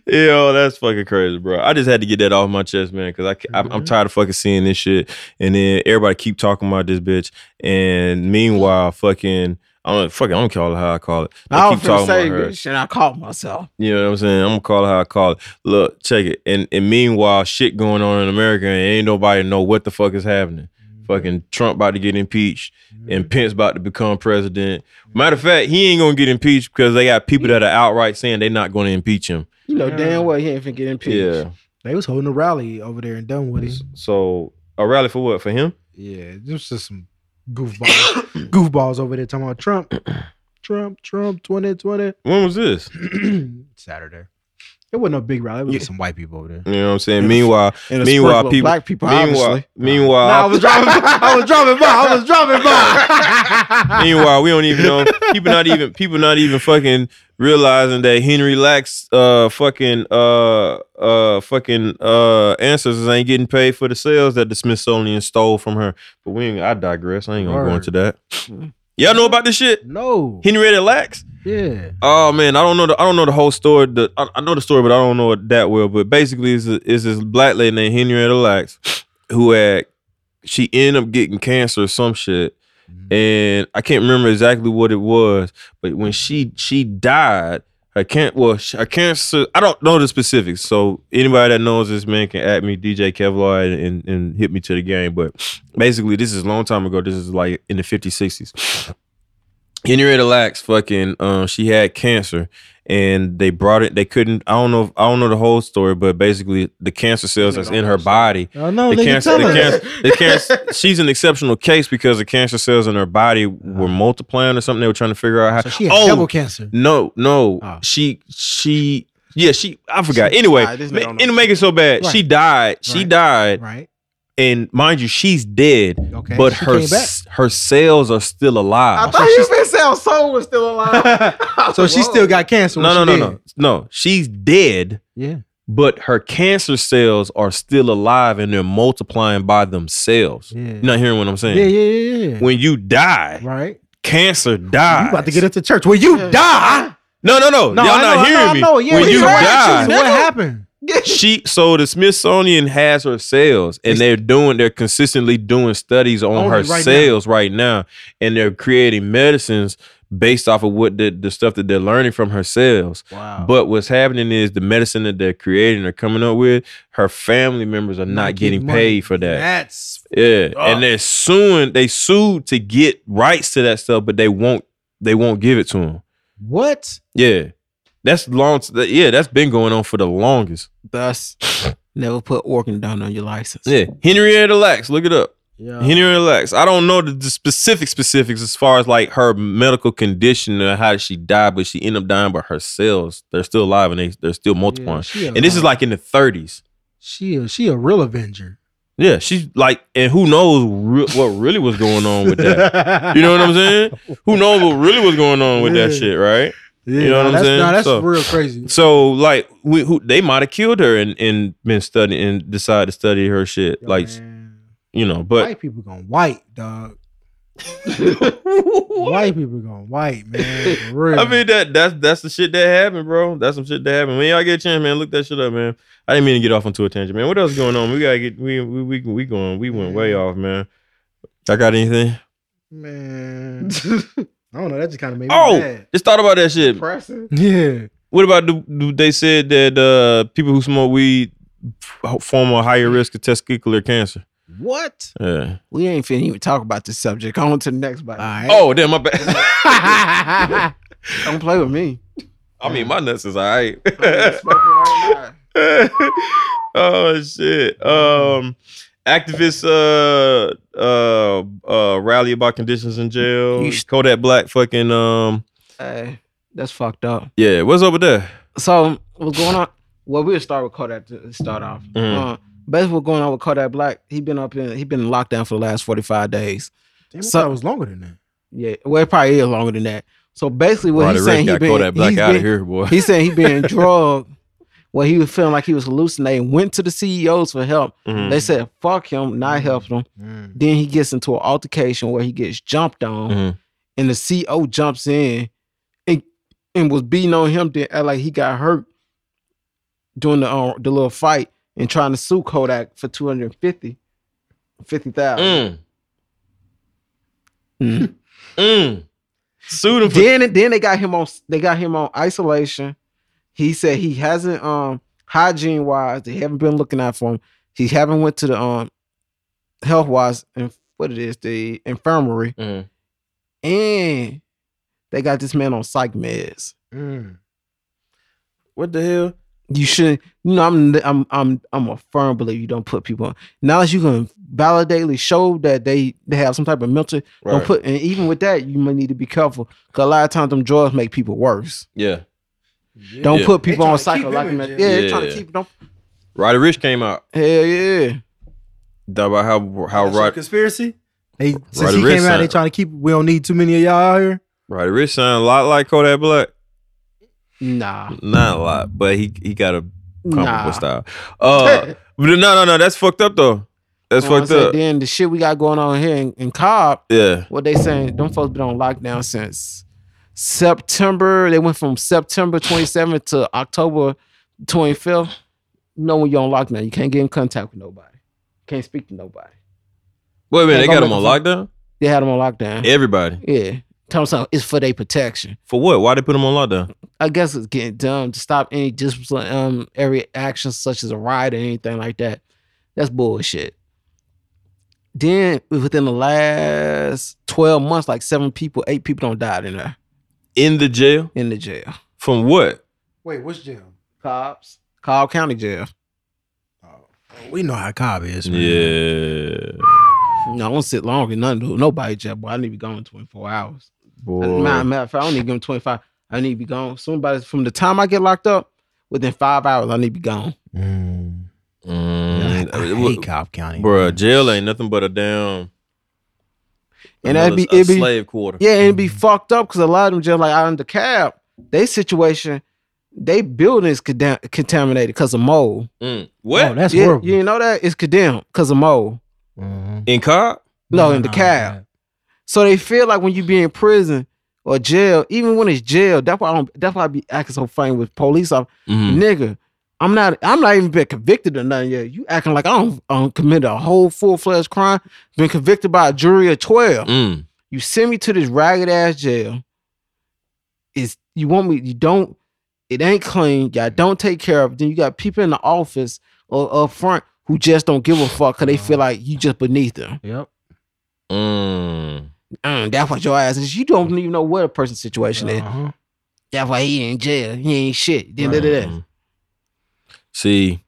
S7: Yo, that's fucking crazy, bro. I just had to get that off my chest, man, because I ca- I'm,
S6: Mm-hmm.
S7: I'm tired of fucking seeing this shit, and then everybody keep talking about this bitch, and meanwhile, fucking. I don't fucking. I don't call it how I call it. They
S6: I
S7: keep
S6: was gonna
S7: talking about
S6: say
S7: her.
S6: bitch, and I caught myself.
S7: You know what I'm saying? I'm gonna call it how I call it. Look, check it. And and meanwhile, shit going on in America, and ain't nobody know what the fuck is happening. Fucking Trump about to get impeached, and Pence about to become president. Matter of fact, he ain't gonna get impeached because they got people that are outright saying they're not gonna impeach him.
S6: You know damn well he ain't finna get impeached.
S7: Yeah.
S5: they was holding a rally over there in Dunwoody.
S7: So a rally for what? For him?
S5: Yeah, there's just some goofballs, (coughs) goofballs over there talking about (coughs) Trump, Trump, Trump, 2020.
S7: When was this?
S5: (coughs) Saturday. It wasn't a big rally. It was just some white people over (coughs) there.
S7: You know what I'm saying? Meanwhile,
S6: And a sprinkle
S7: meanwhile,
S6: of
S7: people,
S6: black people,
S7: meanwhile, uh,
S6: obviously.
S7: meanwhile,
S6: Nah, I was driving.
S7: (laughs)
S6: I was driving by. I was driving by.
S7: Meanwhile, we don't even know people not even people not even fucking realizing that Henry Lack's uh fucking uh uh fucking uh ancestors ain't getting paid for the sales that the Smithsonian stole from her. But we ain't, I digress. I ain't gonna go
S5: Word.
S7: into that. Y'all know about this
S5: (laughs)
S7: shit?
S5: No.
S7: Henrietta Lacks?
S5: Yeah.
S7: Oh man, I don't know. The, I don't know the whole story. The, I, I know the story, but I don't know it that well. But basically, it's, a, it's this black lady named Henrietta Lacks who had she ended up getting cancer or some shit, and I can't remember exactly what it was. But when she she died, her can't well sh- her cancer. I don't know the specifics. So anybody that knows this man can at me DJ Kevlar and, and hit me to the game. But basically, this is a long time ago. This is like in the 50s, 60s. Henrietta Lacks fucking um she had cancer and they brought it they couldn't I don't know if, I don't know the whole story but basically the cancer cells that's in her body
S5: Oh no,
S7: the
S5: they
S7: cancer, the
S5: tell us. (laughs)
S7: cancer, the cancer, she's an exceptional case because the cancer cells in her body were multiplying or something they were trying to figure out how
S5: So she had
S7: Oh,
S5: double cancer.
S7: no, no.
S5: Oh.
S7: She she yeah, she I forgot. anyway,
S6: died. This nigga
S7: ma-
S6: don't know.
S7: it'll make it so bad. She
S5: Right.
S7: died. She
S5: Right.
S7: died.
S5: Right.
S7: And mind you, she's dead.
S5: Okay.
S7: But
S5: She
S7: her
S5: came back.
S7: s- her cells are still alive.
S6: I thought you been saying soul was still alive. (laughs)
S5: So she still got cancer.
S7: no,
S5: when
S7: no, no,
S5: she
S7: no. No. She's dead,
S5: did. Yeah.
S7: but her cancer cells are still alive and they're multiplying by themselves.
S5: Yeah.
S7: You're not hearing what I'm saying.
S5: Yeah, yeah, yeah, yeah.
S7: When you die,
S5: right.
S7: cancer dies.
S5: You about to get into church. When you die.
S7: No, no, no.
S5: No,
S7: Y'all
S5: I know, I
S7: not
S5: know,
S7: hearing
S5: I
S7: me.
S5: know. Yeah,
S7: when
S5: we
S7: you
S5: heard
S7: die,
S5: So what happened?
S7: she so the Smithsonian has her cells, and they're doing they're consistently doing studies on
S5: Only
S7: her
S5: right now.
S7: cells right now, and they're creating medicines based off of what the, the stuff that they're learning from her cells.
S5: Wow.
S7: But what's happening is the medicine that they're creating or coming up with, her family members are not, getting
S5: money.
S7: paid (laughs) for that.
S5: That's
S7: Yeah, and they're suing. They sued to get rights to that stuff, but they won't. They won't give it to them.
S5: what?
S7: Yeah, that's long. Yeah, that's been going on for the longest.
S6: Thus, (laughs) never put organ down on your license.
S7: Yeah, Henrietta Lacks. Look it up.
S5: Yeah.
S7: Henrietta Lacks. I don't know the, the specific specifics as far as like her medical condition or how she died, but she ended up dying. But her cells, they're still alive and they they're still multiplying.
S5: she
S7: and this is
S5: alive.
S7: like in the 30s.
S5: She a, she a real Avenger.
S7: Yeah, she's like, and who knows re- what really was going on with
S5: (laughs)
S7: that? You know what I'm saying? Who knows what really was going on with that
S5: Yeah.
S7: shit, right?
S5: Yeah,
S7: know what I'm
S5: that's,
S7: saying?
S5: Nah, that's
S7: So-
S5: real crazy.
S7: So like, we, who they might have killed her and, and been studying and decided to study her shit, like
S5: Man,
S7: you know. But
S5: white people going white, (laughs) dog. white people going white,
S7: (laughs)
S5: man. For real.
S7: I mean that that's that's the shit that happened, bro. That's some shit that happened. When y'all get a chance, man, look that shit up, man. I didn't mean to get off onto a tangent, man. What else going on? We gotta get we we we we going we went way off, man. I got anything?
S5: man. I don't know. That just kind of made me
S7: Oh,
S5: mad.
S7: just thought about that shit.
S5: Yeah.
S7: What about the, the- they said that uh people who smoke weed f- form a higher risk of testicular cancer?
S5: What?
S7: Yeah.
S6: We ain't finna even talk about this subject. On to the next body.
S7: (laughs) Oh damn, my bad.
S6: (laughs)
S7: (laughs)
S6: Don't play with me.
S7: I mean, my nuts is all right. (laughs)
S6: Smoking right now.
S7: oh shit. Um activists uh uh uh rally about conditions in jail.
S6: You sh-
S7: Kodak Black fucking um
S6: Hey, that's fucked up.
S7: yeah, what's up with that?
S6: So what's going on? Well, we'll start with Kodak to start off.
S7: Mhm.
S6: Uh, basically, what's going on with Kodak Black? He been up in he been in lockdown for the last forty five days.
S5: Damn,
S6: So-
S5: so, it was longer than that.
S6: Yeah, well, it probably is longer than that. So basically, what he's saying he
S7: got
S6: been
S7: Kodak Black
S6: he's
S7: out of
S6: been-
S7: here, boy.
S6: He
S7: (laughs)
S6: said he been drugged. Well, he was feeling like he was hallucinating. Went to the CEOs for help.
S7: Mhm.
S6: They said fuck him, not helping him.
S5: Mm,
S6: Then he gets into an altercation where he gets jumped on,
S7: Mhm.
S6: and the CO jumps in and and was beating on him. Then act like he got hurt during the uh, the little fight and trying to sue Kodak for 250 50,000.
S7: Mm.
S6: Mm.
S7: Mm. Sued him for
S6: Then then they got him on they got him on isolation. He said he hasn't um hygiene wise they haven't been looking out for him. He haven't went to the um health wise and what it is the infirmary
S7: Mhm.
S6: and they got this man on psych meds.
S5: mm.
S7: what the hell?
S6: You should you know I'm I'm I'm I'm a firm believer you don't put people on. Now that you can validately show that they they have some type of mental don't
S7: Right.
S6: put and even with that you might need to be careful because a lot of times them drugs make people worse.
S7: yeah.
S6: Don't
S7: Yeah.
S6: put people on
S5: trying to keep
S6: psychological
S5: him in
S6: med-
S5: jail.
S6: Yeah, they're trying to
S7: Yeah.
S6: keep them.
S7: Roddy Rich came out.
S6: Hell yeah.
S7: That about how how
S9: That's your
S7: Rod,
S9: conspiracy? They since
S7: Roddy
S9: he
S7: Rich
S9: came out,
S7: signed
S9: they
S7: it.
S9: trying to keep. We don't need too many of y'all out here.
S7: Roddy Rich sound a lot like Kodak Black.
S6: Nah.
S7: Not a lot, but he he got a comparable
S6: Nah.
S7: style.
S6: (laughs)
S7: Uh, but no, no, no, that's fucked up though. That's
S6: You know what I'm
S7: fucked
S6: saying?
S7: up.
S6: Then the shit we got going on here in, in Cobb,
S7: Yeah,
S6: what they saying, them folks been on lockdown since September. They went from September 27th to October 25th. You know when you're on lockdown, you can't get in contact with nobody. Can't speak to nobody.
S7: wait a minute,
S6: They
S7: they
S6: gonna
S7: got him
S6: make
S7: on
S6: a
S7: lockdown.
S6: They had them on lockdown.
S7: Everybody
S6: Yeah. Tell them something, it's for their protection.
S7: for what? Why they put him on lockdown?
S6: I guess it's getting dumb to stop any dis- um area actions such as a riot or anything like that. That's bullshit. Then within the last twelve months, like seven people, eight people don't died in there
S7: In the jail
S6: in the jail.
S7: from what?
S5: Wait, which jail?
S6: Cops, Cobb County Jail.
S5: We know how Cobb is. Man.
S7: Yeah,
S6: No, I don't sit long in none nobody jail, boy. I need to be gone twenty four hours.
S7: boy.
S6: Matter, matter of fact, I don't need to give them twenty five. I need to be gone. Somebody from the time I get locked up, within five hours, I need to be gone.
S5: Mm.
S7: Mm,
S5: I, I
S7: well,
S5: hate Cobb County.
S7: bruh, jail ain't nothing but a damn.
S6: And that'd be-
S7: another- a
S6: it'd be-
S7: slave quarter.
S6: Yeah, and it'd be fucked up because a lot of them just like out in the cab, they situation, they buildings condam- contaminated because of mold.
S7: Mm,
S5: Oh,
S7: what
S5: that's
S6: yeah,
S5: horrible.
S6: You didn't know that? It's condemned because of mold.
S5: Mhm.
S7: in Cobb?
S6: No, in the cab. So they feel like when you be in prison or jail, even when it's jail, that's why I don't that's why I be acting so funny with police officers.
S5: Mm. Mm-hmm.
S7: Mhm.
S6: Nigga, I'm not I'm not even been convicted or nothing yet. You acting like I don't, I don't commit a whole full-fledged crime, been convicted by a jury of 12.
S7: Mm.
S6: You send me to this ragged ass jail. Is you want me? You don't. It ain't clean. Y'all don't take care of. it. Then you got people in the office or up front who just don't give a fuck because they feel like you just beneath them.
S5: Yep.
S7: Mm.
S6: Mm, that's what your ass is. You don't even know what a person's situation is.
S5: Uh-huh.
S6: That's why he in jail. He ain't shit. Then da- da- da.
S7: Mhm. See,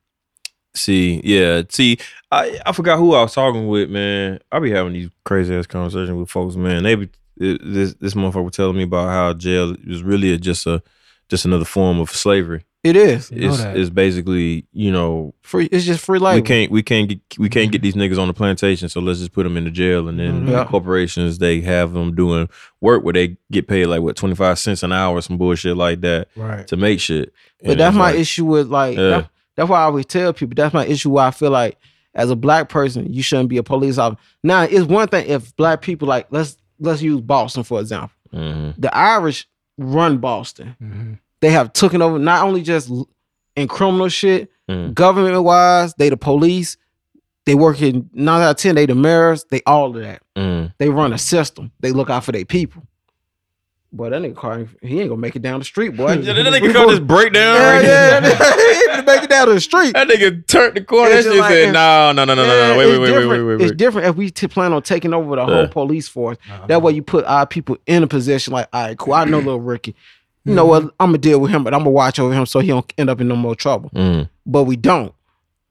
S7: see, yeah, see. I I forgot who I was talking with, man. I be having these crazy ass conversations with folks, man. They be it- this this motherfucker was telling me about how jail is really just a just another form of slavery.
S6: It is
S5: You know
S7: It's
S5: that.
S7: it's basically you know
S6: free. It's just free
S7: we
S6: labor.
S7: can't we can't get we can't get these niggas on the plantation, so let's just put them in the jail, and
S5: Mm-hmm.
S7: then
S6: Yeah.
S7: corporations they have them doing work where they get paid like what twenty five cents an hour or some bullshit like that
S5: Right.
S7: to make shit.
S6: But
S7: And
S6: that's
S7: it's
S6: my
S7: like-
S6: issue with like
S7: Yeah.
S6: that- that's why I always tell people that's my issue why I feel like as a black person you shouldn't be a police officer. Now it's one thing if black people like let's let's use Boston for example.
S7: Mhm.
S6: The Irish run Boston.
S5: Mhm.
S6: They have taken over not only just l- in criminal shit,
S7: Mhm.
S6: government wise, they the police, they work in nine out of ten, they the mayors, they all of that.
S7: Mm.
S6: They run a system. They look out for their people. Boy, that nigga car, he ain't gonna make it down the street, boy.
S7: (laughs) Yeah,
S6: (laughs)
S7: that nigga cut this breakdown.
S6: Yeah,
S7: right
S6: yeah,
S7: there.
S6: yeah. (laughs) he even make it down to the street.
S7: (laughs) That nigga turned the corner.
S6: It's
S7: That
S6: just like-
S7: shit said, no, no, no, no, no, no.
S6: Yeah,
S7: Wait,
S6: it's
S7: wait, wait, wait, wait,
S6: different-
S7: wait,
S6: It's
S7: wait.
S6: different if we t- plan on taking over the
S7: Yeah.
S6: whole police force. That way, you put our people in a position like, all right, cool. I know little Ricky. You know what? I'm gonna deal with him, but I'm gonna watch over him so he don't end up in no more trouble.
S7: Mm.
S6: But we don't.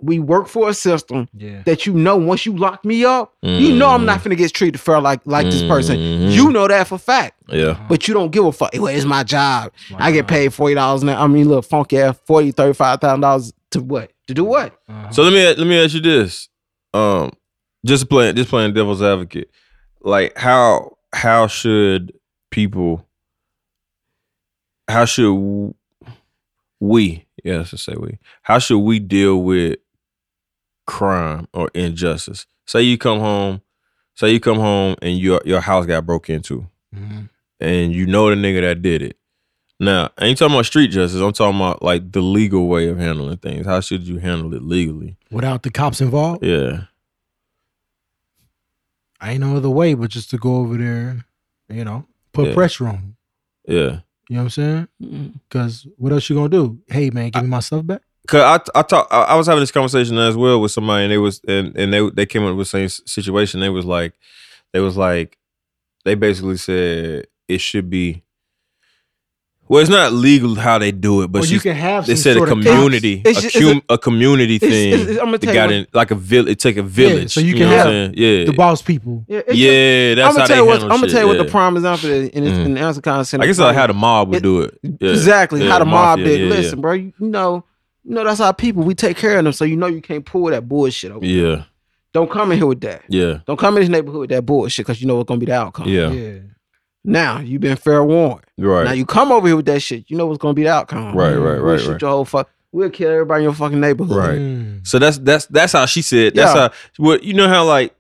S6: we work for a system
S5: Yeah.
S6: that you know once you lock me up,
S7: Mm.
S6: you know I'm
S7: Mm-hmm.
S6: not gonna get treated fair like like this person.
S7: Mhm.
S6: You know that for a fact,
S7: Mm. Yeah.
S6: but you don't give a fuck. Well, it's my job. I
S5: uh-huh.
S6: get paid forty dollars now. I mean, look, funky ass forty, thirty five thousand dollars to what? To do what?
S5: Uh-huh.
S7: So let me let me ask you this. Um, just playing just playing devil's advocate. Like how how should people? How should w- we? Yes, I say we. How should we deal with crime or injustice? Say you come home. Say you come home and your your house got broke into,
S5: Mm-hmm.
S7: and you know the nigga that did it. Now, I ain't talking about street justice. I'm talking about like the legal way of handling things. How should you handle it legally?
S5: Without the cops involved,
S7: Yeah.
S5: I ain't no other way but just to go over there, you know, put
S7: Yeah.
S5: pressure on. 'em.
S7: Yeah.
S5: You know what I'm saying? Because what else you gonna do? Hey man, give me my stuff back.
S7: Cause I I talk, I I was having this conversation as well with somebody and they was and, and they they came up with the same s- situation. They was like they was like they basically said it should be well, it's not legal how they do it, but
S5: or
S7: she,
S5: you can have.
S7: they
S5: some
S7: said a
S5: sort of
S7: community,
S6: It's
S7: a,
S6: just-
S7: cum, a community
S6: it's-
S7: thing.
S6: it's- I'm gonna
S7: that
S6: tell you
S7: got
S6: what-
S7: in, like a village. It take a village.
S5: so you
S7: you
S5: can
S7: know what
S5: have
S7: I'm saying?
S5: the
S7: Yeah,
S5: boss people.
S6: Yeah,
S7: yeah. That's
S6: I'm gonna
S7: how they
S6: tell you what.
S7: handle
S6: I'm gonna
S7: shit,
S6: tell you what
S7: yeah.
S6: the prime is after and it's
S7: Mhm.
S6: in the answer concept.
S7: I guess like how the mob would
S6: It-
S7: do it. Yeah.
S6: Exactly.
S7: Yeah,
S6: how the mob
S7: mafia,
S6: did.
S7: yeah,
S6: Listen, bro, you, you know, you know that's our people. We take care of them, so you know you can't pull that bullshit over.
S7: Yeah.
S6: Don't come in here with that.
S7: Yeah.
S6: Don't come in this neighborhood with that bullshit because you know what's gonna be the outcome.
S7: Yeah.
S5: Yeah.
S6: Now you've been fair warned.
S7: Right.
S6: Now you come over here with that shit. You know what's gonna be the outcome.
S7: Right, right,
S6: We'll
S7: right,
S6: shoot
S7: right.
S6: your whole fuck. We'll kill everybody in your fucking neighborhood.
S7: Right.
S5: Mm.
S7: So that's that's that's how she said. That's
S6: Yeah.
S7: how. Well, you know how like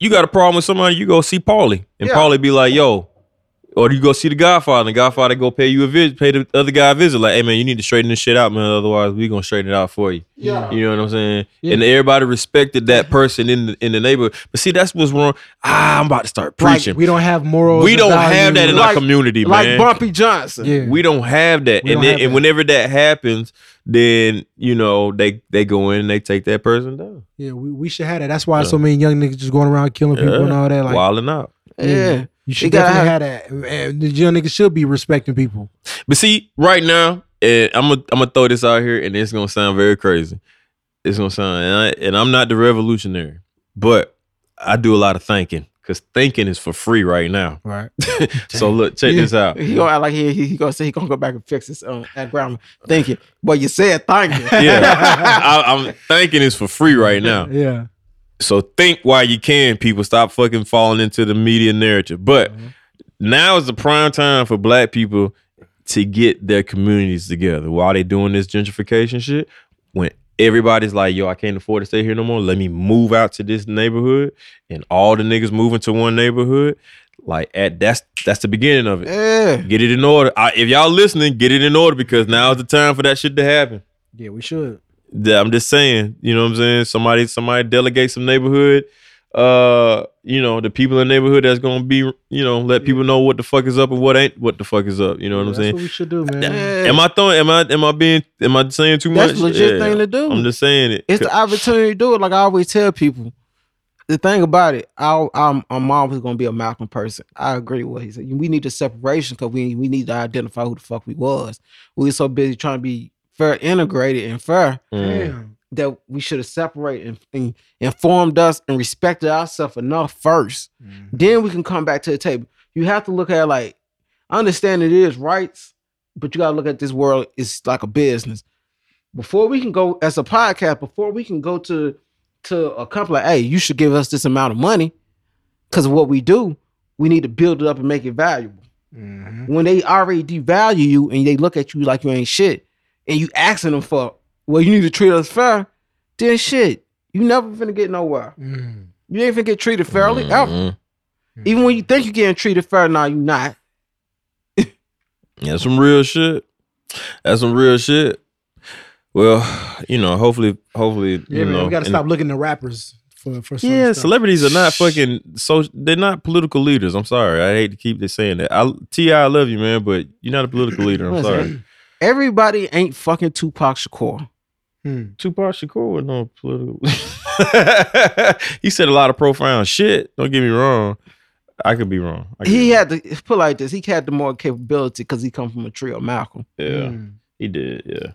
S7: you got a problem with somebody, you go see Paulie, and
S6: Yeah.
S7: Paulie be like, "Yo," or you go see the Godfather, and the Godfather go pay you a visit, pay the other guy a visit. Like, hey man, you need to straighten this shit out, man. Otherwise, we gonna straighten it out for you.
S5: Yeah.
S7: You know what I'm saying?
S5: Yeah.
S7: And everybody respected that person in the in the neighborhood. But see, that's what's wrong. Ah, I'm about to start
S5: Like,
S7: preaching.
S5: we don't have morals.
S7: we
S5: and
S7: don't have that
S5: values.
S7: in our community,
S6: Like
S7: man.
S6: Bumpy Johnson.
S5: Yeah.
S7: We don't have that.
S5: We
S7: and
S5: don't
S7: then,
S5: have
S7: and
S5: that.
S7: whenever that happens, then you know they they go in and they take that person down.
S5: Yeah, we, we should have that. That's why so many young niggas just going around killing people
S7: Yeah.
S5: and all that. Like
S7: Wilding out.
S6: Yeah.
S5: you should
S6: gotta
S5: definitely have, that. And the young niggas should be respecting people.
S7: But see, right now, and I'm gonna I'm gonna throw this out here, and it's gonna sound very crazy. It's gonna sound, and, I, and I'm not the revolutionary, but I do a lot of thinking because thinking is for free right now.
S5: Right.
S7: So look, check this
S5: (laughs)
S7: out.
S6: He gonna act like he, he, he gonna say he gonna go back and fix his um that grammar. Thank you. But you said thank you.
S7: Yeah, (laughs) I, I'm thinking is for free right now.
S5: Yeah.
S7: So think while you can, people. Stop fucking falling into the media narrative. But now is the prime time for black people to get their communities together. While they doing this gentrification shit, when everybody's like, yo, I can't afford to stay here no more. Let me move out to this neighborhood. And all the niggas moving to one neighborhood. Like at that's that's the beginning of
S6: (laughs)
S7: it.
S6: yeah.
S7: Get it in order. I, if y'all listening, get it in order because now is the time for that shit to happen.
S5: Yeah, we should.
S7: That- I'm just saying, you know what I'm saying? Somebody somebody delegate some neighborhood uh you know the people in the neighborhood that's gonna be you know let people know what the fuck is up and what ain't what the fuck is up you know what i'm
S5: That's
S7: saying
S5: what we should do, man.
S7: am i throwing am i am i being am i saying too
S6: That's
S7: much
S6: legit thing to do.
S7: i'm just saying it
S6: It's the opportunity to do it. Like I always tell people, the thing about it, I, I'm, I'm always going to be a Malcolm person. I agree with what he said. We need the separation because we we need to identify who the fuck we was. We were so busy trying to be fair, integrated, and fair
S7: Mm.
S5: Damn.
S6: that we should have separated and, and informed us and respected ourselves enough first. Then we can come back to the table. You have to look at it like, I understand it is rights, but you got to look at this world is like a business. Before we can go as a podcast, before we can go to to a company like, hey, you should give us this amount of money because of what we do. We need to build it up and make it valuable.
S5: Mm-hmm.
S6: When they already devalue you and they look at you like you ain't shit, and you asking them for, well, you need to treat us fair, then shit, you never finna get nowhere.
S5: Mm.
S6: You ain't finna get treated fairly ever.
S7: Mm.
S6: Even when you think you're getting treated fair, now you not.
S7: Yeah, that's some real shit that's some real shit well (sighs) you know hopefully hopefully
S5: Yeah,
S7: you
S5: man.
S7: know
S5: we gotta
S7: and-
S5: stop looking to rappers for for some
S7: Yeah,
S5: stuff.
S7: celebrities are not fucking so they're not political leaders. I'm sorry. I hate to keep this saying that. I Ti, I love you, man, but you're not a political leader. I'm
S6: Listen,
S7: sorry.
S6: Everybody ain't fucking Tupac Shakur.
S7: Tupac Shakur was no political. (laughs) he said a lot of profound shit. Don't get me wrong. I could be wrong. I could
S6: He
S7: be
S6: had to put it like this. He had the more capability because he come from a trio Malcolm.
S9: Hmm.
S7: wrong. yeah. He did, yeah.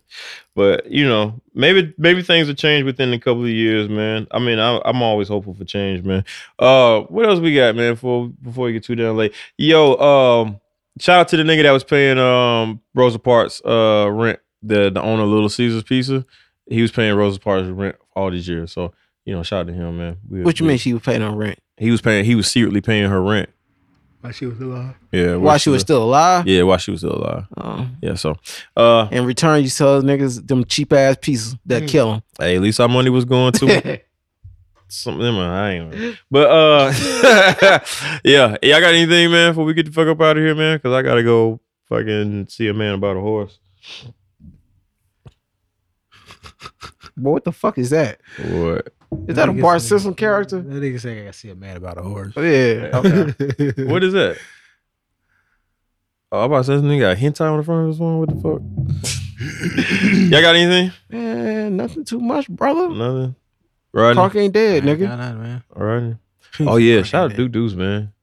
S7: But you know, maybe maybe things will change within a couple of years, man. I mean, I, I'm always hopeful for change, man. Uh, what else we got, man? Before before we get too down late, yo, um, shout out to the nigga that was paying um Rosa Parks uh rent, the the owner of Little Caesars Pizza. He was paying Rosa Parks rent all these years, so you know, shout out to him, man. We-
S6: What you
S7: we-
S6: mean she was paying on rent?
S7: He was paying. He was secretly paying her rent.
S9: Like she was alive.
S7: Yeah,
S6: While she was still alive?
S7: Yeah, while she was still alive.
S6: Oh.
S7: Yeah, so uh,
S6: In return, you sell niggas them cheap ass pieces that kill 'em.
S7: hey, at least our money was going to.
S6: kill them.
S7: Something in my eye. But uh (laughs) yeah. Y'all got anything, man, before we get the fuck up out of here, man? Cause I gotta go fucking see a man about a horse.
S6: Boy, what the fuck is that?
S7: What?
S6: Is that a bar system character?
S9: That nigga saying I gotta see a man about a
S6: (laughs)
S9: horse.
S6: Yeah. Okay.
S7: What is that? Oh, I'm about to say this nigga got hentai on the front of his one. What the fuck? Y'all got anything?
S6: Man, nothing too much, brother.
S7: Nothing. Right.
S6: Park ain't dead,
S9: Nah,
S6: nigga.
S9: nah, man.
S7: All right. Oh yeah, shout out Duke Deuce, man.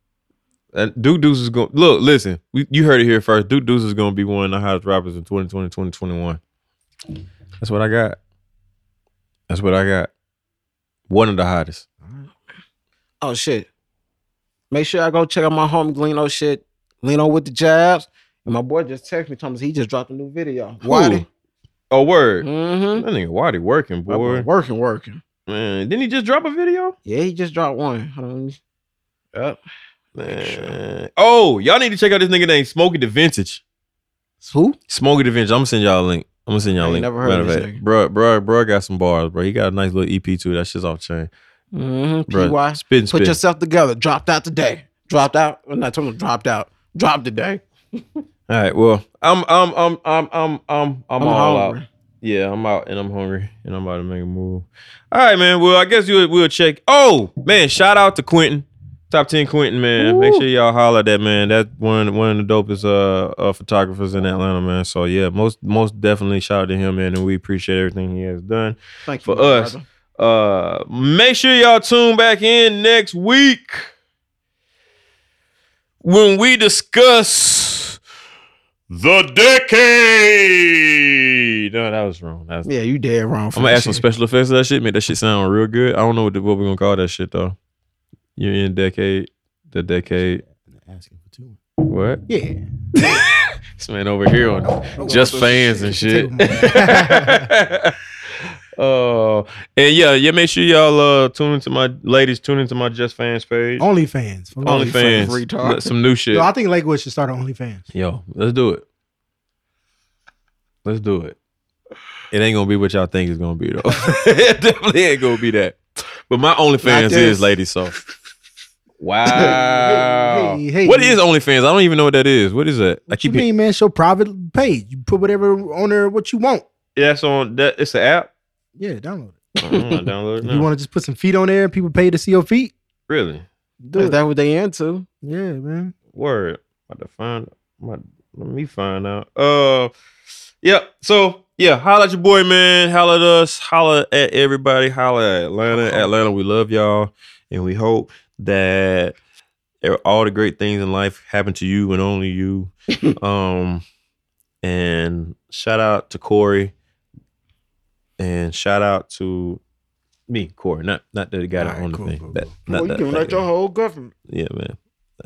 S7: That Duke Deuce is going. to Look, listen, we, you heard it here first. Duke Deuce is going to be one of the hottest rappers in 2020, 2021. That's what I got. That's what I got. One of the hottest.
S6: Oh shit. Make sure I go check out my homie Lino shit. Lino with the jabs. And my boy just texted me, Thomas. He just dropped a new video. Why?
S7: Oh word,
S6: Mm-hmm.
S7: that nigga Waddy working boy.
S6: Working, working.
S7: Man, didn't he just drop a video?
S6: Yeah, he just dropped one. Hold on, let me-
S7: Man. Oh, y'all need to check out this nigga named Smokey the Vintage.
S6: Who?
S7: Smokey the Vintage. I'm gonna send y'all a link. I'm gonna send
S6: I
S7: y'all a
S6: ain't
S7: link.
S6: never heard
S7: Matter
S6: of this
S7: fact, Bruh, bruh, bruh got some bars, bro. He got a nice little EP too. That shit's off chain.
S6: Mm-hmm.
S7: Bruh,
S6: PY.
S7: Spit and
S6: Put
S7: spit.
S6: yourself together. Dropped out today. Dropped out. I'm not talking about dropped out. Dropped today.
S7: All right. Well, I'm I'm I'm I'm I'm I'm
S6: I'm
S7: I'm, all out.
S6: hungry.
S7: Yeah, I'm out and I'm hungry and I'm about to make a move. All right, man. Well, I guess you we'll check. Oh man, shout out to Quentin, top ten Quentin man. Make sure y'all holler at that man. That's one one of the dopest uh, uh photographers in Atlanta, man. So yeah, most most definitely shout out to him, man, and we appreciate everything he has done
S6: Thank you.
S7: for us. Uh, make sure y'all tune back in next week when we discuss the decade. No, that was wrong. That was-
S6: Yeah, you dead wrong. For
S7: I'm gonna
S6: that
S7: add some
S6: shit.
S7: special effects to that shit. Make that shit sound real good. I don't know what, the, what we're gonna call that shit though. You're in decade, the decade.
S9: Asking for two.
S7: What?
S9: Yeah.
S7: This man over here on just fans and shit. (laughs) Oh, and yeah, yeah. Make sure y'all uh tune into my ladies. Tune into my just fans page.
S9: OnlyFans. For real.
S7: OnlyFans.
S6: retard.
S7: Let- Some new shit.
S9: Yo, I think Lakewood should start on OnlyFans.
S7: Yo, let's do it. Let's do it. It ain't gonna be what y'all think it's gonna be though. (laughs) it definitely ain't gonna be that. But my OnlyFans is
S6: this.
S7: ladies,
S9: (laughs)
S7: so. Wow.
S9: Hey, hey, hey.
S7: What is OnlyFans? I don't even know what that is. What is that? I
S9: What you
S7: keep it.
S9: mean, man? It's your private page. You put whatever on there, what you want.
S7: That's on. That it's an app.
S9: Yeah, download it.
S7: I don't wanna download
S9: If
S7: it now.
S9: (laughs) you want to just put some feet on there and people pay to see your feet,
S7: really?
S9: do
S6: Is
S9: it.
S6: that what they into?
S9: Yeah, man.
S7: Word. About to find. About, let me find out. Uh, yeah. So yeah, holla at your boy, man. Holla at us. Holla at everybody. Holla at Atlanta. Atlanta, we love y'all, and we hope that e, all the great things in life happen to you and only
S9: (laughs)
S7: you. um, and shout out to Corey, and shout out to. Me, Corey, not not that guy that
S9: Alright,
S7: owned
S9: cool,
S7: the thing.
S9: cool,
S7: That,
S9: cool.
S7: not that thing.
S6: whole government.
S7: Yeah, man.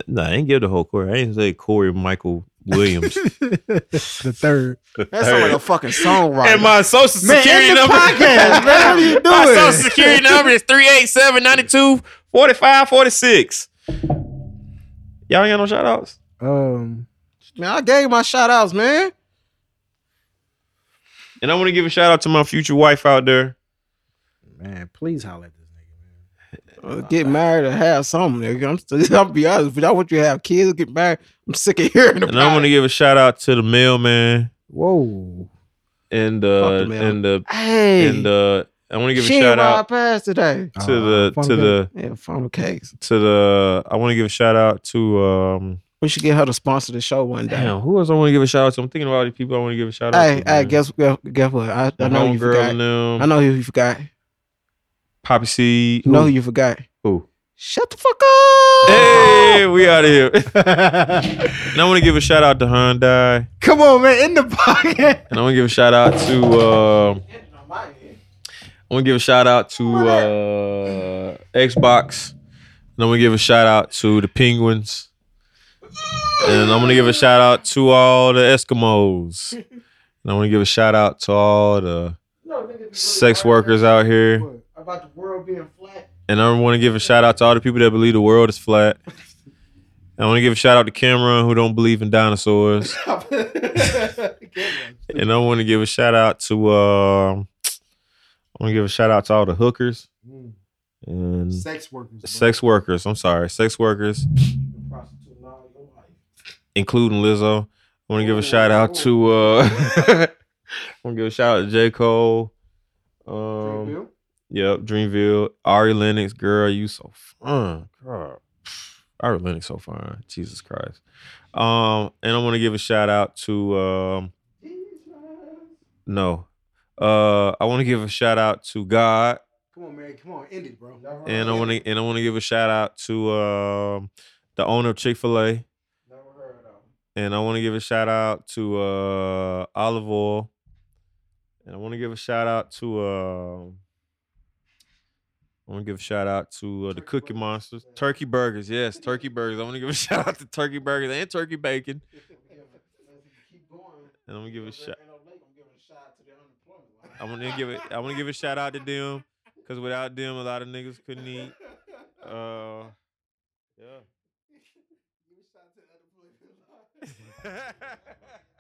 S7: Nah, I ain't give the whole Corey. I ain't say Corey Michael
S9: (laughs)
S7: Williams.
S9: the third.
S6: That sounds like a fucking songwriter.
S7: and my social security
S9: end the
S7: number. (laughs)
S9: podcast, man. What are you
S7: my
S9: doing?
S7: social security number is 387 92 45 46. Y'all ain't got no shout outs?
S9: Um,
S6: man, I gave my shout outs, man.
S7: And I want to give a shout out to my future wife out there.
S9: man, please holler at this nigga.
S6: Uh, Get married or have something, nigga. I'm still, (laughs) I'll be honest. If I want you to have kids, get married. I'm sick of hearing about
S7: And I want to
S6: it.
S7: give a shout out to the mailman
S9: Whoa.
S7: and uh
S6: Fuck the mail.
S7: and the
S6: Hey,
S7: and uh I want to give a
S6: she ain't
S7: shout
S6: ride
S7: out Uh,
S6: past today.
S7: to the
S9: Fuck
S7: to
S9: it.
S7: the
S6: Yeah, funnel cakes.
S7: to the I want to give a shout out to um
S6: We should get her to sponsor the show one day.
S7: Damn, who else I want to give a shout out to? I'm thinking about all these people I want to give a shout out
S6: Hey,
S7: to.
S6: hey,
S7: man.
S6: guess guess guess what? I,
S7: My
S6: I know you
S7: homegirl
S6: forgot.
S7: and them.
S6: I know who you forgot.
S7: Poppy Seed.
S6: You know who you forgot.
S7: Who?
S6: Shut the fuck up.
S7: Hey, we out
S9: (laughs)
S7: of here. and I want to give a shout out to Hyundai.
S9: Come on, man, in the pocket.
S7: And I want to give a shout out to. Uh, I want to give a shout out to uh, Xbox. And I'm gonna give a shout out to the Penguins. And I'm gonna give a shout out to all the Eskimos. And I'm gonna give a shout out to all the sex workers out here.
S6: About the world being flat.
S7: And I want to give a shout out to all the people that believe the world is flat. I want to give a shout out to Cameron who don't believe in dinosaurs. and I want to give a shout out to um I want to give a shout out to all the hookers and
S9: Sex workers.
S7: sex workers. I'm sorry, sex workers, including Lizzo. I want to give a shout out to. uh (laughs) I want to give a shout out to J Cole. Um, Dreamville. Yep, Dreamville. Ari Lennox, girl, you so fun. God. (sighs) Ari Lennox so fine. Jesus Christ. Um, and I want to give a shout out to. um No, uh, I want to give a shout out to God.
S9: Come on, man. Come on, end it, bro.
S7: And I want to and I want to give a shout out to um, the owner of Chick Fil A. And I want to give a shout out to uh, Olive Oil. And I want to give a shout out to uh, I want to give a shout out to uh, the Cookie Monsters, Turkey Burgers. Yes, Turkey Burgers. I want to give a (laughs) shout out to Turkey Burgers and Turkey Bacon. (laughs) And I'm gonna give a shout. I want to give it. I want to give a shout out to them because without them, a lot of niggas couldn't eat. Uh, yeah.